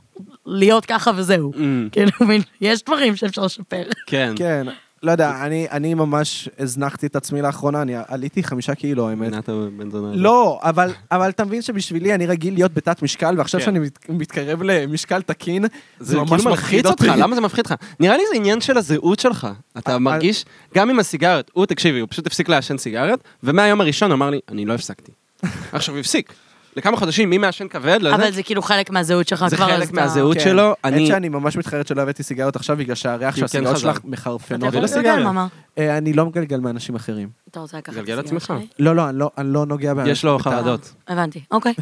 [SPEAKER 3] להיות ככה וזהו.
[SPEAKER 2] Mm,
[SPEAKER 3] כאילו, מין, יש דברים שאפשר לשפר.
[SPEAKER 2] כן.
[SPEAKER 1] כן. לא יודע, אני, אני ממש הזנחתי את עצמי לאחרונה, אני עליתי חמישה קילו, האמת.
[SPEAKER 2] נתן בן זונה.
[SPEAKER 1] לא, אבל, אבל אתה מבין שבשבילי אני רגיל להיות בתת משקל, ועכשיו
[SPEAKER 2] כן.
[SPEAKER 1] שאני מת, מתקרב למשקל תקין,
[SPEAKER 2] זה כאילו מלחיץ אותך, למה זה מפחיד אותך? נראה לי זה עניין של הזהות שלך. אתה מרגיש, גם עם הסיגרת, הוא, תקשיבי, הוא פשוט הפסיק לעשן סיגרת, ומהיום הראשון הוא אמר לי, אני לא הפסקתי. עכשיו הוא הפסיק. לכמה חודשים, מי מעשן כבד? לא יודע.
[SPEAKER 3] אבל זה כאילו חלק מהזהות שלך כבר.
[SPEAKER 2] זה
[SPEAKER 3] אז
[SPEAKER 2] חלק
[SPEAKER 3] אתה-
[SPEAKER 2] מהזהות שלו,
[SPEAKER 1] כן. האמת
[SPEAKER 2] אני...
[SPEAKER 1] שאני ממש מתחרט שלא הבאתי סיגריות עכשיו, בגלל שהריח
[SPEAKER 2] כי
[SPEAKER 1] של
[SPEAKER 2] הוא כן
[SPEAKER 1] הסיגריות
[SPEAKER 2] חזר.
[SPEAKER 1] שלך
[SPEAKER 3] אתה
[SPEAKER 1] מחרפנות.
[SPEAKER 3] יכול
[SPEAKER 2] לא
[SPEAKER 3] לגלגל,
[SPEAKER 2] סיגריה.
[SPEAKER 3] מאמא.
[SPEAKER 1] אה, אני לא מגלגל מאנשים אחרים.
[SPEAKER 3] אתה רוצה לקחת
[SPEAKER 2] גלגל
[SPEAKER 3] סיגריה
[SPEAKER 2] לעצמך.
[SPEAKER 3] שלי?
[SPEAKER 1] לא, לא, אני לא, אני לא נוגע באנשים.
[SPEAKER 2] יש לו
[SPEAKER 1] בת-
[SPEAKER 2] חרדות.
[SPEAKER 3] הבנתי, אוקיי.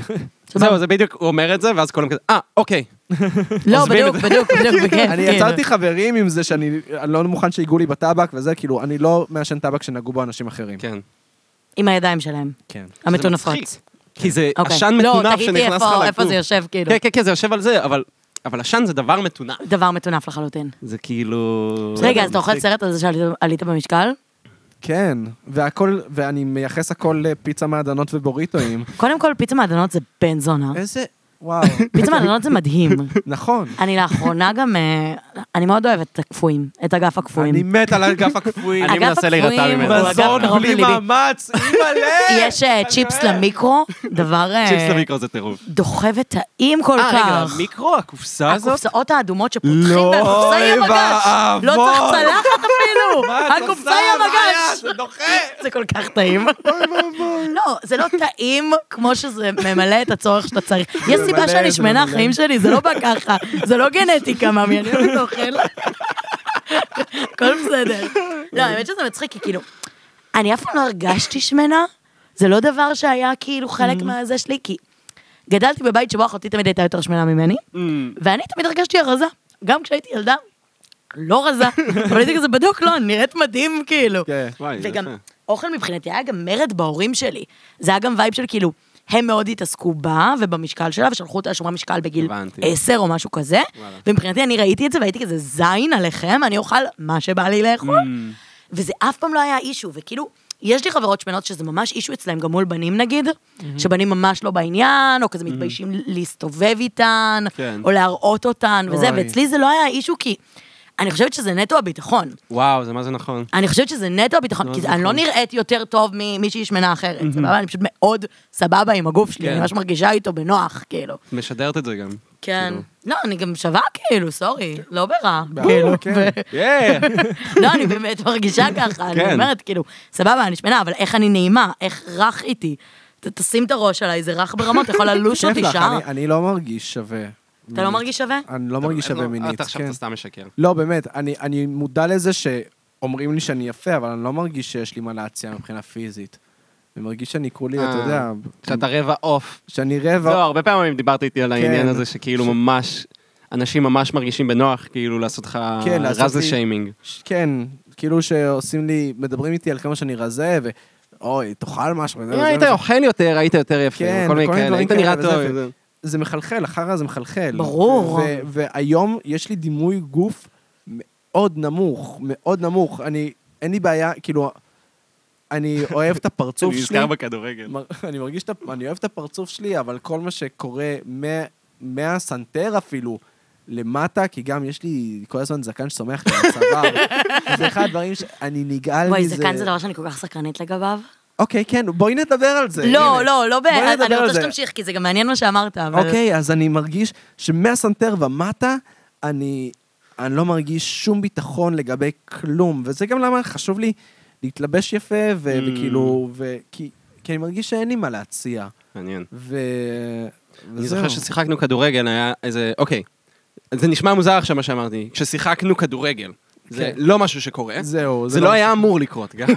[SPEAKER 2] זהו, זה בדיוק, הוא אומר את זה, ואז כולם כזה, אה, אוקיי.
[SPEAKER 3] לא,
[SPEAKER 2] עוזבים
[SPEAKER 3] בדיוק, בדיוק, בדיוק, בכיף.
[SPEAKER 1] כן, אני
[SPEAKER 3] כאילו.
[SPEAKER 1] יצרתי חברים עם זה שאני אני לא מוכן שיגעו לי בטבק וזה, כאילו, אני לא מעשן טבק שנגעו בו אנשים אחרים.
[SPEAKER 2] כן.
[SPEAKER 3] עם הידיים שלהם,
[SPEAKER 1] כן.
[SPEAKER 3] המטונפות.
[SPEAKER 2] מצחיק. כי זה
[SPEAKER 3] אוקיי.
[SPEAKER 2] עשן
[SPEAKER 3] לא,
[SPEAKER 2] מטונף
[SPEAKER 3] תגידי
[SPEAKER 2] שנכנס לך
[SPEAKER 3] איפה- איפה
[SPEAKER 2] לגוף.
[SPEAKER 3] זה יושב, כאילו.
[SPEAKER 2] כן, כן, כן, זה יושב על זה, אבל... אבל עשן זה דבר מטונף.
[SPEAKER 3] דבר מטונף לחלוטין.
[SPEAKER 2] זה כאילו...
[SPEAKER 3] רגע, אז אתה אוכל סרט על זה שעלית במשקל?
[SPEAKER 1] כן, והכל, ואני מייחס הכל לפיצה מעדנות ובוריטואים.
[SPEAKER 3] קודם כל, פיצה מעדנות זה בן זונה.
[SPEAKER 1] איזה... וואו.
[SPEAKER 3] פיצה מעדנות זה מדהים.
[SPEAKER 1] נכון.
[SPEAKER 3] אני לאחרונה גם, אה, אני מאוד אוהבת את הקפואים, את אגף הקפואים.
[SPEAKER 1] אני מת על אגף הכפויים.
[SPEAKER 2] אני
[SPEAKER 3] אגף
[SPEAKER 2] מנסה להירתע
[SPEAKER 3] הקפואים
[SPEAKER 2] ממנו.
[SPEAKER 3] הוא אגף
[SPEAKER 2] מזון
[SPEAKER 3] קרוב
[SPEAKER 1] בלי
[SPEAKER 3] לליבי.
[SPEAKER 1] מאמץ, אימא'לה!
[SPEAKER 3] יש אה, צ'יפס למיקרו, דבר אה,
[SPEAKER 2] צ'יפס למיקרו זה טירוף.
[SPEAKER 3] דוחף את טעים כל
[SPEAKER 2] אה, רגע,
[SPEAKER 3] כך.
[SPEAKER 2] המיקרו, הקופסה הזאת?
[SPEAKER 3] הקופסאות האדומות שפותחים
[SPEAKER 1] לא,
[SPEAKER 3] והקופסה היא
[SPEAKER 1] אוי
[SPEAKER 3] המגש. לא
[SPEAKER 1] ואבוי.
[SPEAKER 3] צריך צלחת אפילו,
[SPEAKER 1] מה את
[SPEAKER 3] הקופסה
[SPEAKER 1] עושה?
[SPEAKER 3] היא
[SPEAKER 1] מה
[SPEAKER 3] המגש.
[SPEAKER 1] היה? זה דוחה.
[SPEAKER 3] זה כל כך טעים. לא, זה לא טעים כמו שזה ממלא את הצורך שאתה צריך. יש סיבה
[SPEAKER 1] ממלא,
[SPEAKER 3] שאני
[SPEAKER 1] זה
[SPEAKER 3] שמנה,
[SPEAKER 1] ממלא.
[SPEAKER 3] החיים שלי, זה לא בא ככה. זה לא גנטיקה, מאמי, אני אוהבת אוכל. הכל בסדר. לא, האמת שזה מצחיק, כי כאילו, אני אף פעם לא הרגשתי שמנה, זה לא דבר שהיה כאילו חלק מהזה שלי, כי גדלתי בבית שבו אחותי תמיד הייתה יותר שמנה ממני, ואני תמיד הרגשתי הרזה, גם כשהייתי ילדה. לא רזה, אבל הייתי כזה בדוק, לא, אני נראית מדהים, כאילו.
[SPEAKER 1] כן.
[SPEAKER 2] וואי, זה
[SPEAKER 3] וגם
[SPEAKER 2] יפה.
[SPEAKER 3] אוכל מבחינתי היה גם מרד בהורים שלי. זה היה גם וייב של כאילו, הם מאוד התעסקו בה ובמשקל שלה, ושלחו אותה לשומרי משקל בגיל
[SPEAKER 2] הבנתי.
[SPEAKER 3] עשר או משהו כזה.
[SPEAKER 2] וואלה.
[SPEAKER 3] ומבחינתי אני ראיתי את זה והייתי כזה, זין עליכם, אני אוכל מה שבא לי לאכול. וזה אף פעם לא היה אישו, וכאילו, יש לי חברות שמנות שזה ממש אישו אצלהם, גם מול בנים נגיד, שבנים ממש לא בעניין, או כזה מתביישים להסתובב איתן,
[SPEAKER 2] כן.
[SPEAKER 3] או להראות אותן וזה,
[SPEAKER 1] אוי.
[SPEAKER 3] ואצלי זה לא היה אישו כי... אני חושבת שזה נטו הביטחון.
[SPEAKER 2] וואו, זה מה זה נכון.
[SPEAKER 3] אני חושבת שזה נטו הביטחון, כי זה- אני לא נראית יותר טוב ממישהי שמנה אחרת, סבבה? אני פשוט מאוד סבבה עם הגוף שלי,
[SPEAKER 2] כן.
[SPEAKER 3] אני ממש מרגישה איתו בנוח, כאילו.
[SPEAKER 2] את משדרת את זה גם.
[SPEAKER 3] כן.
[SPEAKER 2] כאילו.
[SPEAKER 3] לא, אני גם שווה, כאילו, סורי, לא ברע.
[SPEAKER 1] כאילו, כן.
[SPEAKER 2] יאה!
[SPEAKER 3] לא, אני באמת מרגישה ככה, אני
[SPEAKER 2] כן.
[SPEAKER 3] אומרת, כאילו, סבבה, אני שמנה, אבל איך אני נעימה, איך רך איתי. ת- תשים את הראש עליי, זה רך ברמות, אתה יכול ללוש
[SPEAKER 1] כיף
[SPEAKER 3] אותי
[SPEAKER 1] לך,
[SPEAKER 3] שעה.
[SPEAKER 1] אני- אני לא מרגיש שווה.
[SPEAKER 3] אתה לא מרגיש שווה?
[SPEAKER 1] אני לא מרגיש שווה מינית,
[SPEAKER 2] אתה עכשיו
[SPEAKER 1] כן.
[SPEAKER 2] אתה סתם משקר.
[SPEAKER 1] לא, באמת, אני- אני מודע לזה שאומרים לי שאני יפה, אבל אני לא מרגיש שיש לי מה להציע מבחינה פיזית. אני מרגיש שאני כולי, אתה
[SPEAKER 2] אה.
[SPEAKER 1] יודע,
[SPEAKER 2] שאתה רבע עוף.
[SPEAKER 1] שאני רבע...
[SPEAKER 2] לא, הרבה פעמים דיברת איתי על העניין
[SPEAKER 1] כן.
[SPEAKER 2] הזה שכאילו ממש, אנשים ממש מרגישים בנוח כאילו לעשות לך
[SPEAKER 1] כן, לעשות
[SPEAKER 2] רזה
[SPEAKER 1] לי-
[SPEAKER 2] שיימינג.
[SPEAKER 1] ש- כן, כאילו שעושים לי, מדברים איתי על כמה שאני רזה, ו... אוי, תאכל משהו. וזה-
[SPEAKER 2] אם
[SPEAKER 1] וזה-
[SPEAKER 2] אה, היית
[SPEAKER 1] וזה-
[SPEAKER 2] אוכל יותר, היית יותר יפה,
[SPEAKER 1] כן,
[SPEAKER 2] כל מיני
[SPEAKER 1] וכל מיני
[SPEAKER 2] כאלה,
[SPEAKER 1] דברים
[SPEAKER 2] היית נראה
[SPEAKER 1] כאלה וזה,
[SPEAKER 2] טוב.
[SPEAKER 1] ו- זה מחלחל, החרא זה מחלחל.
[SPEAKER 3] ברור.
[SPEAKER 1] ו- והיום יש לי דימוי גוף מאוד נמוך, מאוד נמוך. אני, אין לי בעיה, כאילו, אני אוהב את הפרצוף
[SPEAKER 2] אני
[SPEAKER 1] שלי.
[SPEAKER 2] נזכר בכדורגל.
[SPEAKER 1] מ- אני מרגיש, את הפ- אני אוהב את הפרצוף שלי, אבל כל מה שקורה מה- מהסנטר אפילו למטה, כי גם יש לי כל הזמן זקן שצומח לי על הצוואר. זה אחד הדברים שאני נגעל מזה.
[SPEAKER 3] וואי, זקן זה לא- דבר שאני כל כך סקרנית לגביו.
[SPEAKER 1] אוקיי, כן, בואי נדבר על זה.
[SPEAKER 3] לא,
[SPEAKER 1] הנה.
[SPEAKER 3] לא, לא, ב-
[SPEAKER 1] בואי נדבר
[SPEAKER 3] אני
[SPEAKER 1] על
[SPEAKER 3] רוצה
[SPEAKER 1] זה.
[SPEAKER 3] שתמשיך, כי זה גם מעניין מה שאמרת, אבל...
[SPEAKER 1] אוקיי, אז אני מרגיש שמהסנטר ומטה, אני, אני לא מרגיש שום ביטחון לגבי כלום, וזה גם למה חשוב לי להתלבש יפה, ו-
[SPEAKER 2] Mm.
[SPEAKER 1] וכאילו, ו- כי, כי אני מרגיש שאין לי מה להציע.
[SPEAKER 2] מעניין.
[SPEAKER 1] ו...
[SPEAKER 2] אני
[SPEAKER 1] וזהו.
[SPEAKER 2] זוכר ששיחקנו כדורגל, היה איזה, אוקיי. זה נשמע מוזר עכשיו מה שאמרתי, כששיחקנו כדורגל. זה
[SPEAKER 1] כן.
[SPEAKER 2] לא משהו שקורה.
[SPEAKER 1] זהו,
[SPEAKER 2] זה לא היה אמור לקרות גם.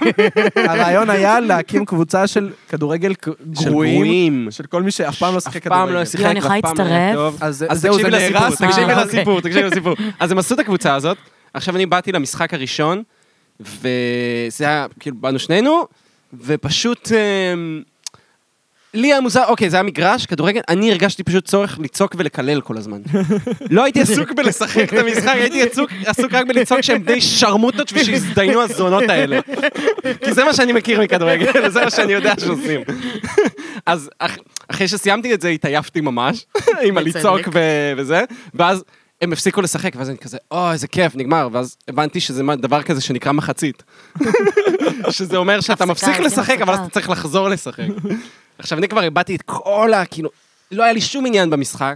[SPEAKER 1] הרעיון היה להקים קבוצה של כדורגל ק-
[SPEAKER 2] של
[SPEAKER 1] גרועים,
[SPEAKER 2] גרועים.
[SPEAKER 1] של כל מי שאף פעם לא שיחק
[SPEAKER 2] אף פעם
[SPEAKER 1] כדורגל.
[SPEAKER 2] לא שיחק, ואף
[SPEAKER 3] אני יכולה
[SPEAKER 2] פעם לא היה
[SPEAKER 3] להצטרף?
[SPEAKER 2] טוב.
[SPEAKER 1] אז זה-
[SPEAKER 2] אז
[SPEAKER 1] זהו, זה
[SPEAKER 2] תקשיבי
[SPEAKER 1] לסיפור,
[SPEAKER 2] לסיפור,
[SPEAKER 1] סליחה.
[SPEAKER 2] תקשיבי
[SPEAKER 3] אה,
[SPEAKER 2] לסיפור, תקשיבי לסיפור. אז הם עשו את הקבוצה הזאת, עכשיו אני באתי למשחק הראשון, וזה היה, כאילו, באנו שנינו, ופשוט... אמ, לי היה מוזר, אוקיי, זה היה מגרש, כדורגל, אני הרגשתי פשוט צורך לצעוק ולקלל כל הזמן. לא הייתי עסוק בלשחק את המשחק, הייתי עסוק, עסוק רק בלצעוק שהם די שרמוטות ושיזדיינו הזונות האלה. כי זה מה שאני מכיר מכדורגל, זה מה שאני יודע שעושים. אז אח- אחרי שסיימתי את זה, התעייפתי ממש, עם הלצעוק ו- וזה, ואז הם הפסיקו לשחק, ואז אני כזה, אוי, איזה כיף, נגמר, ואז הבנתי שזה מה- דבר כזה שנקרא מחצית. שזה אומר שאתה
[SPEAKER 3] הפסקה,
[SPEAKER 2] מפסיק
[SPEAKER 3] עושים
[SPEAKER 2] לשחק, אבל
[SPEAKER 3] הפסקה.
[SPEAKER 2] אז אתה צריך לחזור לשחק. עכשיו, אני כבר איבדתי את כל ה... כאילו, לא היה לי שום עניין במשחק,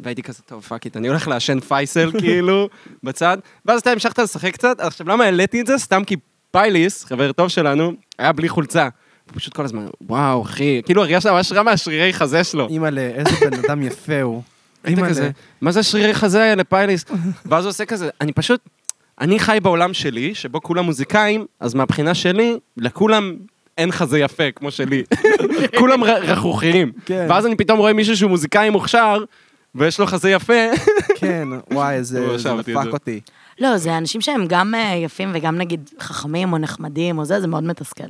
[SPEAKER 2] והייתי כזה, טוב, פאק איט, אני הולך לעשן פייסל, כאילו, בצד, ואז אתה המשכת לשחק קצת, עכשיו, למה העליתי את זה? סתם כי פייליס, חבר טוב שלנו, היה בלי חולצה. הוא פשוט כל הזמן, וואו, אחי, כאילו הרגשת ממש רע מהשרירי חזה שלו.
[SPEAKER 1] אימא'לה, איזה בן אדם יפה הוא.
[SPEAKER 2] היית
[SPEAKER 1] אימא'לה.
[SPEAKER 2] כזה, מה זה שרירי חזה האלה, פייליס? ואז הוא עושה כזה, אני פשוט, אני חי בעולם שלי, שבו כולם מוזיקאים, אז מהבחינה שלי, לכולם אין חזה יפה כמו שלי. כולם ר- רכרוכיים.
[SPEAKER 1] כן.
[SPEAKER 2] ואז אני פתאום רואה מישהו שהוא מוזיקאי מוכשר, ויש לו חזה יפה.
[SPEAKER 1] כן, וואי, זה
[SPEAKER 2] לא
[SPEAKER 1] זה
[SPEAKER 2] רשמתי את
[SPEAKER 1] דפק
[SPEAKER 2] זה.
[SPEAKER 1] אותי.
[SPEAKER 3] לא, זה אנשים שהם גם אה, יפים וגם נגיד חכמים או נחמדים או זה, זה מאוד מתסכל.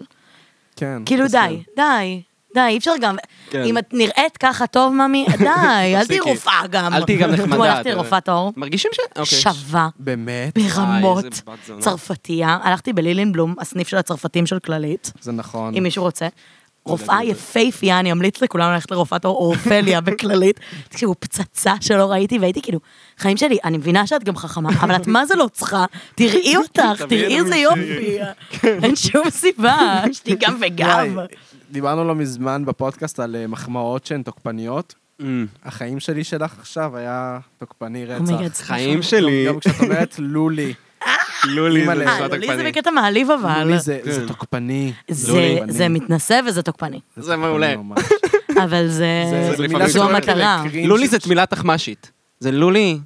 [SPEAKER 1] כן.
[SPEAKER 3] כאילו
[SPEAKER 1] בסדר.
[SPEAKER 3] די, די, די, אי אפשר גם...
[SPEAKER 2] כן.
[SPEAKER 3] אם את נראית ככה טוב, ממי, די, אל תהיי
[SPEAKER 2] תפסיקי.
[SPEAKER 3] רופאה גם.
[SPEAKER 2] אל תהיי גם נחמדה,
[SPEAKER 3] אתמול הלכתי
[SPEAKER 2] אתה יודע.
[SPEAKER 3] לרופאת עור,
[SPEAKER 2] מרגישים ש... אוקיי.
[SPEAKER 3] שווה
[SPEAKER 1] באמת?
[SPEAKER 3] ברמות
[SPEAKER 2] איזה בת זונה.
[SPEAKER 3] צרפתייה. הלכתי בלילינבלום, הסניף של הצרפתים של כללית,
[SPEAKER 1] זה נכון.
[SPEAKER 2] Mm.
[SPEAKER 3] אם מישהו רוצה. רופאה יפייפייה, אני אמליץ לכולם ללכת לרופאת עור או אופליה בכללית. תקשיבו, פצצה שלא ראיתי, והייתי כאילו, חיים שלי, אני מבינה שאת גם חכמה, אבל את מה זה לא צריכה? תראי אותך, תראי איזה יופי. אין שום סיבה, שתהיי גם וגם.
[SPEAKER 1] וואי, דיברנו לא מזמן בפודקאסט על אה, מחמאות שהן תוקפניות.
[SPEAKER 2] אמ,
[SPEAKER 1] החיים שלי שלך עכשיו היה תוקפני
[SPEAKER 3] אומייגד,
[SPEAKER 1] רצח.
[SPEAKER 3] סליחה.
[SPEAKER 2] חיים שלי,
[SPEAKER 1] גם כשאת אומרת לולי,
[SPEAKER 2] לולי זה
[SPEAKER 1] אימא'לה.
[SPEAKER 3] אה,
[SPEAKER 2] נשמע
[SPEAKER 3] לי זה
[SPEAKER 2] תוקפני.
[SPEAKER 3] בקטע מעליב אבל.
[SPEAKER 1] לולי לא, זה
[SPEAKER 2] כן.
[SPEAKER 1] זה תוקפני.
[SPEAKER 3] זה-
[SPEAKER 1] לולי,
[SPEAKER 3] זה
[SPEAKER 1] אני-
[SPEAKER 3] מתנשא וזה תוקפני.
[SPEAKER 2] זה מעולה.
[SPEAKER 1] תוקפני ממש.
[SPEAKER 3] אבל זה...
[SPEAKER 2] זה
[SPEAKER 1] מילה
[SPEAKER 2] לפעמים
[SPEAKER 3] זו
[SPEAKER 1] שגורמת
[SPEAKER 3] המטרה.
[SPEAKER 1] לקרינג'.
[SPEAKER 2] לולי זה מילה תחמשית. זה לולי.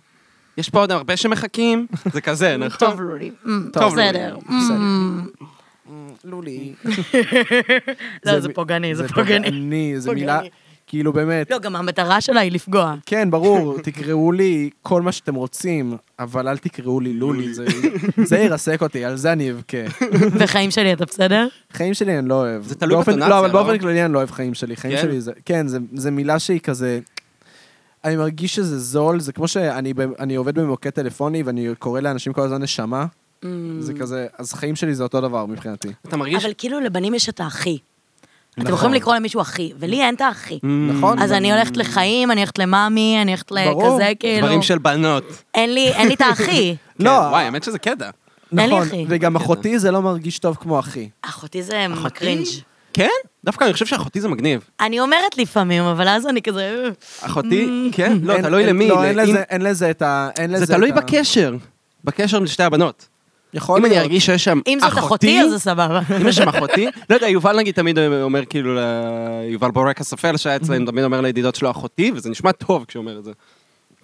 [SPEAKER 2] יש פה עוד הרבה שמחכים, זה כזה, נכון?
[SPEAKER 3] טוב לולי. אמ,
[SPEAKER 2] טוב,
[SPEAKER 3] בסדר.
[SPEAKER 2] לולי.
[SPEAKER 3] אמ,
[SPEAKER 1] לולי.
[SPEAKER 3] לא, זה פוגעני, זה פוגעני.
[SPEAKER 1] פוגעני, זה מילה,
[SPEAKER 3] פוגעני.
[SPEAKER 1] כאילו באמת,
[SPEAKER 3] לא, גם המטרה שלה היא לפגוע.
[SPEAKER 1] כן, ברור, תקראו לי כל מה שאתם רוצים, אבל אל תקראו לי לולי, זה- זה ירסק אותי, על זה אני אבכה.
[SPEAKER 3] וחיים שלי, אתה בסדר?
[SPEAKER 1] חיים שלי אני לא אוהב.
[SPEAKER 2] זה תלוי
[SPEAKER 1] באופן-
[SPEAKER 2] בטונציה,
[SPEAKER 1] לא, אבל
[SPEAKER 2] לא?
[SPEAKER 1] באופן כללי אני לא אוהב חיים שלי. חיים
[SPEAKER 2] כן?
[SPEAKER 1] שלי זה... כן, זה- זה מילה שהיא כזה... אני מרגיש שזה זול, זה כמו שאני ב- אני עובד במוקד טלפוני ואני קורא לאנשים כל הזמן נשמה,
[SPEAKER 3] Mm.
[SPEAKER 1] זה כזה... אז חיים שלי זה אותו דבר מבחינתי.
[SPEAKER 2] אתה מרגיש...
[SPEAKER 3] אבל כאילו לבנים יש את האחי. אתם
[SPEAKER 1] נכון.
[SPEAKER 3] יכולים לקרוא למישהו אחי, ולי אין את האחי.
[SPEAKER 1] נכון?
[SPEAKER 3] אז אני הולכת לחיים, אני הולכת למאמי, אני הולכת
[SPEAKER 1] ברור.
[SPEAKER 3] לכזה, כאילו...
[SPEAKER 2] דברים של בנות.
[SPEAKER 3] אין לי אין לי את האחי.
[SPEAKER 1] לא,
[SPEAKER 2] כן, וואי, האמת שזה קטע.
[SPEAKER 3] אין לי
[SPEAKER 1] נכון,
[SPEAKER 3] אחי. כן.
[SPEAKER 1] וגם אחותי זה לא מרגיש טוב כמו אחי.
[SPEAKER 3] אחותי זה מקרינג'.
[SPEAKER 2] כן? דווקא אני חושב שאחותי זה מגניב.
[SPEAKER 3] אני אומרת לפעמים, אבל אז אני כזה... אה.
[SPEAKER 2] אחותי? כן? לא,
[SPEAKER 1] אין-
[SPEAKER 2] תלוי
[SPEAKER 1] אין-
[SPEAKER 2] למי.
[SPEAKER 1] לא, אין
[SPEAKER 2] לאם-
[SPEAKER 1] לזה- אין לזה את ה... אין לזה
[SPEAKER 2] זה
[SPEAKER 1] את
[SPEAKER 2] תלוי
[SPEAKER 1] ה-
[SPEAKER 2] בקשר. בקשר לשתי הבנות.
[SPEAKER 1] יכול
[SPEAKER 2] אם
[SPEAKER 1] להיות.
[SPEAKER 2] אני ארגיש שיש שם אחותי...
[SPEAKER 3] אם זאת אחותי, אז זה סבבה.
[SPEAKER 2] אם יש שם אחותי, לא יודע, יובל נגיד תמיד אומר כאילו, ל- יובל בורק הסופר שהיה אצלנו,
[SPEAKER 3] Mm.
[SPEAKER 2] תמיד אומר לידידות שלו אחותי, וזה נשמע טוב כשהוא אומר את זה.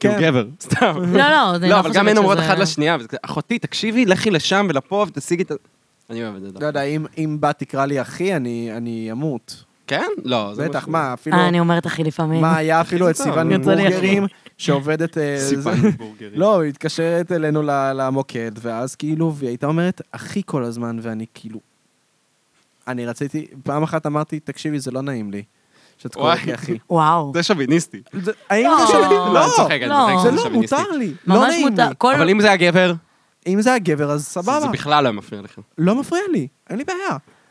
[SPEAKER 1] כן.
[SPEAKER 2] כי הוא גבר, סתם.
[SPEAKER 3] לא, לא, אני
[SPEAKER 2] לא,
[SPEAKER 3] לא
[SPEAKER 2] אבל
[SPEAKER 3] חושבת
[SPEAKER 2] גם הן אומרות
[SPEAKER 3] שזה-
[SPEAKER 2] אחת לשנייה, וזה כזה, אחותי, תקשיבי, לכי לשם ולפה ותשיגי את ה... אני אוהב את זה. דווקא.
[SPEAKER 1] לא יודע, אם- אם בת תקרא לי אחי, אני- אני אמות.
[SPEAKER 2] כן? לא, זה
[SPEAKER 1] בטח,
[SPEAKER 2] משהו-
[SPEAKER 1] מה, אפילו...
[SPEAKER 3] אה, אני אומרת אחי לפעמים.
[SPEAKER 1] מה, היה אפילו את סיוון
[SPEAKER 3] יצא לי
[SPEAKER 1] בורגרים, שעובדת... אה,
[SPEAKER 2] סיוון
[SPEAKER 1] זה-
[SPEAKER 2] בורגרים.
[SPEAKER 1] לא, היא התקשרת אלינו ל- למוקד, ואז כאילו, והיא הייתה אומרת, אחי כל הזמן, ואני כאילו... אני רציתי, פעם אחת אמרתי, תקשיבי, זה לא נעים לי, שאת קוראת
[SPEAKER 2] וואי.
[SPEAKER 1] לי אחי.
[SPEAKER 3] וואו.
[SPEAKER 2] זה שוביניסטי.
[SPEAKER 1] זה- האם
[SPEAKER 3] לא.
[SPEAKER 1] זה שווה?
[SPEAKER 3] לא,
[SPEAKER 2] אני צוחק,
[SPEAKER 1] לא,
[SPEAKER 3] לא.
[SPEAKER 2] אני צוחק,
[SPEAKER 1] זה
[SPEAKER 2] זה
[SPEAKER 1] לא,
[SPEAKER 2] שוביניסטי.
[SPEAKER 1] מותר לי. לא
[SPEAKER 3] ממש
[SPEAKER 1] נעים לי.
[SPEAKER 3] מותר. כל...
[SPEAKER 2] אבל אם זה הגבר,
[SPEAKER 1] אם זה הגבר, אז סבבה.
[SPEAKER 2] זה בכלל לא מפריע לכם.
[SPEAKER 1] לא מפריע לי, אין לי בעיה.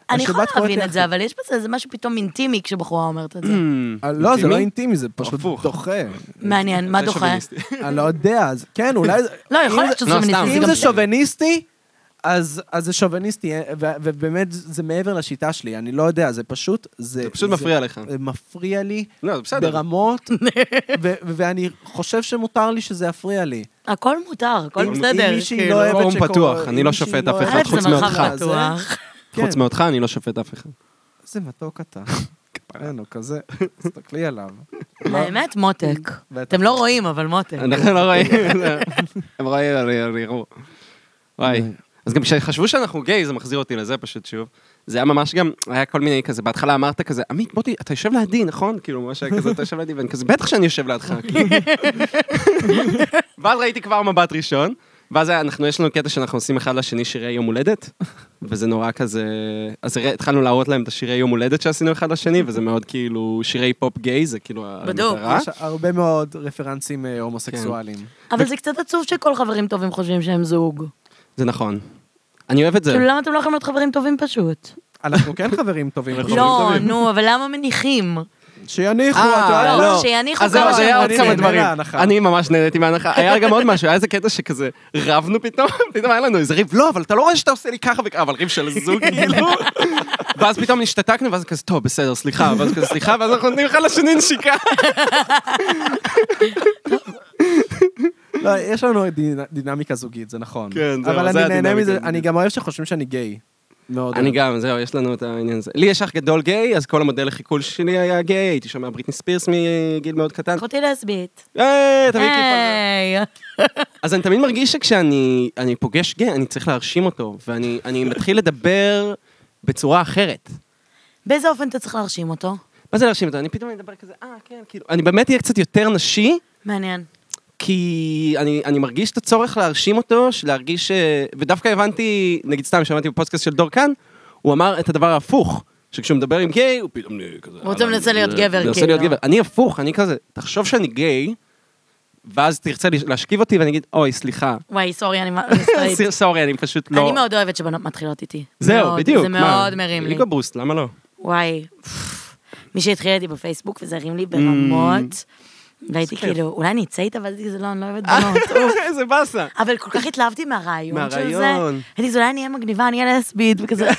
[SPEAKER 3] אני
[SPEAKER 1] השבת
[SPEAKER 3] יכולה
[SPEAKER 1] קוראת
[SPEAKER 3] להבין
[SPEAKER 1] לי
[SPEAKER 3] את זה,
[SPEAKER 1] אחי.
[SPEAKER 3] אבל יש בזה איזה משהו פתאום אינטימי כשבחורה אומרת את זה.
[SPEAKER 1] אה, לא, זה לא אינטימי, זה פשוט
[SPEAKER 2] הפוך.
[SPEAKER 1] דוחה.
[SPEAKER 3] מעניין, מה
[SPEAKER 2] זה
[SPEAKER 3] דוחה?
[SPEAKER 2] שוביניסטי.
[SPEAKER 1] אני לא יודע, אז כן, אולי... זה-
[SPEAKER 3] לא, יכול
[SPEAKER 1] אם
[SPEAKER 3] להיות שזה
[SPEAKER 2] לא, סתם,
[SPEAKER 3] מיניסטי.
[SPEAKER 1] אם
[SPEAKER 3] גם-
[SPEAKER 1] זה שוביניסטי, אז, אז זה שוביניסטי, אה, ו- ובאמת זה מעבר לשיטה שלי, אני לא יודע, זה פשוט... זה,
[SPEAKER 2] זה פשוט מפריע לך.
[SPEAKER 1] זה מפריע לי
[SPEAKER 2] לא, זה בסדר.
[SPEAKER 1] ברמות, ו- ואני חושב שמותר לי שזה יפריע לי.
[SPEAKER 3] הכל מותר, הכל
[SPEAKER 1] אם-
[SPEAKER 3] בסדר.
[SPEAKER 1] אם מישהי
[SPEAKER 3] כאילו.
[SPEAKER 1] לא אוהבת
[SPEAKER 2] פורום
[SPEAKER 1] שקורא-
[SPEAKER 2] פתוח,
[SPEAKER 1] אם
[SPEAKER 2] אני לא
[SPEAKER 1] מישהי
[SPEAKER 2] שופט אף אחד,
[SPEAKER 3] א',
[SPEAKER 1] אוהבת
[SPEAKER 2] חוץ
[SPEAKER 3] זה מרחב
[SPEAKER 2] מאותך.
[SPEAKER 1] זה-
[SPEAKER 3] פתוח.
[SPEAKER 1] כן.
[SPEAKER 2] חוץ מאותך, אני לא שופט אף אחד.
[SPEAKER 1] איזה מתוק אתה. אין, כן, כזה, תסתכלי עליו.
[SPEAKER 3] האמת, מותק.
[SPEAKER 1] בטח.
[SPEAKER 3] אתם לא רואים, אבל מותק.
[SPEAKER 2] אנחנו לא רואים, הם רואים, אבל יראו. וואי. אז גם כשחשבו שאנחנו גיי, זה מחזיר אותי לזה פשוט שוב. זה היה ממש גם, היה כל מיני כזה, בהתחלה אמרת כזה, עמית, בוטי, אתה יושב לידי, נכון? כאילו, ממש היה כזה, אתה יושב לידי, ואני כזה, בטח שאני יושב לידך. כאילו. ואז ראיתי כבר מבט ראשון, ואז היה- אנחנו, יש לנו קטע שאנחנו עושים אחד לשני שירי יום הולדת, וזה נורא כזה, אז הרי- התחלנו להראות להם את השירי יום הולדת שעשינו אחד לשני, וזה מאוד כאילו, שירי פופ גיי, זה כאילו
[SPEAKER 3] בדיוק.
[SPEAKER 2] המטרה.
[SPEAKER 1] יש הרבה מאוד רפרנסים אה, הומוסקסואלים.
[SPEAKER 3] אבל זה קצת עצוב שכל חברים טובים חושבים שהם זוג.
[SPEAKER 1] כן.
[SPEAKER 2] זה נכון. אני אוהב את זה.
[SPEAKER 3] כאילו, למה אתם לא יכולים להיות חברים טובים פשוט?
[SPEAKER 1] אנחנו כן חברים טובים.
[SPEAKER 2] לא,
[SPEAKER 1] חברים
[SPEAKER 3] לא,
[SPEAKER 1] טובים.
[SPEAKER 3] נו, אבל למה מניחים?
[SPEAKER 4] שיניחו,
[SPEAKER 2] אה,
[SPEAKER 4] אתה יודע.
[SPEAKER 3] לא,
[SPEAKER 2] לא.
[SPEAKER 3] שיניחו
[SPEAKER 2] אז זהו,
[SPEAKER 3] כמה
[SPEAKER 2] אז
[SPEAKER 3] שהם
[SPEAKER 2] היה עוד
[SPEAKER 3] רוצים.
[SPEAKER 2] כמה
[SPEAKER 4] נהנה
[SPEAKER 2] דברים.
[SPEAKER 4] מההנחה.
[SPEAKER 2] אני ממש נהניתי מההנחה. היה גם עוד משהו, היה איזה קטע שכזה, רבנו פתאום, פתאום היה לנו איזה ריב, לא, אבל אתה לא רואה שאתה עושה לי ככה וככה, אבל ריב של זוג, כאילו. ואז פתאום השתתקנו, ואז כזה, טוב, בסדר, סליחה, ואז כזה, סליחה, ואז אנחנו נותנים אחד לשני נשיקה.
[SPEAKER 4] לא, יש לנו דינה- דינמיקה זוגית, זה נכון.
[SPEAKER 2] כן, זהו,
[SPEAKER 4] אבל
[SPEAKER 2] זה
[SPEAKER 4] אני נהנה
[SPEAKER 2] הדינמיקה
[SPEAKER 4] מזה,
[SPEAKER 2] הזוגית.
[SPEAKER 4] אני גם אוהב שחושבים שאני גיי. מאוד.
[SPEAKER 2] אני גם, זהו, יש לנו את העניין הזה. לי יש אח גדול גיי, אז כל המודל לחיקול שלי היה גיי, הייתי שומע בריטני ספירס מגיל מאוד קטן.
[SPEAKER 3] אחותי לסבית.
[SPEAKER 2] היי, תמיד כיף על זה.
[SPEAKER 3] היי.
[SPEAKER 2] אז אני תמיד מרגיש שכשאני אני פוגש גיי, אני צריך להרשים אותו, ואני אני מתחיל לדבר בצורה אחרת.
[SPEAKER 3] באיזה אופן אתה צריך להרשים אותו?
[SPEAKER 2] מה זה להרשים אותו? אני פתאום אדבר כזה, אה, כן, כאילו, אני באמת אהיה קצת יותר נשי,
[SPEAKER 3] מעניין.
[SPEAKER 2] כי אני, אני מרגיש את הצורך להרשים אותו, של להרגיש... אה, ודווקא הבנתי, נגיד סתם, שמעתי בפודקאסט של דור כאן, הוא אמר את הדבר ההפוך, שכשהוא מדבר עם גיי, הוא פתאום אה, כזה...
[SPEAKER 3] הוא רוצה
[SPEAKER 2] אהלן,
[SPEAKER 3] מנסה להיות
[SPEAKER 2] אה,
[SPEAKER 3] גבר,
[SPEAKER 2] מנסה
[SPEAKER 3] כאילו.
[SPEAKER 2] להיות גבר. אני הפוך, אני כזה, תחשוב שאני גיי, ואז תרצה לש- להשכיב אותי ואני אגיד, אוי, סליחה.
[SPEAKER 3] וואי, סורי, אני אני סטרייט.
[SPEAKER 2] סיר- סורי, אני פשוט לא...
[SPEAKER 3] אני מאוד אוהבת שבנות מתחילות איתי.
[SPEAKER 2] זהו,
[SPEAKER 3] מאוד,
[SPEAKER 2] בדיוק.
[SPEAKER 3] זה
[SPEAKER 2] מה?
[SPEAKER 3] מאוד מרים לי.
[SPEAKER 2] ליגה בוסט, למה לא?
[SPEAKER 3] וואי, פפפ. מי שהתחיל איתי בפייסבוק וזה הרים לי ברמות,
[SPEAKER 2] Mm.
[SPEAKER 3] והייתי כאילו, אולי אני אצא איתה, ואז הייתי כזה, לא, אני לא אוהבת בנות. אוף.
[SPEAKER 2] איזה באסה.
[SPEAKER 3] אבל כל כך התלהבתי מהרעיון של זה.
[SPEAKER 2] מהרעיון.
[SPEAKER 3] הייתי כזה, אולי אני אהיה מגניבה, אני אהיה לסבית, וכזה,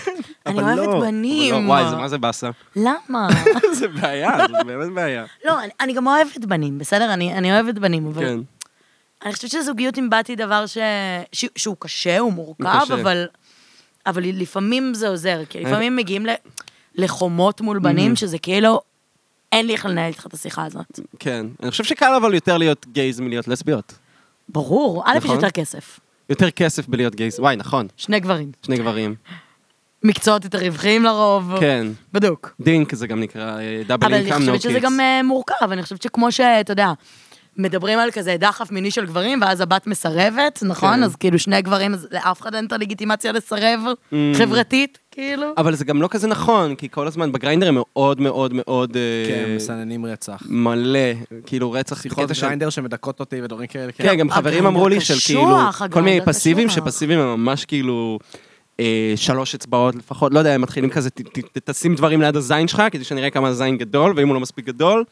[SPEAKER 3] אני
[SPEAKER 2] אבל לא,
[SPEAKER 3] אוהבת
[SPEAKER 2] אבל
[SPEAKER 3] בנים.
[SPEAKER 2] לא, וואי, זה מה זה באסה?
[SPEAKER 3] למה?
[SPEAKER 2] זה בעיה, זה באמת בעיה.
[SPEAKER 3] לא, אני- אני גם אוהבת בנים, בסדר? אני אני אוהבת בנים, אבל...
[SPEAKER 2] כן.
[SPEAKER 3] אני חושבת שזוגיות עם בת היא דבר ש... ש... שהוא קשה, הוא מורכב,
[SPEAKER 2] הוא קשה. אה.
[SPEAKER 3] אבל... אבל לפעמים זה עוזר, כי לפעמים מגיעים ל... לחומות מול בנים,
[SPEAKER 2] Mm.
[SPEAKER 3] שזה כאילו, אין לי איך לנהל איתך את השיחה הזאת.
[SPEAKER 2] כן. אני חושב שקל אבל יותר להיות גייז מלהיות לסביות.
[SPEAKER 3] ברור, א', יש
[SPEAKER 2] נכון.
[SPEAKER 3] יותר כסף.
[SPEAKER 2] יותר כסף בלהיות גייז. וואי, נכון.
[SPEAKER 3] שני גברים.
[SPEAKER 2] שני גברים.
[SPEAKER 3] מקצועות יותר רווחיים לרוב.
[SPEAKER 2] כן.
[SPEAKER 3] בדוק.
[SPEAKER 2] דינק זה גם נקרא אה, דאבל
[SPEAKER 3] אבל
[SPEAKER 2] אינקאם נו
[SPEAKER 3] אני
[SPEAKER 2] קידס.
[SPEAKER 3] חושבת שזה גם אה, מורכב, אני חושבת שכמו שאתה יודע, מדברים על כזה דחף מיני של גברים, ואז הבת מסרבת, נכון?
[SPEAKER 2] כן.
[SPEAKER 3] אז כאילו שני גברים, אז לאף אחד אין את הלגיטימציה לסרב
[SPEAKER 2] Mm.
[SPEAKER 3] חברתית, כאילו.
[SPEAKER 2] אבל זה גם לא כזה נכון, כי כל הזמן בגריינדר הם מאוד מאוד מאוד... אה,
[SPEAKER 4] כן, מסננים רצח.
[SPEAKER 2] מלא. כאילו רצח,
[SPEAKER 4] שיחות
[SPEAKER 2] קטע של-
[SPEAKER 4] גריינדר שמדכאות אותי ודברים כאלה.
[SPEAKER 2] כן, גם חברים
[SPEAKER 3] הגריינדר
[SPEAKER 2] אמרו לי של
[SPEAKER 3] קשוח, לא
[SPEAKER 2] כאילו, כל מיני
[SPEAKER 3] הגריינדר
[SPEAKER 2] פסיבים,
[SPEAKER 3] קשוח.
[SPEAKER 2] שפסיבים הם ממש כאילו אה, שלוש אצבעות לפחות, לא יודע, הם מתחילים כזה, ת- ת- ת- תשים דברים ליד הזין שלך, כדי שנראה כמה הזין גדול, ואם הוא לא מספיק גדול,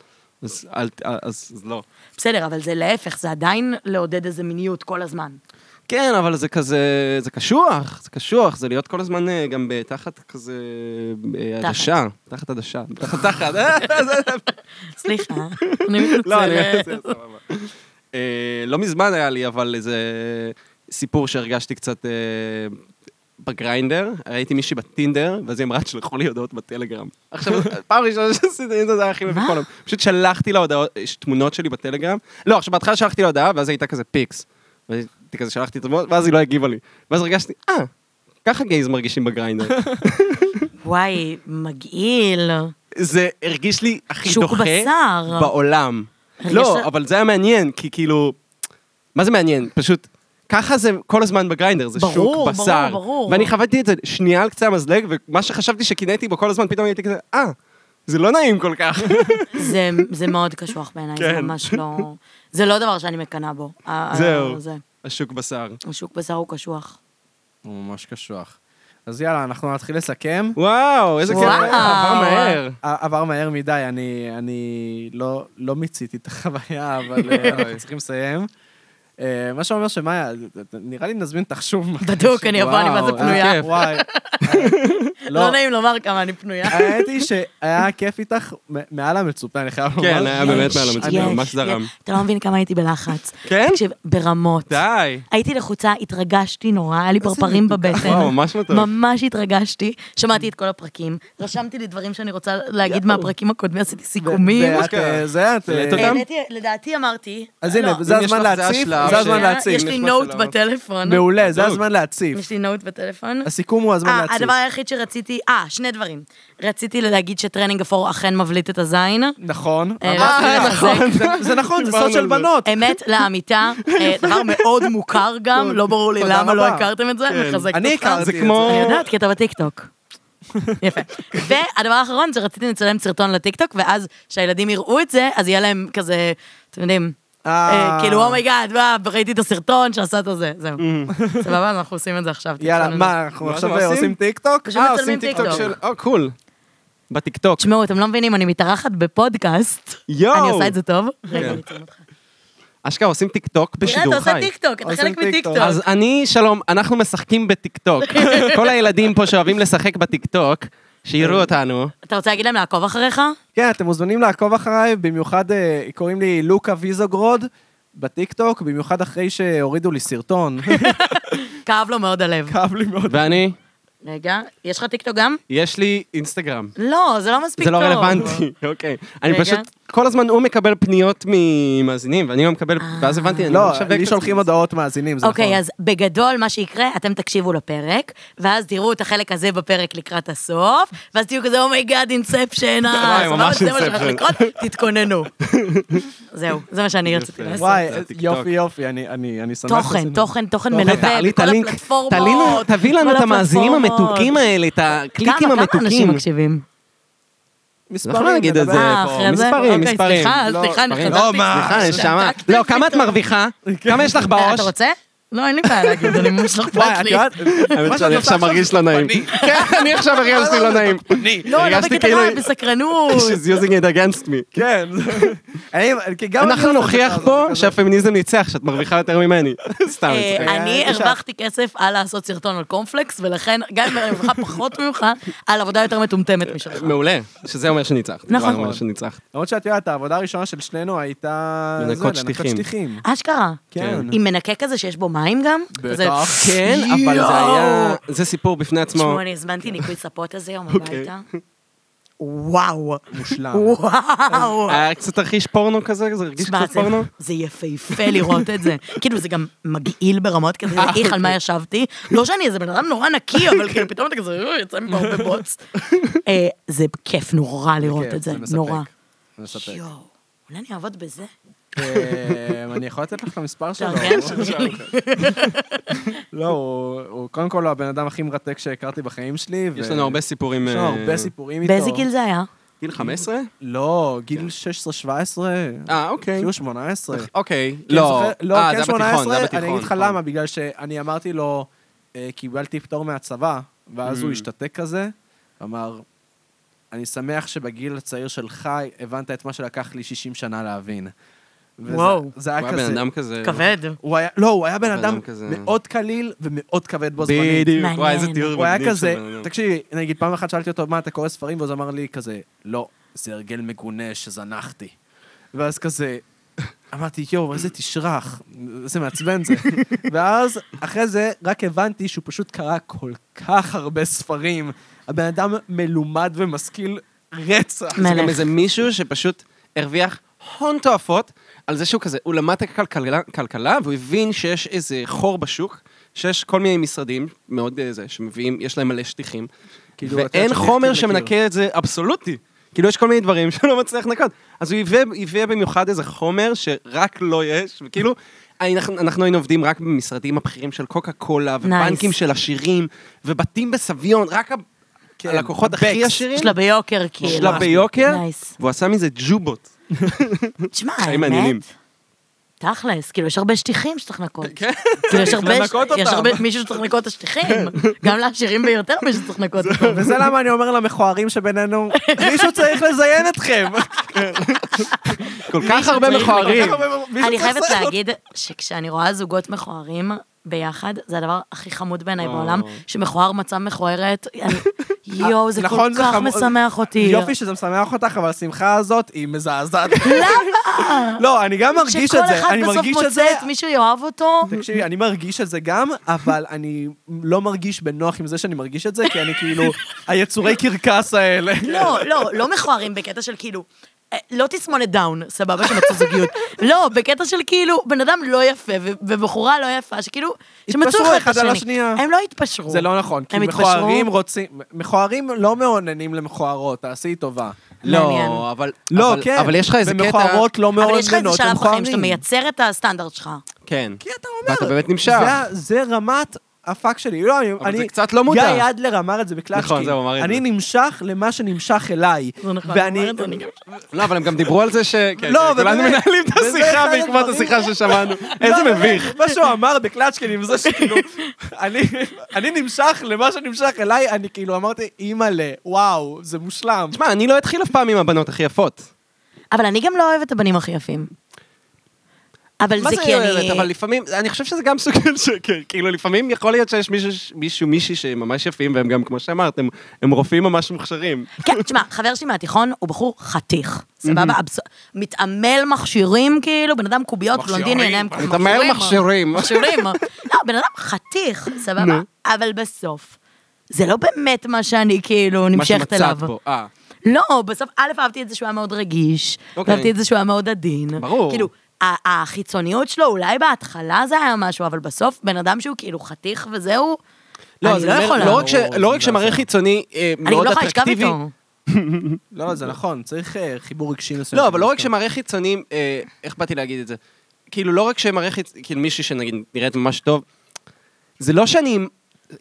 [SPEAKER 2] אז אל ת- אז אז לא.
[SPEAKER 3] בסדר, אבל זה להפך, זה עדיין לעודד איזה מיניות כל הזמן.
[SPEAKER 2] כן, אבל זה כזה, זה קשוח, זה קשוח, זה להיות כל הזמן אה, גם ב- תחת כזה אה,
[SPEAKER 3] תחת.
[SPEAKER 2] עדשה, תחת עדשה, תחת תחת, אה, זה- זה-
[SPEAKER 3] סליחה, אני
[SPEAKER 2] לא, אני...
[SPEAKER 3] מתנצלת.
[SPEAKER 2] זה סבבה. אה, לא מזמן היה לי, אבל איזה סיפור שהרגשתי קצת אה, בגריינדר. ראיתי מישהי בטינדר, ואז היא אמרה, תשלחו לי הודעות בטלגרם. עכשיו, פעם ראשונה שעשיתי את זה, זה היה הכי מביך
[SPEAKER 3] מה?
[SPEAKER 2] כל היום. פשוט שלחתי לה הודעות, יש תמונות שלי בטלגרם. לא, עכשיו בהתחלה שלחתי לה הודעה, ואז הייתה כזה פיקס. ואז הייתי כזה שלחתי את התמונות, ואז היא לא הגיבה לי. ואז הרגשתי, אה, ככה גייז מרגישים בגריינדר.
[SPEAKER 3] וואי, מגעיל.
[SPEAKER 2] זה הרגיש לי הכי
[SPEAKER 3] שוק
[SPEAKER 2] דוחה
[SPEAKER 3] בשר.
[SPEAKER 2] בעולם.
[SPEAKER 3] הרגיש
[SPEAKER 2] לא,
[SPEAKER 3] לה-
[SPEAKER 2] אבל זה היה מעניין, כי כאילו... מה זה מעניין? פשוט... ככה זה כל הזמן בגריינדר, זה
[SPEAKER 3] ברור,
[SPEAKER 2] שוק
[SPEAKER 3] ברור,
[SPEAKER 2] בשר.
[SPEAKER 3] ברור.
[SPEAKER 2] ואני חוויתי את זה שנייה על קצה המזלג, ומה שחשבתי שקינאתי בו כל הזמן, פתאום הייתי כזה, אה, זה לא נעים כל כך.
[SPEAKER 3] זה- זה מאוד קשוח בעיניי, זה
[SPEAKER 2] כן.
[SPEAKER 3] ממש לא... זה לא דבר שאני מקנאה בו. ה-
[SPEAKER 2] זהו.
[SPEAKER 3] אה, זה.
[SPEAKER 2] השוק בשר.
[SPEAKER 3] השוק בשר הוא קשוח.
[SPEAKER 4] הוא ממש קשוח. אז יאללה, אנחנו נתחיל לסכם.
[SPEAKER 2] וואו, איזה כיף,
[SPEAKER 3] וואו.
[SPEAKER 2] עבר מהר.
[SPEAKER 4] ע- עבר מהר מדי, אני, אני לא, לא מיציתי את החוויה, אבל אה, אנחנו צריכים לסיים. אה, מה שאומר שמאיה, נראה לי נזמין אותך שוב.
[SPEAKER 3] בדוק, אני אבוא, אני מה זה
[SPEAKER 4] וואו,
[SPEAKER 3] פנויה.
[SPEAKER 4] אה, וואי.
[SPEAKER 3] לא נעים לומר כמה אני פנויה.
[SPEAKER 4] האמת היא שהיה כיף איתך מ- מעל המצופה, אני חייב לומר.
[SPEAKER 2] כן, היה באמת מעל המצב,
[SPEAKER 3] יש,
[SPEAKER 2] ממש זרם.
[SPEAKER 3] יש. אתה לא מבין כמה הייתי בלחץ.
[SPEAKER 2] כן?
[SPEAKER 3] תקשיב, ברמות.
[SPEAKER 2] די.
[SPEAKER 3] הייתי לחוצה, התרגשתי נורא, היה לי פרפרים
[SPEAKER 2] וואו,
[SPEAKER 3] בבטן.
[SPEAKER 2] ממש לא מתוק.
[SPEAKER 3] ממש התרגשתי, שמעתי את כל הפרקים, רשמתי לי דברים שאני רוצה להגיד מהפרקים הקודמים, עשיתי סיכומים.
[SPEAKER 4] ואת, אה, זה את...
[SPEAKER 2] העלית
[SPEAKER 4] אה,
[SPEAKER 2] אותם?
[SPEAKER 3] העליתי- לדעתי אמרתי...
[SPEAKER 4] אז
[SPEAKER 3] לא,
[SPEAKER 4] הנה,
[SPEAKER 2] אם
[SPEAKER 4] זה
[SPEAKER 2] יש
[SPEAKER 4] הזמן
[SPEAKER 2] לך, זה
[SPEAKER 4] להציף,
[SPEAKER 2] השלב.
[SPEAKER 4] זה הזמן
[SPEAKER 3] שנייה,
[SPEAKER 4] להציף.
[SPEAKER 3] יש לי
[SPEAKER 2] יש
[SPEAKER 3] נוט
[SPEAKER 2] משהו לעלות.
[SPEAKER 3] בטלפון.
[SPEAKER 4] מעולה, זה
[SPEAKER 2] בדיוק.
[SPEAKER 4] הזמן להציף.
[SPEAKER 3] יש לי נוט בטלפון.
[SPEAKER 4] הסיכום הוא הזמן
[SPEAKER 3] אה,
[SPEAKER 4] להציף.
[SPEAKER 3] הדבר היחיד שרציתי, אה, שני דברים. רציתי להגיד שטרנינג אפור אכן מבליט את הזין.
[SPEAKER 4] נכון.
[SPEAKER 3] אה,
[SPEAKER 4] אמרתי
[SPEAKER 3] רציתי
[SPEAKER 4] לך.
[SPEAKER 3] לחזק.
[SPEAKER 4] זה- זה נכון, זה
[SPEAKER 2] דיברנו
[SPEAKER 4] סוד של
[SPEAKER 2] על זה.
[SPEAKER 4] בנות.
[SPEAKER 3] אמת לאמיתה, אה, דבר מאוד מוכר גם, לא ברור לי
[SPEAKER 4] תודה
[SPEAKER 3] למה לא
[SPEAKER 4] רבה.
[SPEAKER 3] הכרתם את זה,
[SPEAKER 2] כן.
[SPEAKER 3] מחזק אותך.
[SPEAKER 4] אני הכרתי את
[SPEAKER 2] זה
[SPEAKER 4] זה.
[SPEAKER 2] כמו...
[SPEAKER 3] אני יודעת, כי אתה בטיקטוק. יפה. והדבר האחרון, שרציתי לצלם סרטון לטיקטוק, ואז כשהילדים יראו את זה, אז יהיה להם כזה, אתם יודעים, אה,
[SPEAKER 4] אה.
[SPEAKER 3] כאילו, אומייגאד, ראיתי את הסרטון שעשה את הזה, זהו. סבבה, אז אנחנו עושים את זה עכשיו.
[SPEAKER 4] יאללה,
[SPEAKER 3] תצלם את זה.
[SPEAKER 1] אה,
[SPEAKER 4] מה, אנחנו
[SPEAKER 2] מה
[SPEAKER 4] עכשיו
[SPEAKER 2] אתם עושים?
[SPEAKER 4] עושים טיקטוק?
[SPEAKER 3] פשוט
[SPEAKER 4] אה,
[SPEAKER 3] לא מצלמים
[SPEAKER 4] עושים
[SPEAKER 3] טיקטוק.
[SPEAKER 2] של... או, קול. בטיקטוק.
[SPEAKER 3] תשמעו, אתם לא מבינים, אני מתארחת בפודקאסט.
[SPEAKER 2] יואו!
[SPEAKER 3] אני עושה את זה טוב? רגע, אני אצלם אותך.
[SPEAKER 2] אשכרה עושים טיקטוק
[SPEAKER 3] תראה,
[SPEAKER 2] בשידור
[SPEAKER 3] אתה עושה
[SPEAKER 2] חי.
[SPEAKER 3] טיקטוק, אתה
[SPEAKER 1] עושים
[SPEAKER 3] חלק מטיקטוק.
[SPEAKER 2] אז אני, שלום, אנחנו משחקים בטיקטוק. כל הילדים פה שאוהבים לשחק בטיקטוק,
[SPEAKER 3] כן.
[SPEAKER 2] שיראו אותנו.
[SPEAKER 3] אתה רוצה להגיד להם לעקוב אחריך?
[SPEAKER 1] כן, אתם מוזמנים לעקוב אחריי, במיוחד אה, קוראים לי לוקה ויזוגרוד בטיקטוק, במיוחד אחרי שהורידו לי סרטון.
[SPEAKER 3] כאב לו מאוד הלב.
[SPEAKER 1] כאב לי מאוד.
[SPEAKER 2] ואני,
[SPEAKER 3] רגע, יש לך טיקטוק גם?
[SPEAKER 2] יש לי אינסטגרם.
[SPEAKER 3] לא, זה לא מספיק
[SPEAKER 2] זה
[SPEAKER 3] טוב.
[SPEAKER 2] לא רלוונטי, אוקיי. אני
[SPEAKER 3] רגע.
[SPEAKER 2] פשוט, כל הזמן הוא מקבל פניות ממאזינים, ואני לא מקבל,
[SPEAKER 3] אה.
[SPEAKER 2] ואז
[SPEAKER 3] כן,
[SPEAKER 2] הבנתי, אני
[SPEAKER 1] לא,
[SPEAKER 2] משווק את
[SPEAKER 1] לי
[SPEAKER 2] עצמי.
[SPEAKER 1] שולחים הודעות מאזינים, זה נכון.
[SPEAKER 3] אוקיי, אז בגדול מה שיקרה, אתם תקשיבו לפרק, ואז תראו את החלק הזה בפרק לקראת הסוף, ואז תהיו כזה, "Oh אומייגאד, אינספשן, אה,
[SPEAKER 2] וואי,
[SPEAKER 3] סבבה,
[SPEAKER 2] ממש
[SPEAKER 3] זה מה שהולך
[SPEAKER 2] Inception.
[SPEAKER 3] לקרות, תתכוננו. זהו, זה מה שאני רציתי
[SPEAKER 2] יפה.
[SPEAKER 3] לעשות.
[SPEAKER 1] וואי,
[SPEAKER 2] זה הטיקטוק.
[SPEAKER 1] יופי יופי, אני- אני אני שמח.
[SPEAKER 3] תוכן,
[SPEAKER 1] לזה.
[SPEAKER 3] תוכן, תוכן
[SPEAKER 1] תוכן.
[SPEAKER 3] מלווה,
[SPEAKER 2] אוקיי, תעלי את
[SPEAKER 3] בכל
[SPEAKER 2] הלינק,
[SPEAKER 3] הפלטפורמות.
[SPEAKER 2] תעלינו- תביא לנו
[SPEAKER 3] בכל
[SPEAKER 2] את המאזינים
[SPEAKER 3] הפלטפורמות. אה,
[SPEAKER 2] המתוקים האלה, את הקליקים
[SPEAKER 3] כמה, כמה אנשים
[SPEAKER 2] המתוקים.
[SPEAKER 3] מקשיבים?
[SPEAKER 1] מספרים,
[SPEAKER 2] אנחנו לא נגיד את זה
[SPEAKER 1] נדבר.
[SPEAKER 3] אה,
[SPEAKER 2] פה,
[SPEAKER 3] אחרי זה?
[SPEAKER 2] מספרים,
[SPEAKER 3] אוקיי,
[SPEAKER 2] מספרים.
[SPEAKER 3] סליחה,
[SPEAKER 2] לא,
[SPEAKER 3] סליחה, אני
[SPEAKER 2] מספרים.
[SPEAKER 3] חזרתי.
[SPEAKER 5] לא, מה?
[SPEAKER 2] סליחה, נשמה. לא, כמה את מרוויחה? כמה יש לך
[SPEAKER 3] אה,
[SPEAKER 2] בראש?
[SPEAKER 3] אתה רוצה? לא, אין לי בעיה להגיד, אני ממש לא
[SPEAKER 1] וואי,
[SPEAKER 3] אכפת
[SPEAKER 1] את
[SPEAKER 3] לי.
[SPEAKER 1] יודעת,
[SPEAKER 2] האמת שאני עכשיו מרגיש לא נעים. כן, אני עכשיו הרגשתי לא נעים.
[SPEAKER 3] לא, לא
[SPEAKER 2] הרגשתי
[SPEAKER 3] בקטע
[SPEAKER 2] כאילו-
[SPEAKER 3] רע, בסקרנות.
[SPEAKER 2] She's using it against me.
[SPEAKER 1] כן. לא אני- כי גם אני
[SPEAKER 2] אנחנו
[SPEAKER 1] עושה את
[SPEAKER 2] נוכיח
[SPEAKER 1] הדבר הזה,
[SPEAKER 2] פה
[SPEAKER 1] כזה.
[SPEAKER 2] שהפמיניזם ניצח, שאת מרוויחה יותר ממני. סתם,
[SPEAKER 3] אה,
[SPEAKER 2] אני צוחק.
[SPEAKER 3] אני
[SPEAKER 1] אה, אישה.
[SPEAKER 3] הרווחתי כסף על לעשות סרטון על קורנפלקס, ולכן גם אם אני מרוויחה פחות ממך, על עבודה יותר מטומטמת
[SPEAKER 1] אה.
[SPEAKER 3] משלך.
[SPEAKER 2] מעולה, שזה אומר שניצחת.
[SPEAKER 3] נכון.
[SPEAKER 2] זה לא אומר שניצחת.
[SPEAKER 1] למרות שאת יודעת, העבודה הראשונה של שנינו הייתה...
[SPEAKER 2] לנקות
[SPEAKER 1] זה,
[SPEAKER 2] שטיחים.
[SPEAKER 1] שטיחים.
[SPEAKER 3] אשכרה.
[SPEAKER 1] כן.
[SPEAKER 3] עם מנקה כזה שיש בו מים גם? כזה-
[SPEAKER 2] כן, אבל זה היה...
[SPEAKER 3] יואו.
[SPEAKER 2] זה סיפור בפני עצמו.
[SPEAKER 3] תשמעו, אני הזמנתי ניקוי ספות הזה היום הביתה. וואו.
[SPEAKER 1] מושלם.
[SPEAKER 3] וואו.
[SPEAKER 2] היה אה, קצת תרחיש פורנו כזה? זה הרגיש
[SPEAKER 3] תשמע,
[SPEAKER 2] קצת
[SPEAKER 3] זה-
[SPEAKER 2] פורנו?
[SPEAKER 3] זה יפהפה לראות את זה. כאילו, זה גם מגעיל ברמות כזה, זה איך על מה ישבתי. לא שאני איזה בן אדם נורא נקי, אבל כאילו, פתאום אתה כזה, "אוי, יצא מפה הרבה בוץ. אה, זה כיף נורא לראות
[SPEAKER 1] כיף,
[SPEAKER 3] את זה,
[SPEAKER 1] זה מספק.
[SPEAKER 3] נורא.
[SPEAKER 1] מספק.
[SPEAKER 3] יואו, אולי אני אעבוד בזה?
[SPEAKER 1] אמ, אני יכול לתת לך את המספר שלו?
[SPEAKER 3] תארגן שלי.
[SPEAKER 1] לא, הוא הוא קודם כל הוא הבן אדם הכי מרתק שהכרתי בחיים שלי. ו-
[SPEAKER 2] יש לנו הרבה סיפורים...
[SPEAKER 1] יש לנו
[SPEAKER 2] אה,
[SPEAKER 1] הרבה סיפורים איתו.
[SPEAKER 3] באיזה גיל זה היה?
[SPEAKER 2] גיל 15?
[SPEAKER 1] לא, גיל 16-17.
[SPEAKER 2] אה, אוקיי.
[SPEAKER 1] כאילו 18. כן,
[SPEAKER 2] אוקיי. לא,
[SPEAKER 1] זוכר- לא,
[SPEAKER 2] אה,
[SPEAKER 1] כן
[SPEAKER 2] זה היה בתיכון, זה
[SPEAKER 1] 18,
[SPEAKER 2] היה
[SPEAKER 1] אני
[SPEAKER 2] בתיכון. נכון.
[SPEAKER 1] אגיד לך למה, בגלל שאני אמרתי לו, אה, קיבלתי פטור מהצבא, ואז
[SPEAKER 2] Mm.
[SPEAKER 1] הוא השתתק כזה, אמר, אני שמח שבגיל הצעיר שלך הבנת את מה שלקח לי 60 שנה להבין. וזה-
[SPEAKER 3] וואו.
[SPEAKER 1] זה
[SPEAKER 2] הוא
[SPEAKER 1] היה
[SPEAKER 2] היה
[SPEAKER 1] כזה.
[SPEAKER 2] בן אדם כזה...
[SPEAKER 3] כבד.
[SPEAKER 1] הוא היה, לא, הוא היה בן
[SPEAKER 2] בן
[SPEAKER 1] אדם
[SPEAKER 2] אדם כזה.
[SPEAKER 1] מאוד קליל ומאוד כבד בו זמנית.
[SPEAKER 2] בדיוק, וואי,
[SPEAKER 3] מעניין.
[SPEAKER 2] איזה תיאור מגניב
[SPEAKER 1] הוא היה
[SPEAKER 2] של
[SPEAKER 1] כזה,
[SPEAKER 2] בן אדם.
[SPEAKER 1] תקשיבי, נגיד פעם אחת שאלתי אותו, מה, אתה קורא ספרים? ואז הוא אמר לי כזה, לא, זה הרגל מגונה שזנחתי. ואז כזה, אמרתי, יואו, איזה תשרח, איזה מעצבן זה. ואז, אחרי זה, רק הבנתי שהוא פשוט קרא כל כך הרבה ספרים. הבן אדם מלומד ומשכיל רצח.
[SPEAKER 2] זה גם
[SPEAKER 3] מלך.
[SPEAKER 2] איזה מישהו שפשוט הרוויח הון תועפות על זה שהוא כזה, הוא למד את הכלכלה, כלכלה, והוא הבין שיש איזה חור בשוק, שיש כל מיני משרדים מאוד אה, זה, שמביאים, יש להם מלא שטיחים,
[SPEAKER 1] כאילו, אתה
[SPEAKER 2] ואין
[SPEAKER 1] יודע,
[SPEAKER 2] חומר
[SPEAKER 1] שטיח לקיר.
[SPEAKER 2] שמנקה את זה אבסולוטי. כאילו, יש כל מיני דברים שלא מצליח לנקות. אז הוא הביא, הביא במיוחד איזה חומר שרק לו יש, וכאילו, אנחנו, אנחנו היינו עובדים רק במשרדים הבכירים של קוקה קולה, ובנקים של עשירים, ובתים בסביון, רק ה-
[SPEAKER 1] כן,
[SPEAKER 2] הלקוחות הכי
[SPEAKER 1] הבקס.
[SPEAKER 2] עשירים.
[SPEAKER 3] יש לה ביוקר, כאילו.
[SPEAKER 2] יש לה ביוקר,
[SPEAKER 3] נייס.
[SPEAKER 2] והוא עשה מזה ג'ובות.
[SPEAKER 3] תשמע,
[SPEAKER 2] חיים מעניינים.
[SPEAKER 3] האמת, תכלס, כאילו, יש הרבה שטיחים שצריך לנקות.
[SPEAKER 2] כן.
[SPEAKER 3] כאילו, יש הרבה,
[SPEAKER 2] לנקות
[SPEAKER 3] יש
[SPEAKER 2] אותם. כן.
[SPEAKER 3] הרבה מישהו שצריך לנקות את השטיחים. גם לעשירים ביותר מישהו שצריך לנקות אותם.
[SPEAKER 1] וזה למה אני אומר למכוערים שבינינו, מישהו צריך לזיין אתכם.
[SPEAKER 2] כל כך הרבה
[SPEAKER 3] צריך
[SPEAKER 2] מכוערים.
[SPEAKER 1] מישהו
[SPEAKER 3] אני
[SPEAKER 1] צריך
[SPEAKER 3] חייבת
[SPEAKER 1] לזיין
[SPEAKER 3] להגיד שכשאני רואה זוגות מכוערים ביחד, זה הדבר הכי חמוד בעיניי
[SPEAKER 2] וואו.
[SPEAKER 3] בעולם, שמכוער מצא מכוערת, אני- יואו, זה כל
[SPEAKER 1] נכון, זה
[SPEAKER 3] כך
[SPEAKER 1] חמוד.
[SPEAKER 3] משמח אותי.
[SPEAKER 1] יופי שזה משמח אותך, אבל השמחה הזאת היא מזעזעת.
[SPEAKER 3] למה?
[SPEAKER 1] לא, אני גם מרגיש את
[SPEAKER 3] שכל
[SPEAKER 1] זה.
[SPEAKER 3] אחד
[SPEAKER 1] אני
[SPEAKER 3] בסוף
[SPEAKER 1] מרגיש את
[SPEAKER 3] מוצא
[SPEAKER 1] זה.
[SPEAKER 3] את מי שיאהב אותו.
[SPEAKER 1] תקשיבי, אני מרגיש את זה גם, אבל אני לא מרגיש בנוח עם זה שאני מרגיש את זה, כי אני כאילו, היצורי קרקס האלה.
[SPEAKER 3] לא, לא, לא מכוערים בקטע של כאילו, אה, לא תסמונת דאון, סבבה שמצאו זוגיות. לא, בקטע של כאילו, בן אדם לא יפה ו- ובחורה לא יפה, שכילו, שמצאו
[SPEAKER 1] התפשרו אחד על השנייה.
[SPEAKER 3] הם לא התפשרו.
[SPEAKER 1] זה לא נכון, כי
[SPEAKER 3] הם
[SPEAKER 1] מכוערים
[SPEAKER 3] התפשרו.
[SPEAKER 1] רוצים, מכוערים לא מאוננים למכוערות, תעשי טובה.
[SPEAKER 3] מעניין.
[SPEAKER 2] לא, אבל...
[SPEAKER 1] לא,
[SPEAKER 2] אבל-
[SPEAKER 1] כן.
[SPEAKER 2] אבל יש לך איזה קטע...
[SPEAKER 1] ומכוערות לא
[SPEAKER 3] אבל יש לך איזה
[SPEAKER 1] מאוננות
[SPEAKER 3] שלב בחיים שאתה
[SPEAKER 1] למכוערים.
[SPEAKER 3] מייצר את הסטנדרט שלך.
[SPEAKER 2] כן.
[SPEAKER 1] כי אתה אומר...
[SPEAKER 2] ואתה באמת נמשך.
[SPEAKER 1] זה- זה רמת הפאק שלי. לא, אני...
[SPEAKER 2] אבל זה
[SPEAKER 1] אני-
[SPEAKER 2] קצת לא מודע.
[SPEAKER 1] גיא אדלר אמר את זה בקלאצ'קין.
[SPEAKER 2] נכון, זהו, הוא אמר את
[SPEAKER 1] אני
[SPEAKER 2] זה.
[SPEAKER 1] נמשך למה שנמשך אליי.
[SPEAKER 3] זה נכון,
[SPEAKER 1] ואני-
[SPEAKER 3] הוא אמר את זה, אני גם-
[SPEAKER 2] לא, אבל הם גם דיברו על זה ש... כן,
[SPEAKER 1] לא,
[SPEAKER 2] כן, כולנו
[SPEAKER 1] ובאמת,
[SPEAKER 2] מנהלים את
[SPEAKER 1] וזה
[SPEAKER 2] השיחה
[SPEAKER 1] אחד
[SPEAKER 2] בעקבות
[SPEAKER 1] הדברים-
[SPEAKER 2] השיחה ששמענו. איזה
[SPEAKER 1] לא,
[SPEAKER 2] מביך.
[SPEAKER 1] מה שהוא אמר בקלאצ'קין עם זה שכאילו, אני, אני נמשך למה שנמשך אליי, אני כאילו אמרתי, אימא'לה, וואו, זה מושלם.
[SPEAKER 2] תשמע, אני לא אתחיל אף פעם עם הבנות הכי יפות.
[SPEAKER 3] אבל אני גם לא אוהבת את הבנים הכי יפים. אבל
[SPEAKER 2] מה
[SPEAKER 3] זה
[SPEAKER 2] זה
[SPEAKER 3] כי
[SPEAKER 2] אוהבת?
[SPEAKER 3] אני...
[SPEAKER 2] אבל לפעמים, אני חושב שזה גם סוג של שקר. כאילו, לפעמים יכול להיות שיש מישהו, מישהו, מישהי שהם ממש יפים, והם גם, כמו שאמרת, הם- הם רופאים ממש מוכשרים.
[SPEAKER 3] כן, תשמע, חבר שלי מהתיכון הוא בחור חתיך. סבבה? אבס- מתעמל מכשירים, כאילו, בן אדם קוביות, בלונדיני, עיניים כחולות.
[SPEAKER 2] מתעמל מכשירים.
[SPEAKER 3] מכשירים. לא, בן אדם חתיך, סבבה? אבל בסוף, זה לא באמת מה שאני, כאילו,
[SPEAKER 2] מה
[SPEAKER 3] נמשכת אליו.
[SPEAKER 2] שמצאת פה. אה,
[SPEAKER 3] לא, בסוף, א', אהבתי את זה שהוא היה מאוד רגיש,
[SPEAKER 2] אוקיי.
[SPEAKER 3] אהבתי את זה שהוא היה מאוד עדין.
[SPEAKER 2] ברור.
[SPEAKER 3] כאילו, ה- החיצוניות שלו, אולי בהתחלה זה היה משהו, אבל בסוף, בן אדם שהוא כאילו חתיך וזהו,
[SPEAKER 2] לא,
[SPEAKER 3] אני
[SPEAKER 2] זה
[SPEAKER 3] לא
[SPEAKER 2] אומר,
[SPEAKER 3] יכולה.
[SPEAKER 2] לא רק ש-
[SPEAKER 1] ברור,
[SPEAKER 2] לא רק
[SPEAKER 1] זה
[SPEAKER 2] שמראה חיצוני אה,
[SPEAKER 3] אני גם
[SPEAKER 2] מאוד
[SPEAKER 3] לא יכולה לשכב
[SPEAKER 2] אטרקטיבי,
[SPEAKER 3] איתו.
[SPEAKER 1] לא, זה נכון, צריך אה, חיבור רגשי מסוים.
[SPEAKER 2] לא, אבל לא רק שמראה חיצוני, אה, איך באתי להגיד את זה? כאילו, לא רק שמראה חיצוני, כאילו מישהי שנגיד נראית ממש טוב, זה לא שאני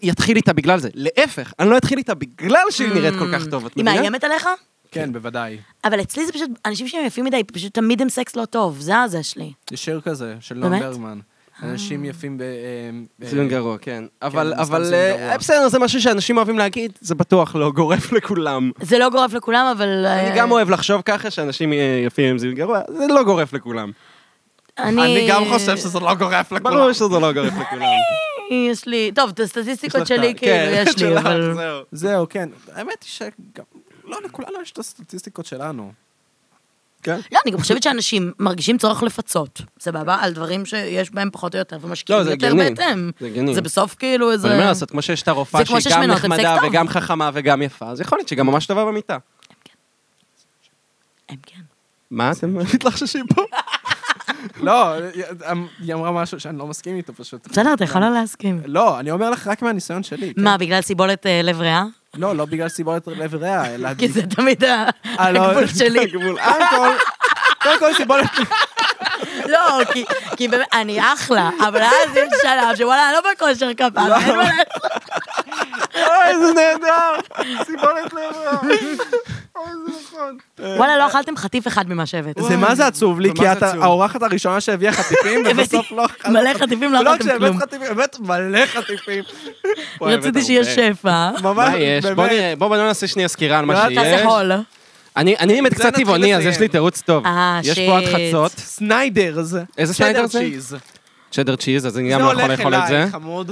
[SPEAKER 2] אתחיל איתה בגלל זה, להפך, אני לא אתחיל איתה בגלל שהיא נראית כל כך טוב, את
[SPEAKER 3] היא
[SPEAKER 2] מבינה?
[SPEAKER 3] מאיימת עליך?
[SPEAKER 1] כן, בוודאי.
[SPEAKER 3] אבל אצלי זה פשוט, אנשים שהם יפים מדי, פשוט תמיד הם סקס לא טוב, זה הזה שלי.
[SPEAKER 1] זה שיר כזה, של נועם
[SPEAKER 3] באמת?
[SPEAKER 1] ברגמן. אנשים יפים ב... אה, אה,
[SPEAKER 2] זיון גרוע, כן. אבל,
[SPEAKER 1] סתם
[SPEAKER 2] אבל,
[SPEAKER 1] זיון
[SPEAKER 2] אה,
[SPEAKER 1] גרוע.
[SPEAKER 2] בסדר, זה משהו שאנשים אוהבים להגיד, זה בטוח לא גורף לכולם.
[SPEAKER 3] זה לא גורף לכולם, אבל... אה,
[SPEAKER 2] אני גם אוהב לחשוב ככה שאנשים אה, יפים עם זיון גרוע, זה לא גורף לכולם.
[SPEAKER 1] אה,
[SPEAKER 3] אני
[SPEAKER 1] שזה לא גורף
[SPEAKER 2] ברור שזה לא גורף לכולם.
[SPEAKER 3] יש לי... טוב, את
[SPEAKER 2] יש לך
[SPEAKER 3] הסטטיסטיקות
[SPEAKER 2] את
[SPEAKER 3] שלי,
[SPEAKER 2] ה-
[SPEAKER 3] כאילו,
[SPEAKER 2] כן,
[SPEAKER 3] יש לי,
[SPEAKER 2] שלך,
[SPEAKER 3] אבל...
[SPEAKER 2] זהו.
[SPEAKER 1] זהו, כן. האמת היא שגם... לא, לכולנו יש את הסטטיסטיקות שלנו.
[SPEAKER 2] כן.
[SPEAKER 3] לא, אני גם חושבת שאנשים מרגישים צורך לפצות, סבבה? על דברים שיש בהם פחות או יותר, ומשקיעים
[SPEAKER 2] לא, זה
[SPEAKER 3] יותר
[SPEAKER 2] הגיוני.
[SPEAKER 3] בהתאם.
[SPEAKER 2] זה הגיוני.
[SPEAKER 3] זה בסוף כאילו איזה...
[SPEAKER 2] אבל אין מה לעשות, כמו שיש את הרופאה
[SPEAKER 3] זה כמו
[SPEAKER 2] שהיא
[SPEAKER 3] שיש
[SPEAKER 2] גם
[SPEAKER 3] מנות, הם
[SPEAKER 2] נחמדה
[SPEAKER 3] סקס טוב.
[SPEAKER 2] וגם חכמה וגם יפה, אז יכול להיות שהיא גם ממש טובה במיטה.
[SPEAKER 3] הם כן.
[SPEAKER 2] מה אתם מתלחששים פה?
[SPEAKER 1] לא, היא אמרה משהו שאני לא מסכים איתו פשוט.
[SPEAKER 3] בסדר, אתה יכול לא להסכים.
[SPEAKER 1] לא, אני אומר לך רק מהניסיון שלי. כן?
[SPEAKER 3] מה, בגלל סיבולת אה, לב ריאה?
[SPEAKER 1] לא, לא בגלל סיבולת לב ריאה, אלא...
[SPEAKER 3] כי זה תמיד ה-
[SPEAKER 1] אה, לא.
[SPEAKER 3] הגבול שלי.
[SPEAKER 1] קודם כל, קודם כל סיבולת...
[SPEAKER 3] לא, כי- כי באמת, אני אחלה, אבל אז יש שלב שוואלה, אני לא בכושר כפרה, אין מה לעשות.
[SPEAKER 1] אוי, איזה נהדר! סיבולת לב ריאה.
[SPEAKER 3] וואלה, לא אכלתם חטיף אחד ממשאבת.
[SPEAKER 1] זה מה זה עצוב לי, כי
[SPEAKER 2] ומה זה
[SPEAKER 1] את
[SPEAKER 2] עצוב?
[SPEAKER 1] האורחת הראשונה שהביאה חטיפים, ובסוף לא אכלת.
[SPEAKER 3] מלא חטיפים, לא
[SPEAKER 1] לא,
[SPEAKER 3] אכלתם כלום.
[SPEAKER 1] כשהבאת חטיפים, הבאת מלא חטיפים.
[SPEAKER 3] רציתי שיהיה שפע. אה,
[SPEAKER 1] ממש,
[SPEAKER 2] מה יש? בוא
[SPEAKER 1] באמת.
[SPEAKER 2] נראה, בואו נעשה שנייה סקירה על מה
[SPEAKER 1] לא,
[SPEAKER 2] שיש.
[SPEAKER 3] תעשה הול.
[SPEAKER 2] אני אני באמת
[SPEAKER 1] זה
[SPEAKER 2] קצת
[SPEAKER 1] נתחיל
[SPEAKER 2] טבעוני, אז
[SPEAKER 1] לסיים.
[SPEAKER 2] יש לי תירוץ טוב.
[SPEAKER 3] אה,
[SPEAKER 2] יש פה עד
[SPEAKER 3] שיט.
[SPEAKER 2] חצות,
[SPEAKER 1] סניידרס.
[SPEAKER 2] איזה סניידר זה?
[SPEAKER 1] שדר צ'יז.
[SPEAKER 2] צ'דר צ'יז, אז אני גם לא יכול לאכול את
[SPEAKER 1] הולך
[SPEAKER 2] זה.
[SPEAKER 1] אליי, חמוד.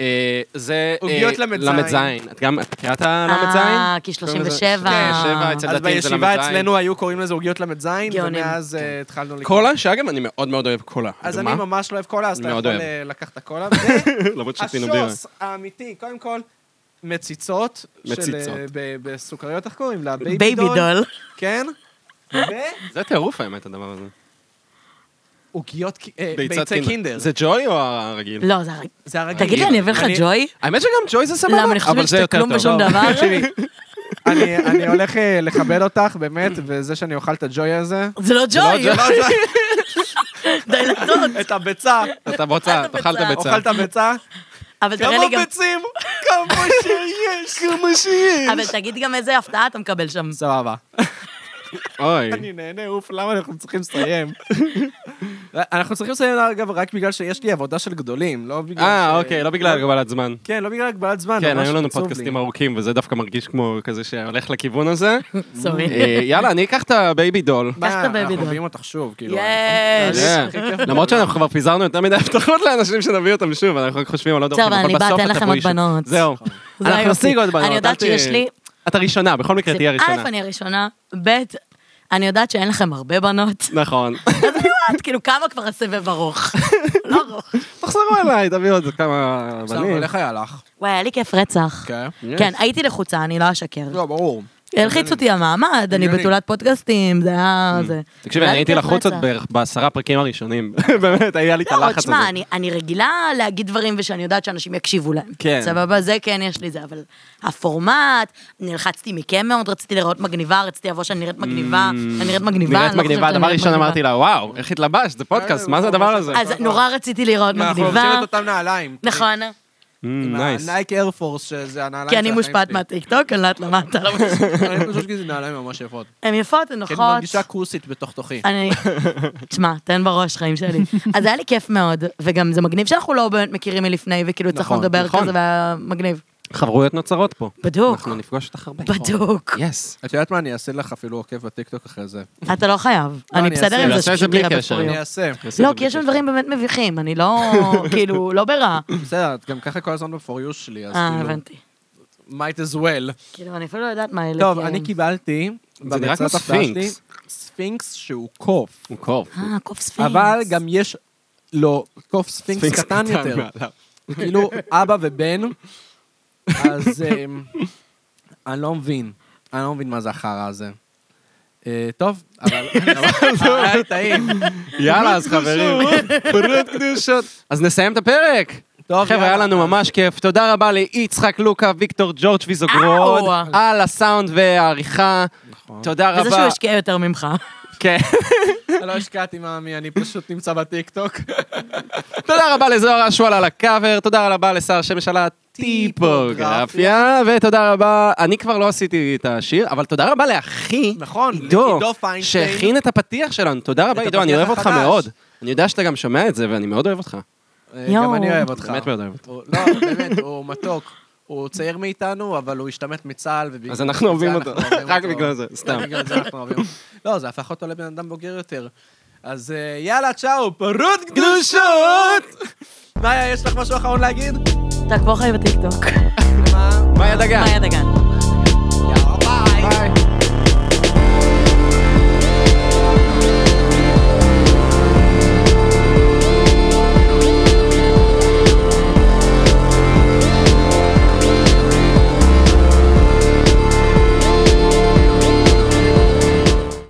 [SPEAKER 2] אה, זה...
[SPEAKER 1] עוגיות
[SPEAKER 2] אה,
[SPEAKER 1] ל"ז.
[SPEAKER 2] ל"ז. את גם, את מכירה את הל"ז?
[SPEAKER 3] אה, כי
[SPEAKER 2] קוראים לזה-
[SPEAKER 3] 37.
[SPEAKER 2] כן, שבע, אצל
[SPEAKER 1] אז
[SPEAKER 2] דתיים זה
[SPEAKER 1] בישיבה
[SPEAKER 2] ל"ז.
[SPEAKER 1] אצלנו היו קוראים לזה עוגיות ל"ז,
[SPEAKER 3] גאונים. כן.
[SPEAKER 1] ומאז אה, התחלנו לקרוא.
[SPEAKER 2] קולה, שאגב, אני מאוד מאוד אוהב קולה.
[SPEAKER 1] אז
[SPEAKER 2] אדומה.
[SPEAKER 1] אני ממש לא אוהב קולה, אז אתה
[SPEAKER 2] מאוד
[SPEAKER 1] יכול
[SPEAKER 2] אוהב.
[SPEAKER 1] אה, לקחת קולה.
[SPEAKER 2] למרות שתינו בירה.
[SPEAKER 1] השוס האמיתי, קודם כל, מציצות. של,
[SPEAKER 2] מציצות.
[SPEAKER 1] אה, ב- בסוכריות, איך קוראים לה?
[SPEAKER 3] בייבי דול.
[SPEAKER 1] כן.
[SPEAKER 2] זה טירוף האמת, הדבר הזה.
[SPEAKER 1] ועוגיות, ק- אה,
[SPEAKER 2] ביצת
[SPEAKER 1] ביצי קינדר.
[SPEAKER 2] זה ג'וי או הרגיל?
[SPEAKER 3] לא, זה הרג...
[SPEAKER 1] זה הרגיל.
[SPEAKER 3] תגיד לי, אני אביא לך ג'וי?
[SPEAKER 2] האמת שגם ג'וי זה סבבה,
[SPEAKER 3] למה, אני
[SPEAKER 2] אבל
[SPEAKER 3] חושבת
[SPEAKER 2] זה
[SPEAKER 3] שאתה
[SPEAKER 2] יותר
[SPEAKER 3] כלום
[SPEAKER 2] טוב.
[SPEAKER 3] בשום דבר?
[SPEAKER 1] לא, תקשיבי, אני- אני הולך אה, לכבד אותך, באמת, וזה שאני אוכל את הג'וי הזה.
[SPEAKER 3] זה לא ג'וי.
[SPEAKER 2] לא ג'וי.
[SPEAKER 3] די לטות.
[SPEAKER 1] לא, את הביצה.
[SPEAKER 2] אתה בוצה,
[SPEAKER 3] אכלת
[SPEAKER 2] תאכל את
[SPEAKER 3] ביצה.
[SPEAKER 2] הביצה.
[SPEAKER 1] אוכלת ביצה?
[SPEAKER 3] אבל תראה
[SPEAKER 1] כמה
[SPEAKER 3] לי גם...
[SPEAKER 1] ביצים? כמה שיש, כמה שיש.
[SPEAKER 3] אבל תגיד גם איזה הפתעה אתה מקבל שם.
[SPEAKER 1] סבבה.
[SPEAKER 2] אוי.
[SPEAKER 1] אני נהנה, אוף, למה אנחנו צריכים לסיים? אנחנו צריכים לסיים, אגב, רק בגלל שיש לי עבודה של גדולים, לא בגלל
[SPEAKER 2] אה, אוקיי, לא בגלל הגבלת זמן.
[SPEAKER 1] כן, לא בגלל הגבלת זמן,
[SPEAKER 2] כן,
[SPEAKER 1] ממש
[SPEAKER 2] היו לנו
[SPEAKER 1] עצוב לי.
[SPEAKER 2] פודקאסטים ארוכים, וזה דווקא מרגיש כמו כזה שהולך לכיוון הזה.
[SPEAKER 3] סורי.
[SPEAKER 2] אה, יאללה, אני אקח את הבייבי דול.
[SPEAKER 1] מה,
[SPEAKER 3] קח את הבייבי
[SPEAKER 1] אנחנו
[SPEAKER 3] דול.
[SPEAKER 1] מביאים אותך שוב,
[SPEAKER 2] לא.
[SPEAKER 1] כאילו.
[SPEAKER 3] יש. כן.
[SPEAKER 2] אה, למרות שאנחנו כבר פיזרנו יותר מדי הבטחות לאנשים שנביא אותם שוב, אנחנו רק חושבים על עוד
[SPEAKER 3] בסדר,
[SPEAKER 2] אורחים,
[SPEAKER 3] אבל אני באה,
[SPEAKER 2] אבל בסוף
[SPEAKER 3] תן
[SPEAKER 2] אתה
[SPEAKER 3] לכם
[SPEAKER 2] בואי
[SPEAKER 3] עוד
[SPEAKER 2] ש-
[SPEAKER 3] בנות.
[SPEAKER 2] זהו.
[SPEAKER 1] נכון.
[SPEAKER 3] זה
[SPEAKER 2] אנחנו
[SPEAKER 3] היופי.
[SPEAKER 2] נשיג עוד בנות.
[SPEAKER 3] אני יודעת
[SPEAKER 2] אל ת-
[SPEAKER 3] שיש לי...
[SPEAKER 2] את הראשונה, בכל מקרה אה, תהיה הראשונה.
[SPEAKER 3] א', אני הראשונה, ב', אני יודעת שאין לכם הרבה בנות.
[SPEAKER 2] נכון.
[SPEAKER 3] אז אני יודעת, כאילו, כמה כבר הסבב ארוך? לא ארוך.
[SPEAKER 2] תחזרו אליי, תביאו עוד כמה בנים.
[SPEAKER 1] אבל איך היה לך?
[SPEAKER 3] וואי, היה לי כיף רצח.
[SPEAKER 1] כן.
[SPEAKER 3] כן, הייתי לחוצה, אני לא אשקר.
[SPEAKER 1] לא, ברור.
[SPEAKER 3] הלחיץ אותי המעמד, אני
[SPEAKER 1] הגיוני.
[SPEAKER 3] בתולת פודקאסטים, זה היה... זה-
[SPEAKER 2] תקשיבי,
[SPEAKER 3] היה
[SPEAKER 2] Mm. אני
[SPEAKER 3] לי
[SPEAKER 2] הייתי
[SPEAKER 3] כיף
[SPEAKER 2] לחוץ עוד
[SPEAKER 3] רצח.
[SPEAKER 2] בערך בעשרה פרקים הראשונים. באמת, היה לי את
[SPEAKER 3] לא, אבל
[SPEAKER 2] הלחץ הזה.
[SPEAKER 3] תשמע, אני- אני רגילה להגיד דברים ושאני יודעת שאנשים יקשיבו להם.
[SPEAKER 2] כן.
[SPEAKER 3] סבבה, זה כן, יש לי זה, אבל הפורמט, נלחצתי מכם מאוד, רציתי להיראות מגניבה, רציתי לבוא שאני נראית מגניבה, אני נראית מגניבה,
[SPEAKER 2] Mm. נראית
[SPEAKER 3] אני לא
[SPEAKER 2] מגניבה,
[SPEAKER 3] חושבת
[SPEAKER 2] דבר
[SPEAKER 3] שאני נראית
[SPEAKER 2] ראשון
[SPEAKER 3] מגניבה.
[SPEAKER 2] אמרתי לא, לה, וואו,
[SPEAKER 3] אה,
[SPEAKER 2] איך התלבשת, זה פודקאסט, מה זה הדבר הזה?
[SPEAKER 3] אז נורא רציתי להיראות
[SPEAKER 2] נכון,
[SPEAKER 1] אנחנו לובשים את
[SPEAKER 3] מגניבה.
[SPEAKER 1] אותם נעליים.
[SPEAKER 2] כן.
[SPEAKER 3] נכון.
[SPEAKER 2] Mm,
[SPEAKER 1] עם
[SPEAKER 2] נייס.
[SPEAKER 1] הנייק איירפורס, שזה הנעליים
[SPEAKER 3] כי
[SPEAKER 1] של
[SPEAKER 3] אני
[SPEAKER 2] כן,
[SPEAKER 1] החיים
[SPEAKER 3] מושפעת
[SPEAKER 1] שלי.
[SPEAKER 3] מהטיקטוק, אני לא יודעת למה אתה לא מושפעת.
[SPEAKER 1] אני פשוט כאילו נעליים ממש יפות.
[SPEAKER 3] הן יפות,
[SPEAKER 2] כן,
[SPEAKER 3] הן
[SPEAKER 1] כי
[SPEAKER 3] נוחות.
[SPEAKER 1] אני מרגישה כוסית בתוך תוכי.
[SPEAKER 3] נכון. אני... תשמע, תן בראש, חיים שלי. אז היה לי כיף מאוד, וגם זה מגניב שאנחנו לא באמת מכירים מלפני, וכאילו הצלחנו
[SPEAKER 1] נכון,
[SPEAKER 3] לדבר
[SPEAKER 2] נכון.
[SPEAKER 3] כזה, והיה מגניב.
[SPEAKER 2] חברויות נוצרות פה.
[SPEAKER 3] אה. בדוק.
[SPEAKER 2] אנחנו נפגוש אותך הרבה.
[SPEAKER 3] בדוק.
[SPEAKER 2] יס.
[SPEAKER 1] את יודעת מה, אני אעשה לך אפילו עוקב בטיקטוק אחרי זה.
[SPEAKER 3] אתה לא חייב.
[SPEAKER 1] לא,
[SPEAKER 3] אני
[SPEAKER 1] אני
[SPEAKER 3] בסדר
[SPEAKER 1] אעשה-
[SPEAKER 3] עם זה
[SPEAKER 2] אעשה את זה
[SPEAKER 3] שפשוט
[SPEAKER 2] בלי
[SPEAKER 3] נראה
[SPEAKER 2] קשר.
[SPEAKER 3] בפוריות.
[SPEAKER 1] אני אעשה.
[SPEAKER 3] לא, כי יש שם דברים באמת מביכים, אני לא... כאילו, לא ברע.
[SPEAKER 1] בסדר, את גם ככה כל הזמן ב-for you שלי, אז
[SPEAKER 3] אה,
[SPEAKER 1] כאילו,
[SPEAKER 3] הבנתי.
[SPEAKER 1] might as well.
[SPEAKER 3] כאילו, אני אפילו לא יודעת מה אלה.
[SPEAKER 1] טוב,
[SPEAKER 3] כי-
[SPEAKER 1] אני כאילו- קיבלתי,
[SPEAKER 2] זה נראה כמו
[SPEAKER 1] בביצת הפתעה שלי,
[SPEAKER 2] ספינקס.
[SPEAKER 1] ספינקס שהוא קוף,
[SPEAKER 2] הוא קור.
[SPEAKER 3] אה, קוף ספינקס.
[SPEAKER 1] אבל גם יש לו קוף ספינקס קטן יותר. כאילו, אבא ובן, אז אמ, אני לא מבין. אני לא מבין מה זה החרא הזה. אה, טוב, אבל...
[SPEAKER 2] לא-
[SPEAKER 1] אבל היה לי טעים.
[SPEAKER 2] יאללה, אז חברים. פרות קדושות. אז נסיים את הפרק.
[SPEAKER 1] טוב,
[SPEAKER 2] חבר'ה, היה
[SPEAKER 1] יאללה.
[SPEAKER 2] לנו ממש כיף. תודה רבה ליצחק לוקה, ויקטור ג'ורג' ויזוגרוד,
[SPEAKER 3] אאו. נכון.
[SPEAKER 2] על הסאונד והעריכה. תודה רבה.
[SPEAKER 3] וזה שהוא השקיע יותר ממך.
[SPEAKER 2] כן.
[SPEAKER 1] לא השקעתי מאמי, אני פשוט נמצא בטיקטוק.
[SPEAKER 2] תודה רבה לזוהר אשואל על הקאבר, תודה רבה לשר שמש על הטיפוגרפיה, ותודה רבה, אני כבר לא עשיתי את השיר, אבל תודה רבה לאחי
[SPEAKER 1] נכון,
[SPEAKER 2] עידו,
[SPEAKER 1] עידו פיינשטיין.
[SPEAKER 2] שהכין את הפתיח שלנו. תודה רבה
[SPEAKER 1] את
[SPEAKER 2] עידו, אני
[SPEAKER 1] הפתיח
[SPEAKER 2] אוהב אותך
[SPEAKER 1] החדש.
[SPEAKER 2] מאוד. אני יודע שאתה גם שומע את זה, ואני מאוד אוהב אותך.
[SPEAKER 1] אה,
[SPEAKER 3] יואו.
[SPEAKER 1] גם אני אוהב אותך.
[SPEAKER 2] באמת מאוד אוהב אותך.
[SPEAKER 1] הוא- לא, באמת, הוא מתוק. הוא צעיר מאיתנו, אבל הוא השתמט מצה"ל. ובגלל
[SPEAKER 2] אז אנחנו אוהבים
[SPEAKER 1] זה
[SPEAKER 2] אותו,
[SPEAKER 1] אנחנו אוהבים
[SPEAKER 2] רק
[SPEAKER 1] אותו.
[SPEAKER 2] בגלל זה, סתם.
[SPEAKER 1] רק בגלל זה אנחנו אוהבים אותו. לא, זה הפך אותו לבן אדם בוגר יותר. אז אה, יאללה, צ'או, פרות קדושות! מאיה, יש לך משהו אחרון להגיד? כן.
[SPEAKER 3] תעקבו אחרי בטיקטוק.
[SPEAKER 1] מה?
[SPEAKER 2] מאיה דגן.
[SPEAKER 3] מאיה דגן.
[SPEAKER 1] יאללה, ביי.
[SPEAKER 2] ביי.